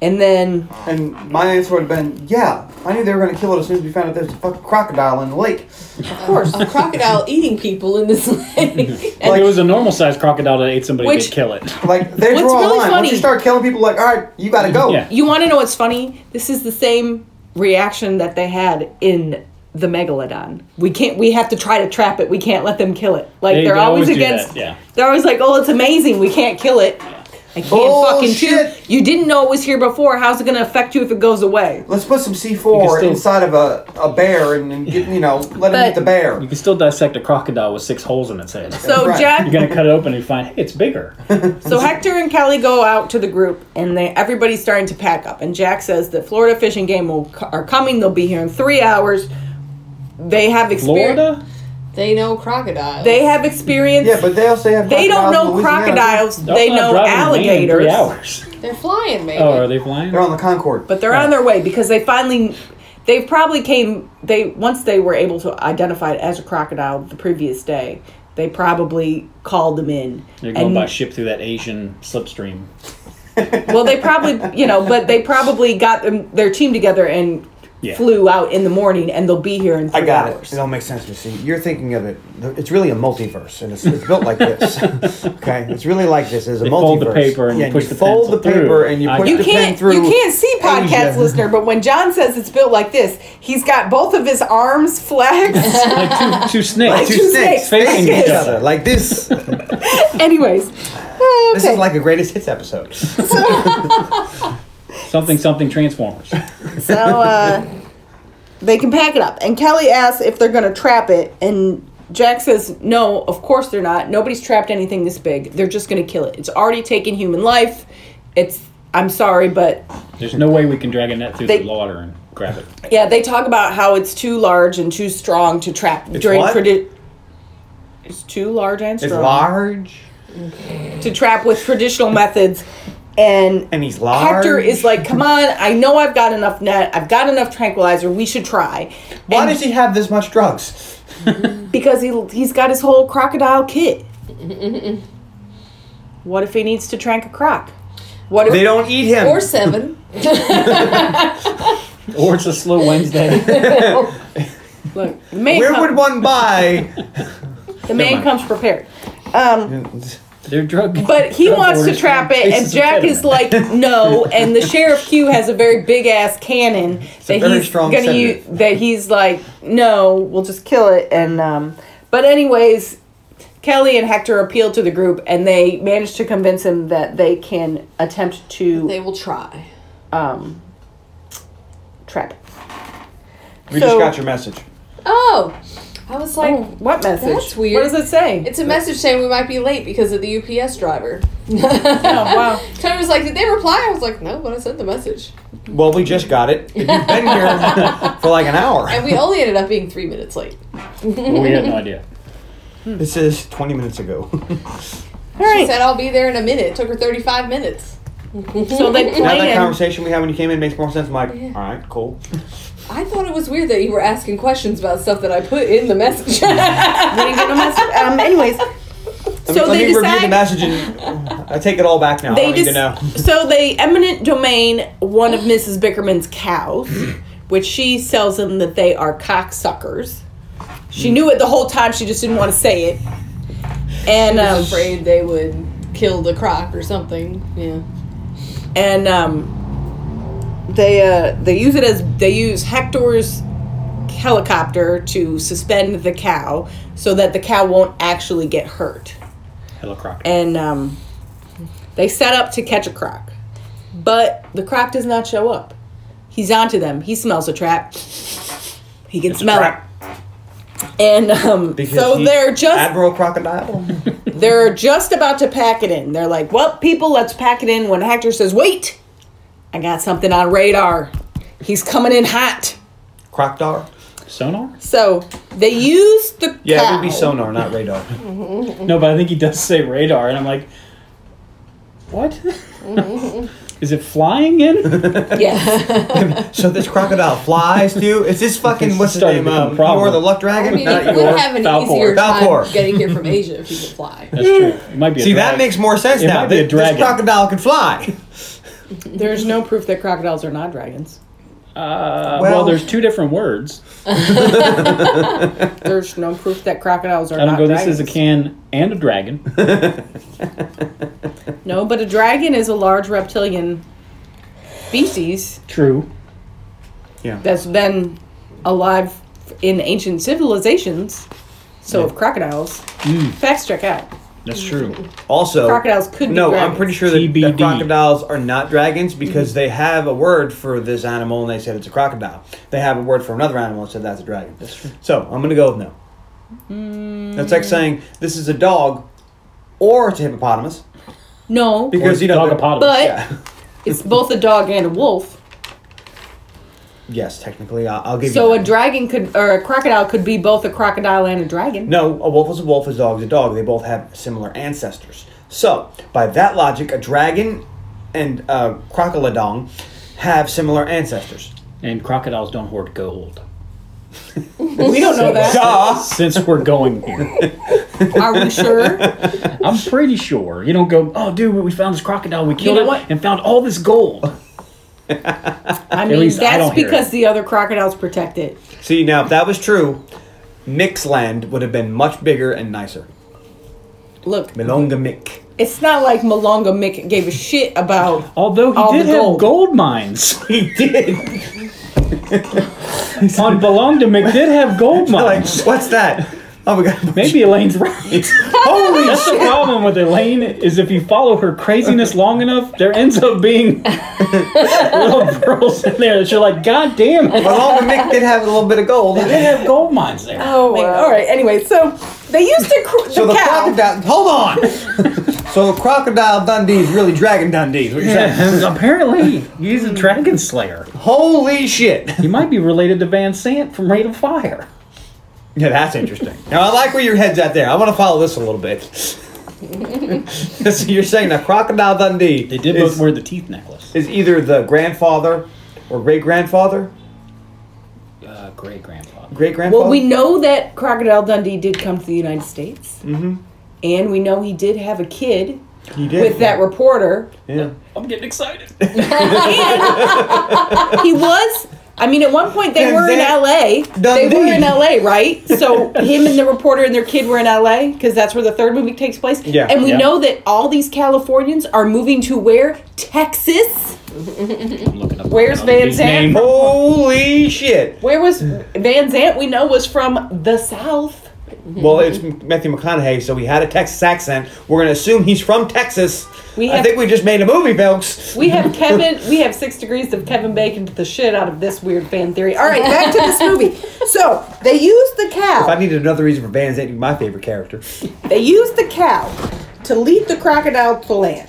Speaker 2: And then,
Speaker 3: and my answer would have been, yeah, I knew they were going to kill it as soon as we found out there's a fucking crocodile in the lake.
Speaker 4: Of course. a crocodile eating people in this lake.
Speaker 5: And there was a normal sized crocodile that ate somebody,
Speaker 2: Which-
Speaker 5: they'd kill it.
Speaker 3: Like, they
Speaker 2: What's
Speaker 3: draw a
Speaker 2: really
Speaker 3: line.
Speaker 2: funny-
Speaker 3: Once you start killing people, like, all right, you got to go.
Speaker 5: Yeah.
Speaker 2: you want to know what's funny? This is the same reaction that they had in the megalodon. We can't, we have to try to trap it. We can't let them kill it. Like,
Speaker 5: They-
Speaker 2: they, are
Speaker 5: they
Speaker 2: always,
Speaker 5: always do
Speaker 2: against,
Speaker 5: that, yeah.
Speaker 2: they're always like, oh, it's amazing. We can't kill it. I can't fucking
Speaker 3: Bullshit.
Speaker 2: shoot. You didn't know it was here before. How's it going to affect you if it goes away?
Speaker 3: Let's put some
Speaker 5: You
Speaker 3: C4
Speaker 5: can still-
Speaker 3: inside of a, a bear and, and get, you know,
Speaker 2: But-
Speaker 3: let him eat the bear.
Speaker 5: You can still dissect a crocodile with six holes in its head.
Speaker 2: So,
Speaker 3: Right.
Speaker 2: Jack,
Speaker 5: You're gonna cut it open and you find hey, it's bigger.
Speaker 2: So Hector and Kelly go out to the group, and they everybody's starting to pack up. And Jack says that Florida fishing game will are coming. They'll be here in three hours. They have experience.
Speaker 5: Florida?
Speaker 4: they know crocodiles.
Speaker 2: They have experience.
Speaker 3: Yeah, but they also have
Speaker 2: they don't
Speaker 3: crocodiles in
Speaker 2: know crocodiles.
Speaker 3: Louisiana, too.
Speaker 5: Y'all
Speaker 2: They
Speaker 5: not
Speaker 2: know
Speaker 5: driving to Maine in
Speaker 2: alligators.
Speaker 5: Three hours.
Speaker 4: They're flying, maybe.
Speaker 5: Oh, are they flying?
Speaker 3: They're on the Concord.
Speaker 2: But they're on their way because they finally. They probably came. They once they were able to identify it as a crocodile the previous day. They probably called them in.
Speaker 5: They're going
Speaker 2: And-
Speaker 5: by ship through that Asian slipstream.
Speaker 2: Well, they probably, you know, but they probably got them, their team together and
Speaker 5: Yeah.
Speaker 2: flew out in the morning, and they'll be here in three
Speaker 3: I got
Speaker 2: hours.
Speaker 3: it. It all makes sense to see. You're thinking of it. It's really a multiverse, and it's, it's built like this. okay, it's really like this. It's a
Speaker 5: They
Speaker 3: multiverse.
Speaker 5: fold the paper and you push the
Speaker 3: fold
Speaker 5: pencil
Speaker 3: the paper
Speaker 5: through.
Speaker 3: and you
Speaker 5: I
Speaker 3: push
Speaker 5: got
Speaker 2: You
Speaker 5: it.
Speaker 3: the pen
Speaker 2: can't,
Speaker 3: through.
Speaker 2: you can't see podcast
Speaker 3: Asia.
Speaker 2: listener, but when John says it's built like this, he's got both of his arms flexed.
Speaker 5: Like two, two snakes.
Speaker 2: two snakes
Speaker 5: facing
Speaker 2: facing
Speaker 5: each
Speaker 2: each
Speaker 5: other.
Speaker 3: like this. This
Speaker 2: Anyways, okay.
Speaker 3: is like a greatest hits episode.
Speaker 5: Something, something Transformers.
Speaker 2: so uh, they can pack it up, and Kelly asks if they're going to trap it, and Jack says no. Of course they're not. Nobody's trapped anything this big. They're just going to kill it. It's already taken human life. It's I'm sorry, but
Speaker 5: There's no way we can drag a net through
Speaker 2: They-
Speaker 5: the water and grab it.
Speaker 2: Yeah, they talk about how it's too large and too strong to trap during
Speaker 3: what?
Speaker 2: tradi- It's too large and
Speaker 3: It's
Speaker 2: strong
Speaker 3: large,
Speaker 2: to trap with traditional methods, and
Speaker 3: and he's large.
Speaker 2: Hector is like, "Come on, I know I've got enough net. I've got enough tranquilizer. We should try."
Speaker 3: Why
Speaker 2: And
Speaker 3: does he have this much drugs?
Speaker 2: Because he he's got his whole crocodile kit. what if he needs to trank a croc? What if
Speaker 3: They don't eat him.
Speaker 4: or seven.
Speaker 5: Or it's a slow Wednesday.
Speaker 2: look, the man,
Speaker 3: Where
Speaker 2: come-
Speaker 3: would one buy?
Speaker 2: the man
Speaker 5: mind.
Speaker 2: comes prepared. Um,
Speaker 5: They're drug.
Speaker 2: But he
Speaker 5: drug
Speaker 2: wants to
Speaker 5: lords
Speaker 2: trap
Speaker 5: with
Speaker 2: it, and
Speaker 5: pieces of
Speaker 2: Jack is
Speaker 5: ketamine.
Speaker 2: like, no. And the sheriff Q has a very big ass cannon
Speaker 3: a
Speaker 2: that
Speaker 3: very
Speaker 2: he's
Speaker 3: strong
Speaker 2: gonna use.
Speaker 3: sedative.
Speaker 2: That he's like, no, we'll just kill it. And um, but anyways, Kelly and Hector appeal to the group, and they manage to convince him that they can attempt to
Speaker 4: They will try.
Speaker 2: um, trap. it.
Speaker 3: We
Speaker 2: So-
Speaker 3: just got your message.
Speaker 4: Oh, I was like,
Speaker 2: Oh, what message?
Speaker 4: That's weird.
Speaker 2: What does it say?
Speaker 4: it's a message saying we might be late because of the UPS driver.
Speaker 2: oh, wow.
Speaker 4: Tony was like, did they reply? I was like, no, but I sent the message.
Speaker 3: Well, we just got it. You've been here for like an hour.
Speaker 4: And we only ended up being three minutes late.
Speaker 5: We had no idea.
Speaker 3: This is 20 minutes ago.
Speaker 2: All
Speaker 4: She
Speaker 2: right.
Speaker 4: said, I'll be there in a minute. It took her 35 minutes.
Speaker 2: So they
Speaker 3: now that
Speaker 2: plan.
Speaker 3: conversation we had when you came in makes more sense. I'm like, all right, cool.
Speaker 4: I thought it was weird that you were asking questions about stuff that I put in the message.
Speaker 2: We didn't get no message. Um, anyways,
Speaker 3: Let
Speaker 2: so
Speaker 3: me, let
Speaker 2: they
Speaker 3: me review the
Speaker 2: decide.
Speaker 3: message and I take it all back now. I
Speaker 2: they
Speaker 3: don't
Speaker 2: just
Speaker 3: even know.
Speaker 2: so they eminent domain one of Mrs. Bickerman's cows, which she tells them that they are cocksuckers. She knew it the whole time. She just didn't want to say it. And
Speaker 4: I
Speaker 2: um,
Speaker 4: was afraid they would kill the croc or something. Yeah.
Speaker 2: and um, they uh, they use it as they use Hector's helicopter to suspend the cow so that the cow won't actually get hurt.
Speaker 5: Hello, crocodile.
Speaker 2: and um, They set up to catch a croc, but the croc does not show up. He's onto them. He smells a trap. He can smell it. And um,
Speaker 3: Because
Speaker 2: so
Speaker 3: he-
Speaker 2: they're just
Speaker 3: Admiral Crocodile.
Speaker 2: they're just about to pack it in. They're like, well, people, let's pack it in. When Hector says, wait, I got something on radar. He's coming in hot.
Speaker 3: Crocodile.
Speaker 5: Sonar?
Speaker 2: So they use the
Speaker 3: Yeah,
Speaker 2: cow.
Speaker 3: it would be sonar, not radar.
Speaker 5: No, but I think he does say radar, and I'm like, what? Is it flying in?
Speaker 4: Yeah.
Speaker 3: so this crocodile flies too. It's this fucking what's his
Speaker 5: Starting to
Speaker 3: name?
Speaker 5: become a
Speaker 3: Um,
Speaker 5: problem.
Speaker 3: Or the luck
Speaker 2: Oh,
Speaker 3: dragon?
Speaker 4: I mean,
Speaker 3: Not
Speaker 4: he
Speaker 3: Eeyore.
Speaker 4: would have an
Speaker 5: Falcor.
Speaker 4: easier time
Speaker 3: Falcor.
Speaker 4: getting here from Asia if he could fly.
Speaker 5: That's true. It might be a
Speaker 3: See,
Speaker 5: drag.
Speaker 3: that makes more sense
Speaker 5: It
Speaker 3: now.
Speaker 5: might be a
Speaker 3: Th-
Speaker 5: dragon.
Speaker 3: This crocodile can fly.
Speaker 2: There's no proof that crocodiles are not dragons.
Speaker 5: Uh, well,
Speaker 3: well-
Speaker 5: there's two different words.
Speaker 2: There's no proof that crocodiles are
Speaker 5: I don't
Speaker 2: not
Speaker 5: go, this
Speaker 2: dragons.
Speaker 5: is a can and a dragon.
Speaker 2: No, but a dragon is a large reptilian species
Speaker 5: True.
Speaker 2: that's been alive in ancient civilizations. So have crocodiles.
Speaker 5: Mm.
Speaker 2: Facts check out.
Speaker 5: That's true.
Speaker 3: Also,
Speaker 5: Oh.
Speaker 2: Crocodiles could be
Speaker 3: No,
Speaker 2: dragons.
Speaker 3: I'm pretty sure that,
Speaker 5: TBD.
Speaker 3: that crocodiles are not dragons because they have a word for this animal and they said it's a crocodile. They have a word for another animal and said that's a dragon. That's true. So I'm gonna go with no. That's like saying this is a dog or it's a hippopotamus
Speaker 2: No,
Speaker 3: because
Speaker 5: Or
Speaker 3: you know. they're-
Speaker 5: dogopotamus.
Speaker 2: but
Speaker 3: Yeah.
Speaker 2: it's both a dog and a wolf.
Speaker 3: Yes, technically, I'll, I'll give
Speaker 2: So
Speaker 3: you.
Speaker 2: a dragon could, or a crocodile could be both a crocodile and a dragon.
Speaker 3: No, a wolf is a wolf, a dog is a dog. They both have similar ancestors. So, by that logic, a dragon and a crocodile have similar ancestors.
Speaker 5: and crocodiles don't hoard gold.
Speaker 2: We don't know Oh, that.
Speaker 3: Duh!
Speaker 5: Since we're going here,
Speaker 2: Are we sure?
Speaker 5: I'm pretty sure you don't go. Oh, dude, we found this crocodile. We killed
Speaker 2: know
Speaker 5: it
Speaker 2: what?
Speaker 5: and found all this gold.
Speaker 2: I mean,
Speaker 5: least I
Speaker 2: that's
Speaker 5: don't hear
Speaker 2: because
Speaker 5: it.
Speaker 2: the other crocodiles protect it.
Speaker 3: See, now if that was true, Mixland would have been much bigger and nicer.
Speaker 2: Look,
Speaker 3: Milonga Mick.
Speaker 2: it's not like Malonga Mick gave a shit about.
Speaker 5: Although he
Speaker 2: All
Speaker 5: did
Speaker 2: the
Speaker 5: have
Speaker 2: gold.
Speaker 5: gold mines
Speaker 3: He did.
Speaker 5: on Belongdemic did have gold
Speaker 3: like,
Speaker 5: mines.
Speaker 3: what's that? Oh my god.
Speaker 5: Maybe Elaine's right.
Speaker 3: Holy
Speaker 5: That's the problem with Elaine is if you follow her craziness long enough, there ends up being little pearls in there that you're like, God damn it,
Speaker 3: Milonga Mick did have a little bit of gold.
Speaker 5: they have gold mines there.
Speaker 2: Oh, all right. Anyway, so they used the, cro-
Speaker 3: So
Speaker 2: the
Speaker 3: the
Speaker 2: cow.
Speaker 3: crocodile. Hold on! so Crocodile Dundee is really Dragon Dundee, is what you're saying.
Speaker 5: Apparently, he's a dragon slayer.
Speaker 3: Holy shit!
Speaker 5: He might be related to Van Sant from Rate of Fire.
Speaker 3: Yeah, that's interesting. now I like where your head's at there. I want to follow this a little bit. so you're saying that Crocodile Dundee
Speaker 5: They did
Speaker 3: is,
Speaker 5: both wear the teeth necklace.
Speaker 3: is either the grandfather or great grandfather,
Speaker 5: Uh, great grandfather.
Speaker 3: great grandfather.
Speaker 2: Well, we know that Crocodile Dundee did come to the United States, mm-hmm. and we know he did have a kid
Speaker 3: he did.
Speaker 2: with that reporter.
Speaker 3: Yeah.
Speaker 5: I'm getting excited.
Speaker 2: he was. I mean, at one point they
Speaker 3: And
Speaker 2: were in
Speaker 3: that-
Speaker 2: L.A. They were in
Speaker 3: Dundee.
Speaker 2: L.A. Right? So him and the reporter and their kid were in L.A. because that's where the third movie takes place.
Speaker 3: Yeah.
Speaker 2: And we
Speaker 5: Yeah.
Speaker 2: know that all these Californians are moving to where Texas.
Speaker 5: I'm looking up
Speaker 2: Where's Van
Speaker 5: his
Speaker 2: Sant?
Speaker 5: name.
Speaker 3: Holy shit!
Speaker 2: Where was Van Zant? We know was from the South.
Speaker 3: Well, it's Matthew McConaughey, so he had a Texas accent. We're gonna assume he's from Texas.
Speaker 2: We
Speaker 3: I
Speaker 2: have-
Speaker 3: think we just made a movie, folks.
Speaker 2: We have Kevin. We have six degrees of Kevin Bacon to the shit out of this weird fan theory. All right, back to this movie. So they use the
Speaker 3: If I
Speaker 2: cow.
Speaker 3: needed another reason for Van Zandt to be my favorite character,
Speaker 2: They use the cow to lead the crocodile to land.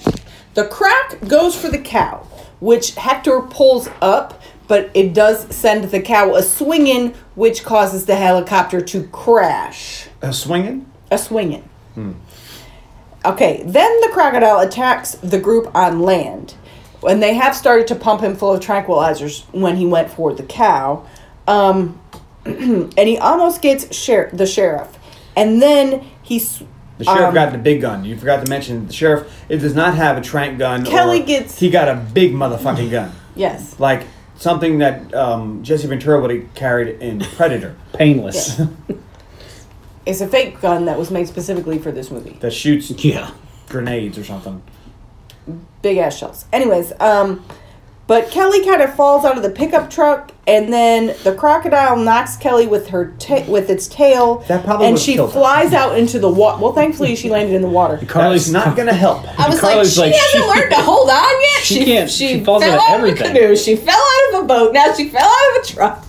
Speaker 2: The croc goes for the cow, which Hector pulls up, but it does send the cow a swinging, which causes the helicopter to crash.
Speaker 3: uh, swinging.
Speaker 2: a swinging. Okay, then the crocodile attacks the group on land, and they have started to pump him full of tranquilizers when he went for the cow, um, and he almost gets sher- the sheriff, and then he s-
Speaker 3: The sheriff
Speaker 2: um,
Speaker 3: got the big gun. You forgot to mention the sheriff. It does not have a trank gun.
Speaker 2: Kelly
Speaker 3: or-
Speaker 2: gets-
Speaker 3: He got a big motherfucking gun,
Speaker 2: yes.
Speaker 3: like something that um, Jesse Ventura would have carried in Predator
Speaker 5: Painless.
Speaker 2: It's a fake gun that was made specifically for this movie.
Speaker 3: that shoots
Speaker 5: Yeah.
Speaker 3: grenades or something.
Speaker 2: Big ass shells. Anyways, um, But Kelly kind of falls out of the pickup truck, and then the crocodile knocks Kelly with her ta- with its tail.
Speaker 3: That probably
Speaker 2: and
Speaker 3: would've
Speaker 2: she
Speaker 3: killed her.
Speaker 2: flies out into the water. Well, thankfully she landed in the water.
Speaker 5: Carly's
Speaker 3: not gonna help.
Speaker 4: I was
Speaker 5: Carly's
Speaker 4: like,
Speaker 5: like,
Speaker 4: she hasn't
Speaker 5: she-
Speaker 4: learned to hold on yet.
Speaker 5: she can't- she falls out of everything.
Speaker 4: a canoe. She fell out of a boat. Now she fell out of a truck.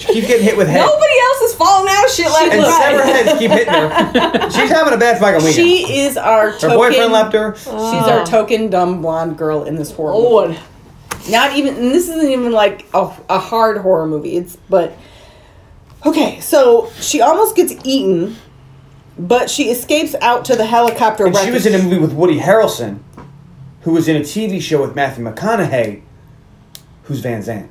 Speaker 3: She keep getting hit with head.
Speaker 4: Nobody else is falling out of shit like
Speaker 3: and severed
Speaker 4: that.
Speaker 3: heads keep hitting her. She's having a bad fucking weekend.
Speaker 2: She is our token.
Speaker 3: her boyfriend left her.
Speaker 2: She's our token dumb blonde girl in this horror. movie.
Speaker 4: Lord.
Speaker 2: Not even. And this isn't even like a, a hard horror movie. It's but okay. So she almost gets eaten, but she escapes out to the helicopter.
Speaker 3: And she was
Speaker 2: wreckage.
Speaker 3: in a movie with Woody Harrelson, who was in a TV show with Matthew McConaughey, who's Van Zandt.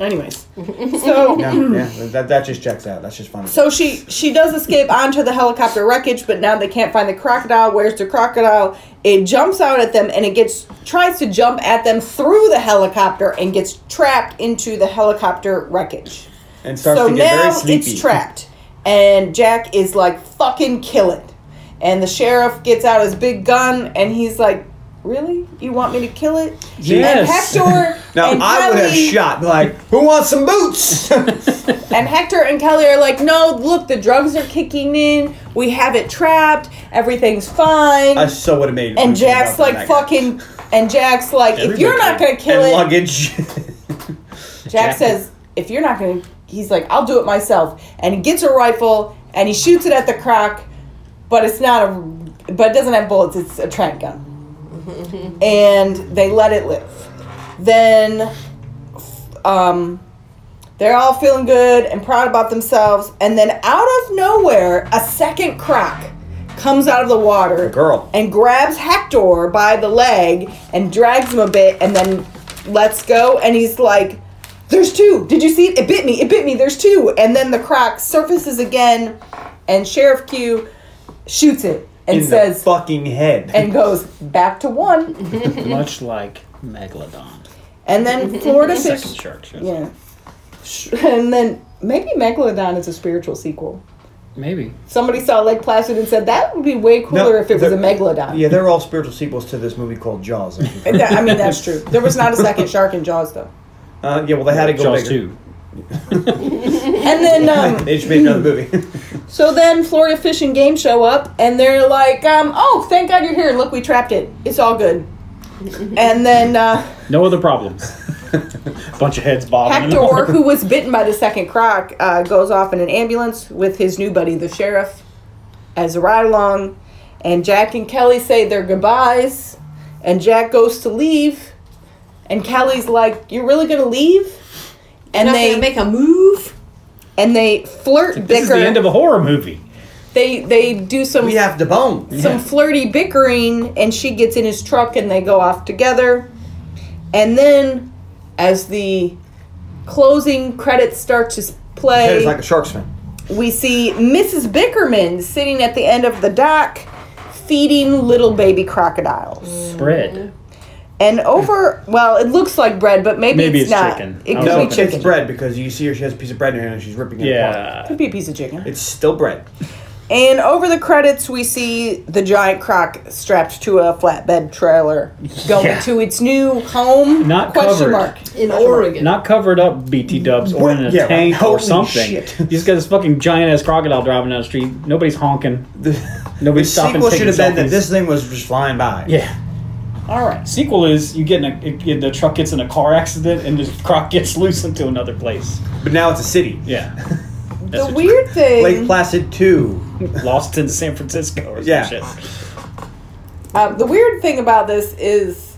Speaker 2: Anyways, so
Speaker 3: Yeah, yeah, that, that just checks out. That's just funny.
Speaker 2: So she she does escape onto the helicopter wreckage, but now they can't find the crocodile. Where's the crocodile? It jumps out at them and it gets tries to jump at them through the helicopter and gets trapped into the helicopter wreckage.
Speaker 3: and starts
Speaker 2: so
Speaker 3: to get
Speaker 2: now
Speaker 3: very sleepy.
Speaker 2: it's trapped, and Jack is like, "Fucking kill it!" And the sheriff gets out his big gun and he's like, "Really? You want me to kill it?" And
Speaker 5: Yes.
Speaker 2: Hector.
Speaker 3: Now
Speaker 2: and
Speaker 3: I would have
Speaker 2: Kelly-
Speaker 3: shot like, who wants some boots?
Speaker 2: And Hector and Kelly are like, no, look, the drugs are kicking in. We have it trapped. Everything's fine.
Speaker 3: I so would have made.
Speaker 2: and Jack's like, fucking. And Jack's like, if you're not going to kill
Speaker 3: and
Speaker 2: it.
Speaker 3: luggage.
Speaker 2: Jack says, if you're not going to. He's like, I'll do it myself. And he gets a rifle and he shoots it at the croc, but it's not a. But it doesn't have bullets, it's a Trent gun. and they let it live. Then. Um, They're all feeling good and proud about themselves. And then out of nowhere, a second croc comes out of the water.
Speaker 3: A girl.
Speaker 2: And grabs Hector by the leg and drags him a bit and then lets go. And he's like, There's two. Did you see it? It bit me. It bit me. There's two. And then the croc surfaces again and Sheriff Q shoots it and
Speaker 3: in the
Speaker 2: says,
Speaker 3: fucking head.
Speaker 2: and goes back to one.
Speaker 5: much like Megalodon.
Speaker 2: And then Florida Fish.
Speaker 5: Second shark shows.
Speaker 2: Yeah. Sh- And then maybe Megalodon is a spiritual sequel.
Speaker 5: Maybe.
Speaker 2: Somebody saw Lake Placid and said that would be way cooler if it was a
Speaker 3: the-
Speaker 2: megalodon.
Speaker 3: yeah, they're all spiritual sequels to this movie called Jaws. I think.
Speaker 2: That- I mean, that's true. There was not a second shark in Jaws though.
Speaker 3: uh, yeah, well, they had to go
Speaker 5: Jaws
Speaker 3: bigger.
Speaker 5: 2.
Speaker 2: And then, um,
Speaker 3: They just made another movie.
Speaker 2: so then Florida Fish and Game show up and they're like, um, "Oh, thank God you're here! Look, we trapped it. It's all good." And then uh,
Speaker 5: No other problems. Bunch of heads bobbing. in the
Speaker 2: Hector,
Speaker 5: water.
Speaker 2: who was bitten by the second croc, uh, goes off in an ambulance with his new buddy, the sheriff, as a ride along. And Jack and Kelly say their goodbyes. And Jack goes to leave. And Kelly's like, You're really going to leave? And
Speaker 4: Not
Speaker 2: they
Speaker 4: gonna make a move.
Speaker 2: and they flirt bicker. Mm.
Speaker 5: This is the end of a horror movie.
Speaker 2: they they do some
Speaker 3: we have the bone.
Speaker 2: some flirty bickering and she gets in his truck and they go off together and then as the closing credits start to s- play
Speaker 3: It's like a shark's fin.
Speaker 2: we see mrs bickerman sitting at the end of the dock feeding little baby crocodiles
Speaker 5: Bread.
Speaker 2: and over well it looks like bread but maybe,
Speaker 5: Maybe
Speaker 2: it's,
Speaker 5: it's
Speaker 2: not
Speaker 5: chicken.
Speaker 2: it could
Speaker 5: I was
Speaker 3: No,
Speaker 2: be
Speaker 5: hoping
Speaker 2: chicken
Speaker 3: it's bread because you see her. She has a piece of bread in her hand and she's ripping it apart.
Speaker 5: Yeah.
Speaker 2: could be a piece of chicken
Speaker 3: It's still bread.
Speaker 2: and over the credits we see the giant croc strapped to a flatbed trailer going
Speaker 5: Yeah.
Speaker 2: to its new home
Speaker 5: Not
Speaker 2: question
Speaker 5: covered.
Speaker 2: mark
Speaker 4: In Oregon.
Speaker 5: Not covered up BT dubs or in a
Speaker 3: Yeah, right.
Speaker 5: tank
Speaker 3: Holy
Speaker 5: or something.
Speaker 3: shit.
Speaker 5: You just got this fucking giant ass crocodile driving down the street. Nobody's honking.
Speaker 3: The
Speaker 5: Nobody's stopping.
Speaker 3: sequel should
Speaker 5: taking
Speaker 3: have been that
Speaker 5: selfies.
Speaker 3: this thing was just flying by.
Speaker 5: Yeah.
Speaker 2: all right
Speaker 5: Sequel is you get in a it- the truck gets in a car accident and the croc gets loose into another place.
Speaker 3: But now it's a city.
Speaker 5: Yeah.
Speaker 2: the
Speaker 5: That's what-
Speaker 2: weird
Speaker 3: Lake
Speaker 2: thing
Speaker 3: Placid 2.
Speaker 5: Lost in San Francisco or some
Speaker 3: Yeah.
Speaker 5: shit.
Speaker 2: um, the weird thing about this is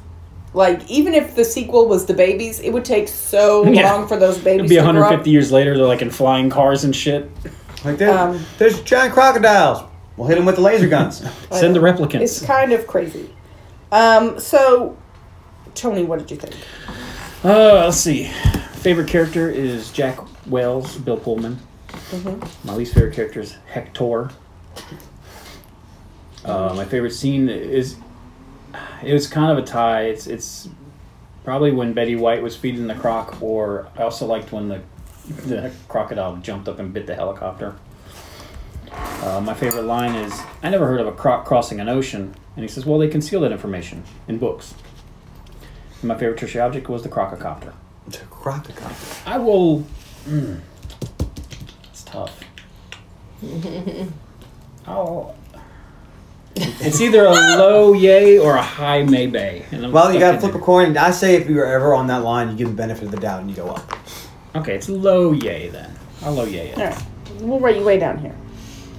Speaker 2: like even if the sequel was the babies it would take so
Speaker 5: Yeah.
Speaker 2: long for those babies
Speaker 5: It'd be
Speaker 2: to grow up
Speaker 5: 150 years later. They're like in flying cars and shit.
Speaker 3: Like, there's,
Speaker 2: Um,
Speaker 3: there's giant crocodiles. We'll hit them with the laser guns.
Speaker 5: Send the
Speaker 2: it's
Speaker 5: replicants.
Speaker 2: kind of crazy um so tony what did you think
Speaker 5: Uh, let's see. Favorite character is Jack Wells, Bill Pullman. My least favorite character is Hector. Uh, my favorite scene is it was kind of a tie. It's it's probably when Betty White was feeding the croc, or I also liked when the the crocodile jumped up and bit the helicopter. Uh, my favorite line is I never heard of a croc crossing an ocean, and he says, "Well, they conceal that information in books." And my favorite tertiary object was the crococopter.
Speaker 3: It's a crocodile.
Speaker 5: I will. mm, it's tough. I'll. It's either a low yay or a high maybe. And I'm
Speaker 3: Well, you
Speaker 5: stuck
Speaker 3: gotta
Speaker 5: in
Speaker 3: flip a
Speaker 5: it.
Speaker 3: coin. and I say if you were ever on that line, you give the benefit of the doubt and you go up.
Speaker 5: Okay, it's low yay then. I'll low yay it.
Speaker 1: All right. We'll write you way down here.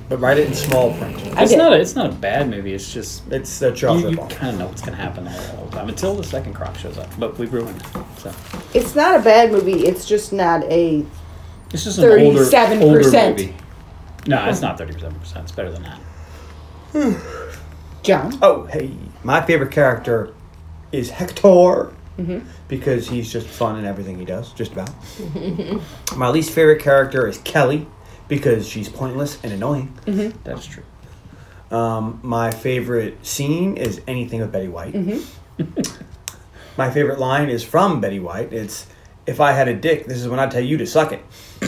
Speaker 3: But write it in small print.
Speaker 5: It's
Speaker 1: did.
Speaker 5: not. A, it's not a bad movie. It's just
Speaker 3: It's a
Speaker 5: you,
Speaker 3: chocolate
Speaker 5: you
Speaker 3: ball.
Speaker 5: kind of know what's gonna happen the whole time until the second croc shows up. But we ruined it. So
Speaker 1: It's not a bad movie. It's just not a.
Speaker 5: it's just an older, older
Speaker 1: 37%.
Speaker 5: movie. No, it's not thirty-seven percent. It's better than that.
Speaker 1: John.
Speaker 3: Oh, hey. My favorite character is Hector because he's just fun in everything he does, just about. My least favorite character is Kelly because she's pointless and annoying.
Speaker 5: That's true.
Speaker 3: Um, my favorite scene is anything with Betty White. my favorite line is from Betty White. It's if I had a dick, this is when I tell you to suck it.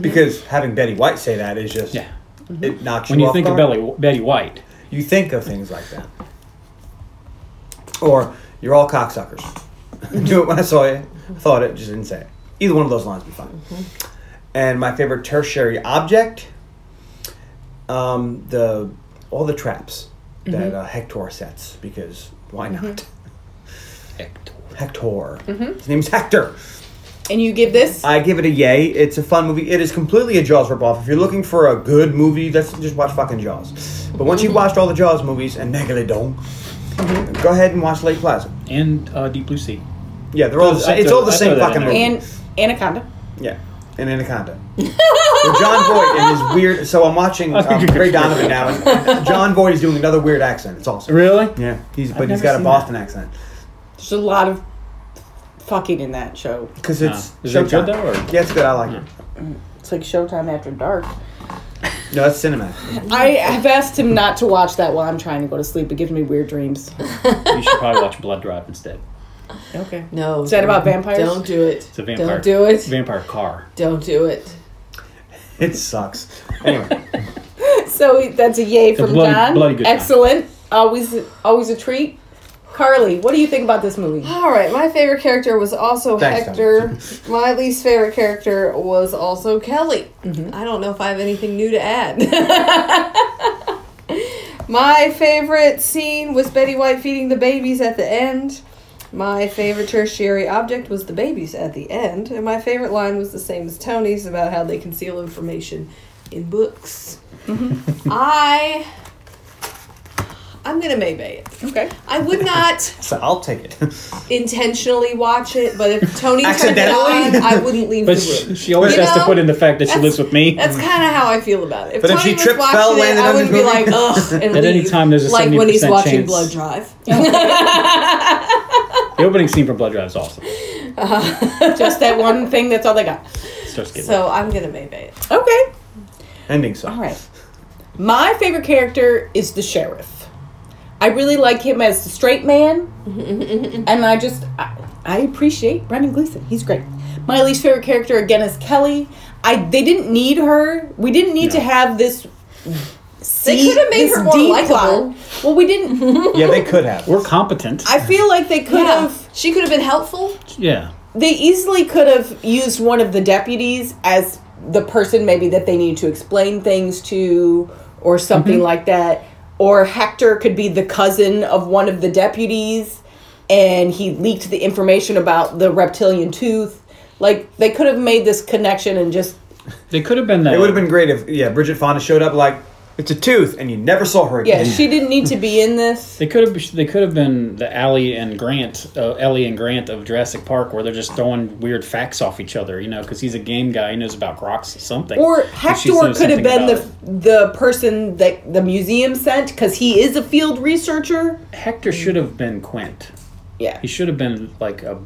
Speaker 3: Because having Betty White say that is just
Speaker 5: Yeah.
Speaker 3: it knocks
Speaker 5: When
Speaker 3: you,
Speaker 5: you
Speaker 3: off
Speaker 5: think of
Speaker 3: guard.
Speaker 5: Betty, Betty White,
Speaker 3: you think of things like that. Or you're all cocksuckers. Do it when I saw it, thought it, just didn't say it. Either one of those lines would be fine. And my favorite tertiary object, um, the all the traps that uh, Hector sets because why not?
Speaker 5: Hector.
Speaker 3: Hector. His name's Hector.
Speaker 2: And you give this?
Speaker 3: I give it a yay. It's a fun movie. It is completely a Jaws ripoff. If you're looking for a good movie, that's just watch fucking Jaws. But once you've watched all the Jaws movies and Megalodon, go ahead and watch Lake Plaza.
Speaker 5: and uh, Deep Blue Sea.
Speaker 3: Yeah, they're all. The
Speaker 5: I'd
Speaker 3: same, it's
Speaker 5: throw-
Speaker 3: all the
Speaker 5: I'd
Speaker 3: same
Speaker 5: throw that
Speaker 3: fucking
Speaker 5: in there.
Speaker 3: movie.
Speaker 2: And Anaconda.
Speaker 3: yeah, and Anaconda. Well, John Voight and his weird. So I'm watching um, Ray Donovan now. and John Voight is doing another weird accent. It's awesome.
Speaker 5: Really?
Speaker 3: Yeah, he's but
Speaker 5: I've
Speaker 3: he's
Speaker 5: never
Speaker 3: got a
Speaker 5: seen
Speaker 3: Boston accent. 'Cause accent
Speaker 2: There's a lot of fucking in that show.
Speaker 3: because it's
Speaker 5: Is it
Speaker 3: Showtime.
Speaker 5: good though, or-
Speaker 3: Yeah, it's good. I like it.
Speaker 1: It's like Showtime after dark.
Speaker 3: No, that's cinema.
Speaker 2: I have asked him not to watch that while I'm trying to go to sleep. It gives me weird dreams.
Speaker 5: You should probably watch Blood Drive instead.
Speaker 2: Okay.
Speaker 4: No.
Speaker 2: Is that about vampires?
Speaker 4: Don't do it.
Speaker 5: It's a vampire.
Speaker 4: Don't do
Speaker 5: It's a
Speaker 4: it.
Speaker 5: vampire car.
Speaker 4: Don't do it.
Speaker 3: It sucks. Anyway,
Speaker 2: So that's a yay from
Speaker 5: bloody-
Speaker 2: John.
Speaker 5: bloody good time.
Speaker 2: Excellent. Always, always a treat. Carly, what do you think about this movie?
Speaker 4: All right, my favorite character was also
Speaker 3: Thanks,
Speaker 4: Hector. my least favorite character was also Kelly. I don't know if I have anything new to add. my favorite scene was Betty White feeding the babies at the end. My favorite tertiary object was the babies at the end. And my favorite line was the same as Tony's about how they conceal information in books. I. I'm gonna maybe it.
Speaker 2: Okay.
Speaker 4: I would not
Speaker 3: so I'll take it.
Speaker 4: intentionally watch it, but if Tony turned it
Speaker 3: Accidentally?
Speaker 4: on, I wouldn't leave
Speaker 5: But
Speaker 4: the
Speaker 5: she,
Speaker 4: room.
Speaker 5: she always
Speaker 4: You
Speaker 5: has to
Speaker 4: know,
Speaker 5: put in the fact that she
Speaker 4: that's-
Speaker 5: lives with me.
Speaker 4: That's kind of how I feel about it. If
Speaker 3: But if
Speaker 4: Tony
Speaker 3: she
Speaker 4: was
Speaker 3: tripped,
Speaker 4: watching
Speaker 3: fell,
Speaker 4: it,
Speaker 3: landed
Speaker 4: I
Speaker 3: on
Speaker 4: would
Speaker 3: his
Speaker 4: be
Speaker 3: movie?
Speaker 4: like, ugh, and
Speaker 5: At any
Speaker 4: leave.
Speaker 5: time, there's a
Speaker 4: like when he's
Speaker 5: 70%
Speaker 4: watching
Speaker 5: chance.
Speaker 4: Blood Drive.
Speaker 5: The opening scene from Blood Drive is awesome. It
Speaker 2: Just that one thing. That's all they got.
Speaker 5: starts getting
Speaker 4: so I'm gonna maybe it.
Speaker 2: Okay.
Speaker 3: Ending sucks.
Speaker 2: All right. My favorite character is the sheriff. I really like him as the straight man,
Speaker 4: Mm-hmm.
Speaker 2: and I just I, I appreciate Brendan Gleeson. He's great. My least favorite character again is Kelly. I they didn't need her. We didn't need to
Speaker 5: No.
Speaker 2: have this.
Speaker 4: They
Speaker 2: deep-
Speaker 4: could have made
Speaker 2: this
Speaker 4: her more
Speaker 2: deep
Speaker 4: likable.
Speaker 2: plot. Well, we didn't.
Speaker 3: Yeah, they could have.
Speaker 5: We're competent.
Speaker 2: I feel like they could
Speaker 4: Yeah,
Speaker 2: have.
Speaker 4: she could have been helpful.
Speaker 5: yeah.
Speaker 2: They easily could have used one of the deputies as the person maybe that they need to explain things to or something
Speaker 5: Mm-hmm.
Speaker 2: like that. Or Hector could be the cousin of one of the deputies and he leaked the information about the reptilian tooth. Like they could have made this connection and just
Speaker 5: They could have been that.
Speaker 3: It would have been great if yeah, Bridget Fonda showed up like it's a tooth, and you never saw her
Speaker 2: yeah,
Speaker 3: again.
Speaker 2: she didn't need to be in this.
Speaker 5: They could have. They could have been the Ellie and Grant, uh, Ellie and Grant of Jurassic Park, where they're just throwing weird facts off each other. You know, because he's a game guy. He knows about rocks or something.
Speaker 2: Or
Speaker 5: And she
Speaker 2: Hector
Speaker 5: knows
Speaker 2: could have been
Speaker 5: something
Speaker 2: the
Speaker 5: about
Speaker 2: the person that the museum sent because he is a field researcher.
Speaker 5: it. Hector should have been Quint.
Speaker 2: Yeah,
Speaker 5: He should have been like a.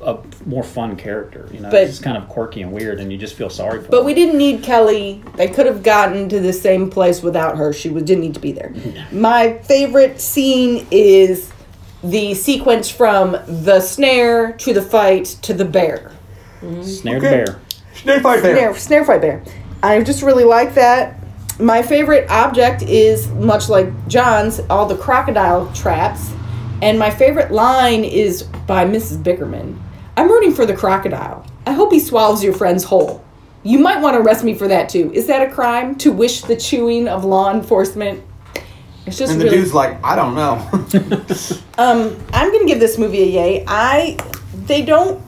Speaker 5: A more fun character, you know,
Speaker 2: But-
Speaker 5: he's kind of quirky and weird, and you just feel sorry for.
Speaker 2: But
Speaker 5: him.
Speaker 2: we didn't need Kelly. They could have gotten to the same place without her. She was, didn't need to be there. My favorite scene is the sequence from the snare to the fight to the bear.
Speaker 5: snared
Speaker 3: Okay.
Speaker 5: bear.
Speaker 3: Snake fight there.
Speaker 2: Snare, snare fight bear. I just really like that. My favorite object is much like John's, all the crocodile traps. And my favorite line is by Mrs. Bickerman. I'm rooting for the crocodile. I hope he swallows your friends whole. You might want to arrest me for that too. Is that a crime to wish the chewing of law enforcement? It's just
Speaker 3: And the
Speaker 2: really.
Speaker 3: dude's like, I don't know.
Speaker 2: I'm gonna give this movie a yay. I they don't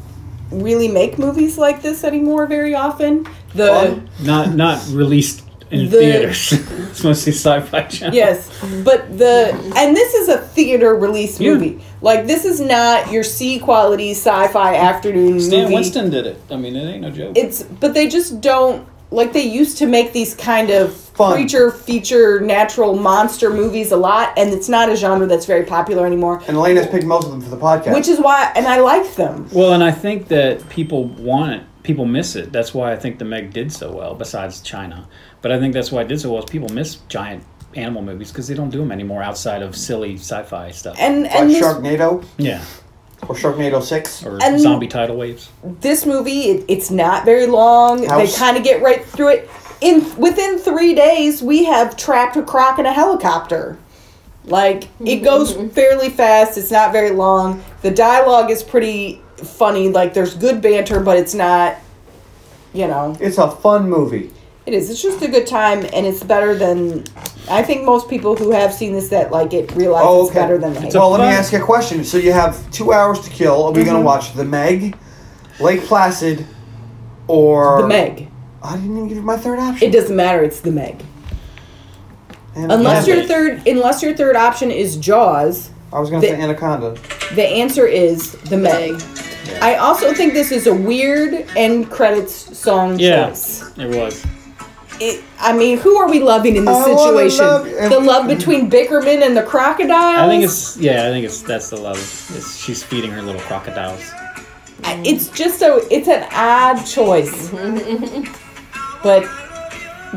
Speaker 2: really make movies like this anymore very often. The
Speaker 5: Not not released in
Speaker 2: The-
Speaker 5: theaters. it's mostly sci-fi channel.
Speaker 2: yes, but the and this is a theater release
Speaker 5: Yeah.
Speaker 2: movie. Like this is not your C quality sci-fi afternoon
Speaker 5: Stan
Speaker 2: movie.
Speaker 5: Winston did it. I mean, it ain't no joke.
Speaker 2: It's but they just don't like they used to make these kind of
Speaker 3: Fun.
Speaker 2: creature feature natural monster movies a lot, and it's not a genre that's very popular anymore.
Speaker 3: and Elena's picked most of them for the podcast.
Speaker 2: Which is why, and I like them.
Speaker 5: well, and I think that people want it. People miss it. That's why I think the Meg did so well. Besides China, but I think that's why it did so well. Is people miss giant animal movies because they don't do them anymore outside of silly sci-fi stuff.
Speaker 2: And
Speaker 3: like
Speaker 2: and this
Speaker 3: Sharknado
Speaker 5: yeah,
Speaker 3: or Sharknado Six.
Speaker 5: or
Speaker 2: And-
Speaker 5: zombie tidal waves.
Speaker 2: this movie it, it's not very long
Speaker 3: House.
Speaker 2: they kind of get right through it in within three days we have trapped a croc in a helicopter like it goes fairly fast it's not very long the dialogue is pretty funny like there's good banter but it's not you know
Speaker 3: It's a fun movie.
Speaker 2: it is it's just a good time and it's better than i think most people who have seen this that like it realize
Speaker 3: Oh,
Speaker 2: it's
Speaker 3: okay.
Speaker 2: better than they
Speaker 5: a-
Speaker 2: hate.
Speaker 3: well, let me
Speaker 5: fun-
Speaker 3: ask you a question. So you have two hours to kill. Are we
Speaker 2: Mm-hmm.
Speaker 3: gonna watch The Meg, Lake Placid, or
Speaker 2: the meg
Speaker 3: I didn't even give you my third option.
Speaker 2: it doesn't matter it's the meg
Speaker 3: Anaconda.
Speaker 2: unless your
Speaker 5: but-
Speaker 2: third unless your third option is jaws
Speaker 3: I was gonna
Speaker 2: the-
Speaker 3: say Anaconda.
Speaker 2: The answer is the Meg. I also think this is a weird end credits song
Speaker 5: Yeah,
Speaker 2: choice.
Speaker 5: it was.
Speaker 2: It, I mean, who are we loving in this
Speaker 3: I wanna
Speaker 2: situation?
Speaker 3: love you.
Speaker 2: the love between Bickerman and the crocodile.
Speaker 5: I think it's yeah. I think it's that's the love. It's, she's feeding her little crocodiles.
Speaker 2: it's just so it's an odd choice. but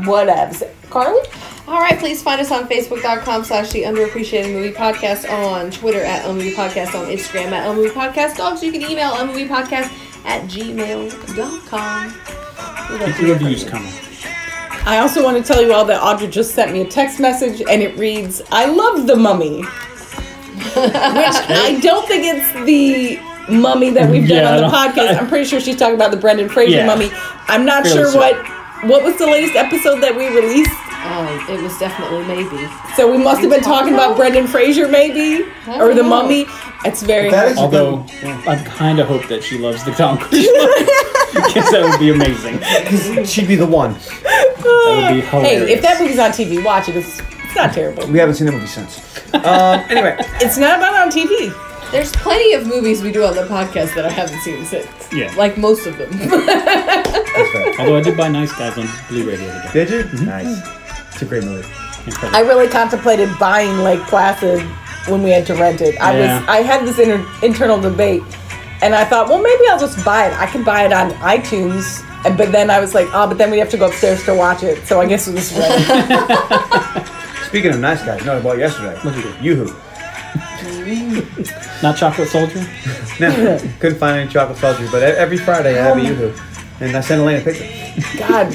Speaker 2: whatevs. Carly,
Speaker 4: All right, please find us on Facebook.com slash The Underappreciated Movie Podcast, on Twitter at Unmovie Podcast, on Instagram at Unmovie Podcast. Dogs, you can email Unmovie Podcast at gmail.com. We love to hear from
Speaker 5: Reviews
Speaker 4: you.
Speaker 5: coming.
Speaker 2: I also want to tell you all that Audra just sent me a text message and it reads, I love the mummy. Which I don't think it's the mummy that we've
Speaker 5: Yeah,
Speaker 2: done
Speaker 5: I
Speaker 2: on the
Speaker 5: don't-
Speaker 2: podcast. I'm pretty sure she's talking about the Brendan Fraser
Speaker 5: Yeah.
Speaker 2: mummy. I'm not
Speaker 5: Fairly
Speaker 2: sure
Speaker 5: so.
Speaker 2: what what was the latest episode that we released.
Speaker 4: Um, it was definitely maybe.
Speaker 2: So we must have been talking
Speaker 4: talking
Speaker 2: about
Speaker 4: about?
Speaker 2: Brendan Fraser maybe
Speaker 4: I
Speaker 2: or the
Speaker 4: don't know.
Speaker 2: mummy. It's very
Speaker 3: That is-
Speaker 5: Although I kind of hope that she loves the Tom Cruise movie. because that would be amazing. That
Speaker 3: She'd be the one.
Speaker 5: Oh, would be
Speaker 2: Hey,
Speaker 5: hilarious.
Speaker 2: if that movie's on TV, watch it. It's, it's not terrible.
Speaker 3: We haven't seen the movie since. um, anyway,
Speaker 2: It's not about on TV.
Speaker 4: There's plenty of movies we do on the podcast that I haven't seen since.
Speaker 5: Yeah.
Speaker 4: Like most of them.
Speaker 3: that's fair.
Speaker 5: Although I did buy Nice Guys on Blu-ray the other day.
Speaker 3: Did you? Nice. It's a great movie.
Speaker 5: Incredible.
Speaker 2: I really contemplated buying Lake Placid when we had to rent it. I
Speaker 5: Yeah.
Speaker 2: was I had this inter- internal debate, and I thought, well, maybe I'll just buy it. I could buy it on iTunes, and, but then I was like, oh, but then we have to go upstairs to watch it. So I guess it was right.
Speaker 3: Speaking of nice guys, no, I bought yesterday. Yoo-hoo.
Speaker 5: Not Chocolate Soldier?
Speaker 3: No, couldn't find any chocolate soldier, but e- every Friday I have a Yoo-hoo. And I sent Elaine a picture.
Speaker 2: God,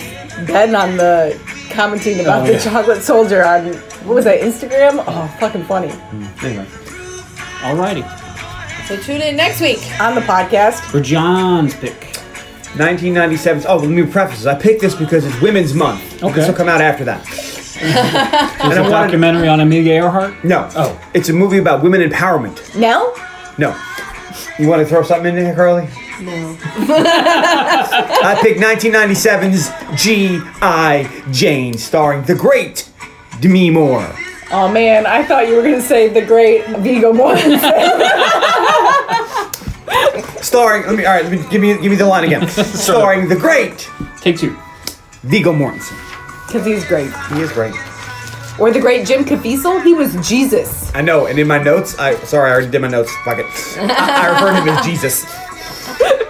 Speaker 2: Ben on the commenting about
Speaker 5: Oh,
Speaker 2: the
Speaker 5: yeah.
Speaker 2: chocolate soldier on what was that Instagram? Oh, fucking funny
Speaker 3: Anyway.
Speaker 5: Alrighty.
Speaker 4: so tune in next week.
Speaker 2: on the podcast.
Speaker 5: For John's pick.
Speaker 3: 1997. Oh, let me preface this. I picked this because it's Women's Month.
Speaker 5: Okay.
Speaker 3: This will come out after that.
Speaker 5: There's
Speaker 3: I
Speaker 5: a
Speaker 3: wanted-
Speaker 5: documentary on Amelia Earhart.
Speaker 3: No.
Speaker 5: Oh.
Speaker 3: It's a movie about women empowerment.
Speaker 2: Now,
Speaker 3: No. You want to throw something in there, Carly?
Speaker 4: No.
Speaker 3: I picked 1997's G.I. Jane, starring the great Demi Moore.
Speaker 2: oh man, I thought you were gonna say the great Vigo Mortensen.
Speaker 3: Starring, let me, all right, let me, give me, give me the line again. starring the great
Speaker 5: Take two.
Speaker 3: Viggo Mortensen.
Speaker 2: Because he's great.
Speaker 3: He is great.
Speaker 2: Or the great Jim Caviezel. He was Jesus.
Speaker 3: I know, and in my notes, I sorry, I already did my notes. Fuck it. I, I referred to him as Jesus.